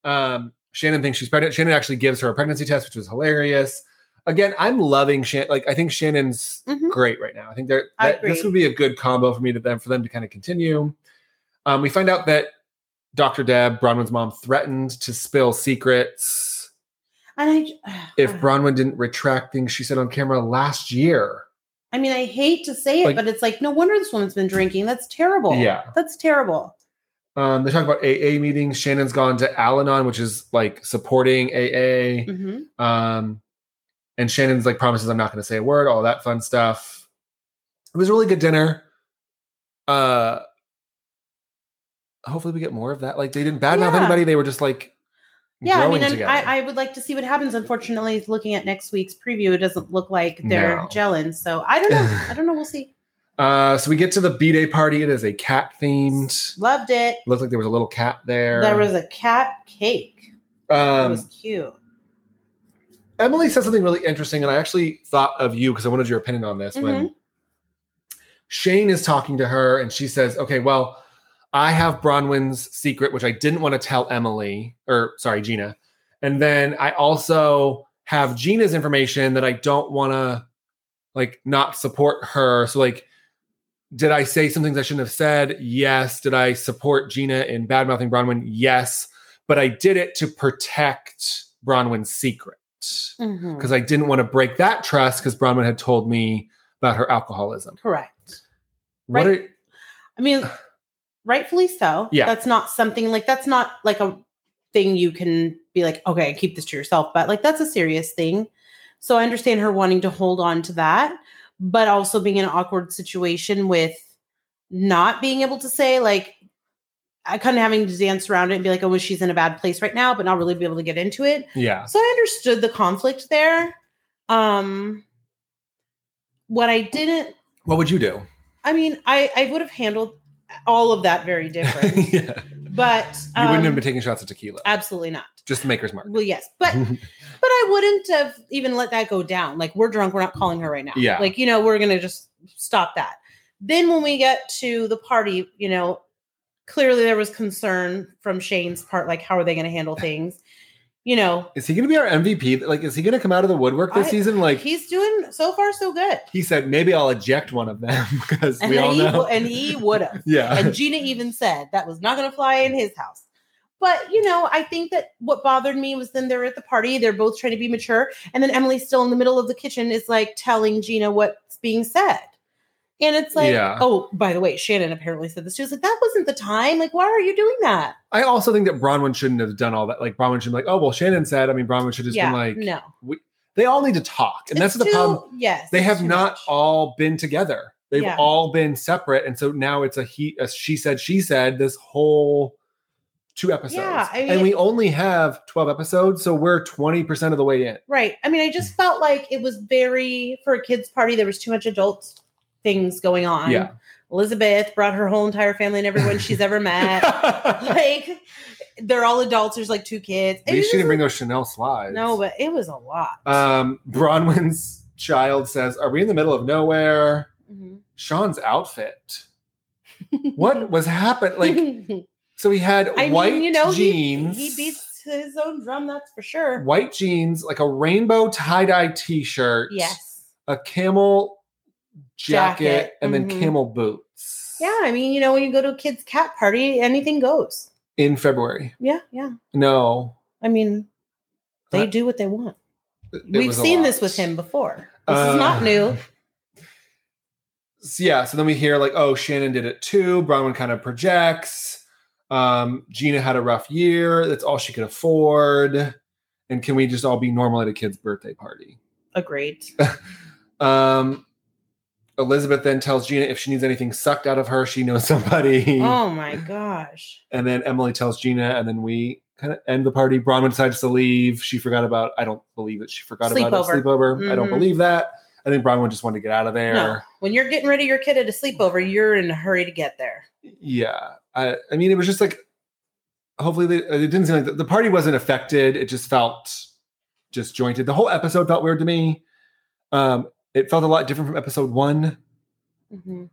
[SPEAKER 1] Um, Shannon thinks she's pregnant. Shannon actually gives her a pregnancy test, which was hilarious. Again, I'm loving Shannon. Like, I think Shannon's
[SPEAKER 2] Mhm.
[SPEAKER 1] great right now. I think they're
[SPEAKER 2] I
[SPEAKER 1] that, this
[SPEAKER 2] agree.
[SPEAKER 1] would be a good combo for me to them for them to kind of continue. Um, we find out that Dr. Deb, Bronwyn's mom, threatened to spill secrets
[SPEAKER 2] And I,
[SPEAKER 1] if Bronwyn didn't retract things she said on camera last year.
[SPEAKER 2] I mean, I hate to say it,
[SPEAKER 1] Like-
[SPEAKER 2] but it's like, no wonder this woman's been drinking. That's terrible.
[SPEAKER 1] Yeah.
[SPEAKER 2] That's terrible.
[SPEAKER 1] Um, they talk about AA meetings. Shannon's gone to Al Anon, which is like supporting AA.
[SPEAKER 2] hmm
[SPEAKER 1] Um, and Shannon's like promises, I'm not going to say a word, all that fun stuff. It was a really good dinner. Uh, hopefully, we get more of that. Like, they didn't badmouth
[SPEAKER 2] Yeah.
[SPEAKER 1] anybody. They were just like,
[SPEAKER 2] Yeah. I
[SPEAKER 1] growing
[SPEAKER 2] mean, and
[SPEAKER 1] together.
[SPEAKER 2] I, I would like to see what happens. Unfortunately, looking at next week's preview, it doesn't look like they're
[SPEAKER 1] No.
[SPEAKER 2] gelling. So I don't know. I don't know. We'll see.
[SPEAKER 1] Uh, so we get to the B Day party. It is a cat themed.
[SPEAKER 2] Loved it.
[SPEAKER 1] Looks like there was a little cat there.
[SPEAKER 2] There was a cat cake. It
[SPEAKER 1] Um,
[SPEAKER 2] was cute.
[SPEAKER 1] Emily said something really interesting, and I actually thought of you because I wanted your opinion on this. When Shane is talking to her, and she says, "Okay, well, I have Bronwyn's secret, which I didn't want to tell Emily or sorry, Gina. And then I also have Gina's information that I don't want to like not support her. So like, did I say some things I shouldn't have said? Yes. Did I support Gina in bad mouthing Bronwyn? Yes. But I did it to protect Bronwyn's secret
[SPEAKER 2] Mhm.
[SPEAKER 1] because I didn't want to break that trust because Bronwyn had told me about her alcoholism.
[SPEAKER 2] Correct.
[SPEAKER 1] What
[SPEAKER 2] Right.
[SPEAKER 1] are-
[SPEAKER 2] I mean, rightfully so.
[SPEAKER 1] Yeah.
[SPEAKER 2] That's not something like that's not like a thing you can be like, okay, keep this to yourself. But like that's a serious thing. So I understand her wanting to hold on to that, but also being in an awkward situation with not being able to say like I kind of having to dance around it and be like, oh, well, she's in a bad place right now, but not really be able to get into it.
[SPEAKER 1] yeah.
[SPEAKER 2] So I understood the conflict there. Um what I didn't
[SPEAKER 1] What would you do?
[SPEAKER 2] I mean, I I would have handled all of that very different,
[SPEAKER 1] yeah.
[SPEAKER 2] but
[SPEAKER 1] You
[SPEAKER 2] um,
[SPEAKER 1] wouldn't have been taking shots of tequila.
[SPEAKER 2] absolutely not.
[SPEAKER 1] just maker's mark.
[SPEAKER 2] Well, yes, but but I wouldn't have even let that go down. Like we're drunk, we're not calling her right now.
[SPEAKER 1] Yeah.
[SPEAKER 2] like you know, we're gonna just stop that. Then when we get to the party, you know, clearly there was concern from Shane's part, like how are they gonna handle things? You know,
[SPEAKER 1] Is he going to be our MVP? Like, is he going to come out of the woodwork this
[SPEAKER 2] I-
[SPEAKER 1] season? Like,
[SPEAKER 2] he's doing so far so good,
[SPEAKER 1] he said, maybe I'll eject one of them because
[SPEAKER 2] and
[SPEAKER 1] we all
[SPEAKER 2] he
[SPEAKER 1] know.
[SPEAKER 2] wo- and he would have.
[SPEAKER 1] yeah.
[SPEAKER 2] And Gina even said that was not going to fly in his house. But, you know, I think that what bothered me was then they're at the party, they're both trying to be mature. And then Emily's still in the middle of the kitchen is like telling Gina what's being said. And it's like,
[SPEAKER 1] Yeah.
[SPEAKER 2] oh, by the way, Shannon apparently said this. She was like, that wasn't the time. Like, why are you doing that?
[SPEAKER 1] I also think that Bronwyn shouldn't have done all that. Like, Bronwyn should be like, oh, well, Shannon said. I mean, Bronwyn should have just
[SPEAKER 2] yeah.
[SPEAKER 1] been like,
[SPEAKER 2] no.
[SPEAKER 1] they all need to talk. And that's
[SPEAKER 2] It's
[SPEAKER 1] the
[SPEAKER 2] too-
[SPEAKER 1] problem.
[SPEAKER 2] Yes.
[SPEAKER 1] They
[SPEAKER 2] it's
[SPEAKER 1] have
[SPEAKER 2] too
[SPEAKER 1] not
[SPEAKER 2] much.
[SPEAKER 1] all been together. They've
[SPEAKER 2] Yeah.
[SPEAKER 1] all been separate. And so now it's a he, a she said, she said this whole two episodes.
[SPEAKER 2] Yeah, I
[SPEAKER 1] and
[SPEAKER 2] mean-
[SPEAKER 1] we only have 12 episodes. So we're 20% of the way in.
[SPEAKER 2] Right. I mean, I
[SPEAKER 1] Mm.
[SPEAKER 2] just felt like it was very for a kids' party. There was too much adult things going on.
[SPEAKER 1] Yeah.
[SPEAKER 2] Elizabeth brought her whole entire family and everyone she's ever met. like, they're all adults. There's like two kids.
[SPEAKER 1] At least she
[SPEAKER 2] It
[SPEAKER 1] didn't
[SPEAKER 2] was-
[SPEAKER 1] bring those Chanel slides.
[SPEAKER 2] no, but it was a lot.
[SPEAKER 1] Um, Bronwyn's child says, "Are we in the middle of nowhere?"
[SPEAKER 2] Mhm.
[SPEAKER 1] Sean's outfit. What was happening? Like, so he had
[SPEAKER 2] I
[SPEAKER 1] white
[SPEAKER 2] mean, you know, he-
[SPEAKER 1] jeans.
[SPEAKER 2] He, beats his own drum. That's for sure.
[SPEAKER 1] white jeans, like a rainbow tie dye T-shirt.
[SPEAKER 2] Yes.
[SPEAKER 1] a camel jacket,
[SPEAKER 2] Jacket,
[SPEAKER 1] and then
[SPEAKER 2] mhm.
[SPEAKER 1] camel boots.
[SPEAKER 2] Yeah. I mean, you know, when you go to a kid's cat party, anything goes.
[SPEAKER 1] in February.
[SPEAKER 2] Yeah. Yeah.
[SPEAKER 1] No,
[SPEAKER 2] I mean, they
[SPEAKER 1] That-
[SPEAKER 2] do what they want.
[SPEAKER 1] it- it
[SPEAKER 2] We've
[SPEAKER 1] was a
[SPEAKER 2] seen
[SPEAKER 1] lot.
[SPEAKER 2] this with him before. This
[SPEAKER 1] Uh,
[SPEAKER 2] is not new.
[SPEAKER 1] So, yeah, so then we hear like, oh, Shannon did it too. Bronwyn kind of projects. Um, Gina had a rough year. That's all she could afford. And can we just all be normal at a kid's birthday party?
[SPEAKER 2] Agreed.
[SPEAKER 1] Um, Elizabeth then tells Gina if she needs anything sucked out of her, she knows somebody.
[SPEAKER 2] oh my gosh.
[SPEAKER 1] And then Emily tells Gina, and then we kind of end the party. Bronwyn decides to leave. She forgot about, I don't believe that she forgot about
[SPEAKER 2] Sleepover.
[SPEAKER 1] it. Sleepover. I don't
[SPEAKER 2] Mhm.
[SPEAKER 1] believe that. I think Bronwyn just wanted to get out of there.
[SPEAKER 2] No, when you're getting rid of your kid at a sleepover, you're in a hurry to get there.
[SPEAKER 1] yeah i i mean it was just like hopefully they, it didn't seem like the, the party wasn't affected it just felt disjointed the whole episode felt weird to me um it felt a lot different from episode one
[SPEAKER 2] Mhm.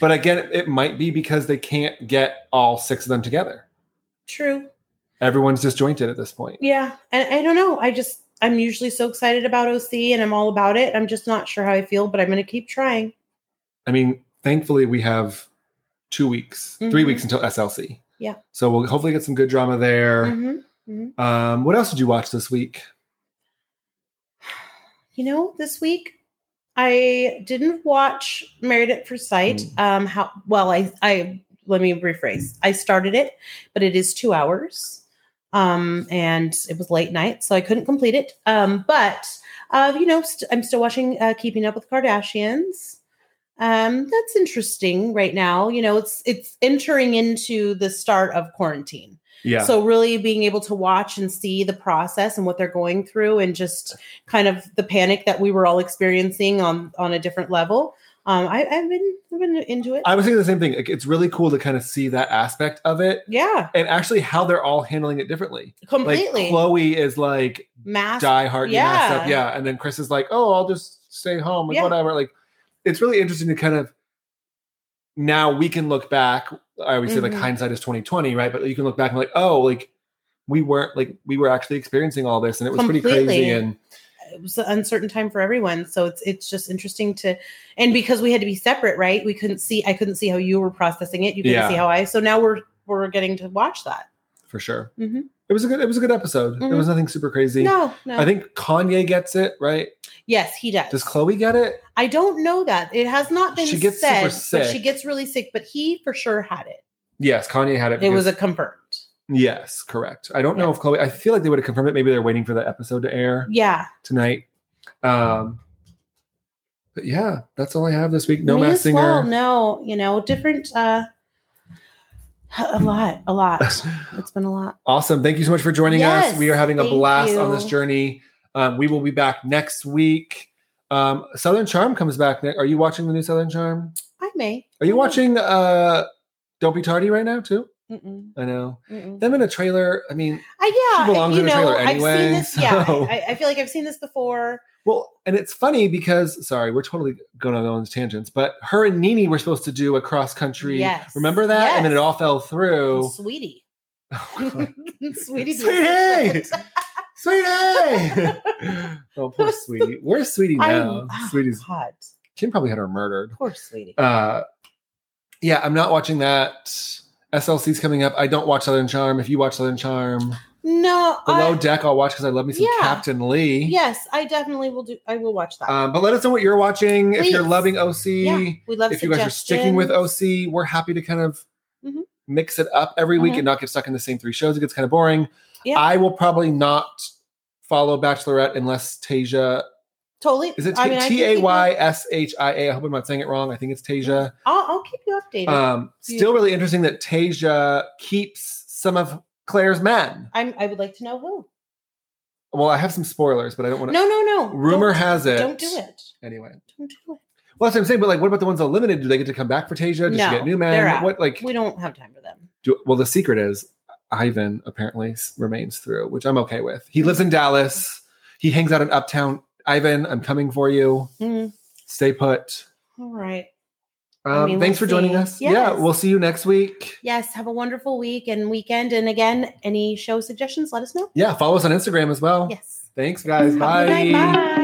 [SPEAKER 1] but again it, it might be because they can't get all six of them together
[SPEAKER 2] True.
[SPEAKER 1] everyone's disjointed at this point
[SPEAKER 2] Yeah. And I don't know. I just, I'm usually so excited about OC and I'm all about it. I'm just not sure how I feel, but I'm going to keep trying.
[SPEAKER 1] i mean thankfully we have two weeks three
[SPEAKER 2] Mhm.
[SPEAKER 1] weeks until slc
[SPEAKER 2] Yeah.
[SPEAKER 1] so we'll hopefully get some good drama there
[SPEAKER 2] Mhm.
[SPEAKER 1] um what else did you watch this week
[SPEAKER 2] You know, this week I didn't watch Married at First Sight.
[SPEAKER 1] Mm.
[SPEAKER 2] Um, how, well, I, I, let me rephrase. I started it, but it is two hours. Um, and it was late night, so I couldn't complete it. Um, but Uh, you know, st- I'm still watching uh, Keeping Up with Kardashians. Um, that's interesting right now. You know, it's it's entering into the start of quarantine.
[SPEAKER 1] yeah
[SPEAKER 2] So really being able to watch and see the process and what they're going through and just kind of the panic that we were all experiencing on on a different level. Um, I, I've been I've been into it.
[SPEAKER 1] I was thinking the same thing. Like, It's really cool to kind of see that aspect of it
[SPEAKER 2] yeah,
[SPEAKER 1] and actually how they're all handling it differently.
[SPEAKER 2] completely.
[SPEAKER 1] Like Chloe is like
[SPEAKER 2] Mask.
[SPEAKER 1] die hard, yeah,
[SPEAKER 2] yeah.
[SPEAKER 1] stuff, yeah, and then Chris is like, oh, I'll just stay home and
[SPEAKER 2] Yeah.
[SPEAKER 1] whatever. Like, it's really interesting to kind of now we can look back I always say like
[SPEAKER 2] Mhm.
[SPEAKER 1] hindsight is twenty twenty, right? But you can look back and like, oh, like we weren't like we were actually experiencing all this, and it was pretty crazy.
[SPEAKER 2] Completely.
[SPEAKER 1] And
[SPEAKER 2] it was an uncertain time for everyone. So it's it's just interesting to, and because we had to be separate, right? We couldn't see. I couldn't see how you were processing it. You couldn't
[SPEAKER 1] Yeah.
[SPEAKER 2] see how I. So now we're we're getting to watch that.
[SPEAKER 1] for sure,
[SPEAKER 2] Mhm.
[SPEAKER 1] it was a good it was a good episode. It
[SPEAKER 2] Mhm.
[SPEAKER 1] was nothing super crazy.
[SPEAKER 2] No, no.
[SPEAKER 1] I think Kanye gets it right.
[SPEAKER 2] yes, he does.
[SPEAKER 1] Does Chloe get it?
[SPEAKER 2] I don't know that it has not been
[SPEAKER 1] She gets
[SPEAKER 2] said,
[SPEAKER 1] super
[SPEAKER 2] but
[SPEAKER 1] sick.
[SPEAKER 2] she gets really sick. But he for sure had it.
[SPEAKER 1] Yes, Kanye had it.
[SPEAKER 2] It
[SPEAKER 1] because-
[SPEAKER 2] was a confirmed.
[SPEAKER 1] yes, correct. I don't know
[SPEAKER 2] Yeah.
[SPEAKER 1] if Chloe. I feel like they would have confirmed it. Maybe they're waiting for the episode to air
[SPEAKER 2] Yeah,
[SPEAKER 1] tonight. Um, but yeah, that's all I have this week. No
[SPEAKER 2] May
[SPEAKER 1] Masked
[SPEAKER 2] as
[SPEAKER 1] Singer.
[SPEAKER 2] well, No, you know, different. uh A lot, a lot. it's been a lot.
[SPEAKER 1] Awesome. Thank you so much for joining us.
[SPEAKER 2] Yes,
[SPEAKER 1] We are having a
[SPEAKER 2] thank
[SPEAKER 1] blast on this
[SPEAKER 2] you.
[SPEAKER 1] journey. Um, we will be back next week. Um, Southern Charm comes back. Ne- Are you watching the new Southern Charm?
[SPEAKER 2] I may.
[SPEAKER 1] Are you watching uh, Don't Be Tardy right now, too?
[SPEAKER 2] Mm-mm,
[SPEAKER 1] I know.
[SPEAKER 2] mm-mm.
[SPEAKER 1] Them in a trailer. I mean,
[SPEAKER 2] I yeah,
[SPEAKER 1] She belongs
[SPEAKER 2] you
[SPEAKER 1] in a
[SPEAKER 2] know,
[SPEAKER 1] trailer
[SPEAKER 2] I've
[SPEAKER 1] anyway,
[SPEAKER 2] seen this. Yeah,
[SPEAKER 1] so-
[SPEAKER 2] I, I feel like I've seen this before.
[SPEAKER 1] well, and it's funny because, sorry, we're totally going to go on tangents, but her and Nini were supposed to do a cross country.
[SPEAKER 2] Yes.
[SPEAKER 1] Remember that? And then it
[SPEAKER 2] Yes. Oh,
[SPEAKER 1] all fell through.
[SPEAKER 2] Sweetie,
[SPEAKER 1] Sweetie,
[SPEAKER 2] sweetie,
[SPEAKER 1] sweetie, sweetie. oh, poor sweetie. Where's sweetie now?
[SPEAKER 2] I,
[SPEAKER 1] Sweetie's
[SPEAKER 2] Sweetie's hot.
[SPEAKER 1] Kim probably had her murdered.
[SPEAKER 2] oh, Poor sweetie.
[SPEAKER 1] Uh, yeah, I'm not watching that. SLC's coming up. I don't watch Southern Charm. If you watch Southern Charm,
[SPEAKER 2] no,
[SPEAKER 1] Below
[SPEAKER 2] I,
[SPEAKER 1] Deck, I'll watch because I love me some
[SPEAKER 2] Yeah.
[SPEAKER 1] Captain Lee.
[SPEAKER 2] yes, I definitely will do. I will watch that.
[SPEAKER 1] Um, but let us know what you're watching. If you're
[SPEAKER 2] Please.
[SPEAKER 1] loving OC,
[SPEAKER 2] yeah, we love.
[SPEAKER 1] if you guys are sticking with
[SPEAKER 2] suggestions.
[SPEAKER 1] OC, we're happy to kind of
[SPEAKER 2] Mhm.
[SPEAKER 1] mix it up every week
[SPEAKER 2] Mhm.
[SPEAKER 1] and not get stuck in the same three shows. It gets kind of boring.
[SPEAKER 2] Yeah.
[SPEAKER 1] I will probably not follow Bachelorette unless Tasia
[SPEAKER 2] totally.
[SPEAKER 1] is it
[SPEAKER 2] I mean, I can
[SPEAKER 1] T
[SPEAKER 2] keep
[SPEAKER 1] A
[SPEAKER 2] you-
[SPEAKER 1] Y S H I A. I hope I'm not saying it wrong. I think it's Tasia.
[SPEAKER 2] I'll, I'll keep you updated.
[SPEAKER 1] Um,
[SPEAKER 2] Yeah.
[SPEAKER 1] still really interesting that Tasia keeps some of Claire's men.
[SPEAKER 2] I'm. I would like to know who.
[SPEAKER 1] Well, I have some spoilers, but I don't want to.
[SPEAKER 2] No, no, no.
[SPEAKER 1] Rumor
[SPEAKER 2] Don't-
[SPEAKER 1] has it.
[SPEAKER 2] Don't do it.
[SPEAKER 1] Anyway,
[SPEAKER 2] Don't do it.
[SPEAKER 1] well, that's what I'm saying. But like, what about the ones eliminated? Do they get to come back for Tasia? Does
[SPEAKER 2] No,
[SPEAKER 1] she get new
[SPEAKER 2] they're
[SPEAKER 1] men?
[SPEAKER 2] out.
[SPEAKER 1] What like?
[SPEAKER 2] We don't have time for them.
[SPEAKER 1] Do, well, the secret is Ivan apparently s- remains through, which I'm okay with. He lives in Dallas. He hangs out in Uptown. Ivan, I'm coming for you.
[SPEAKER 2] Mm,
[SPEAKER 1] Stay put.
[SPEAKER 2] all right.
[SPEAKER 1] Um,
[SPEAKER 2] mean,
[SPEAKER 1] thanks for
[SPEAKER 2] we'll
[SPEAKER 1] joining
[SPEAKER 2] see.
[SPEAKER 1] us. Yeah,
[SPEAKER 2] Yes.
[SPEAKER 1] we'll see you next week.
[SPEAKER 2] yes, have a wonderful week and weekend. And again, any show suggestions, let us know.
[SPEAKER 1] Yeah, follow us on Instagram as well.
[SPEAKER 2] Yes.
[SPEAKER 1] Thanks, guys.
[SPEAKER 2] Have a good night. Bye.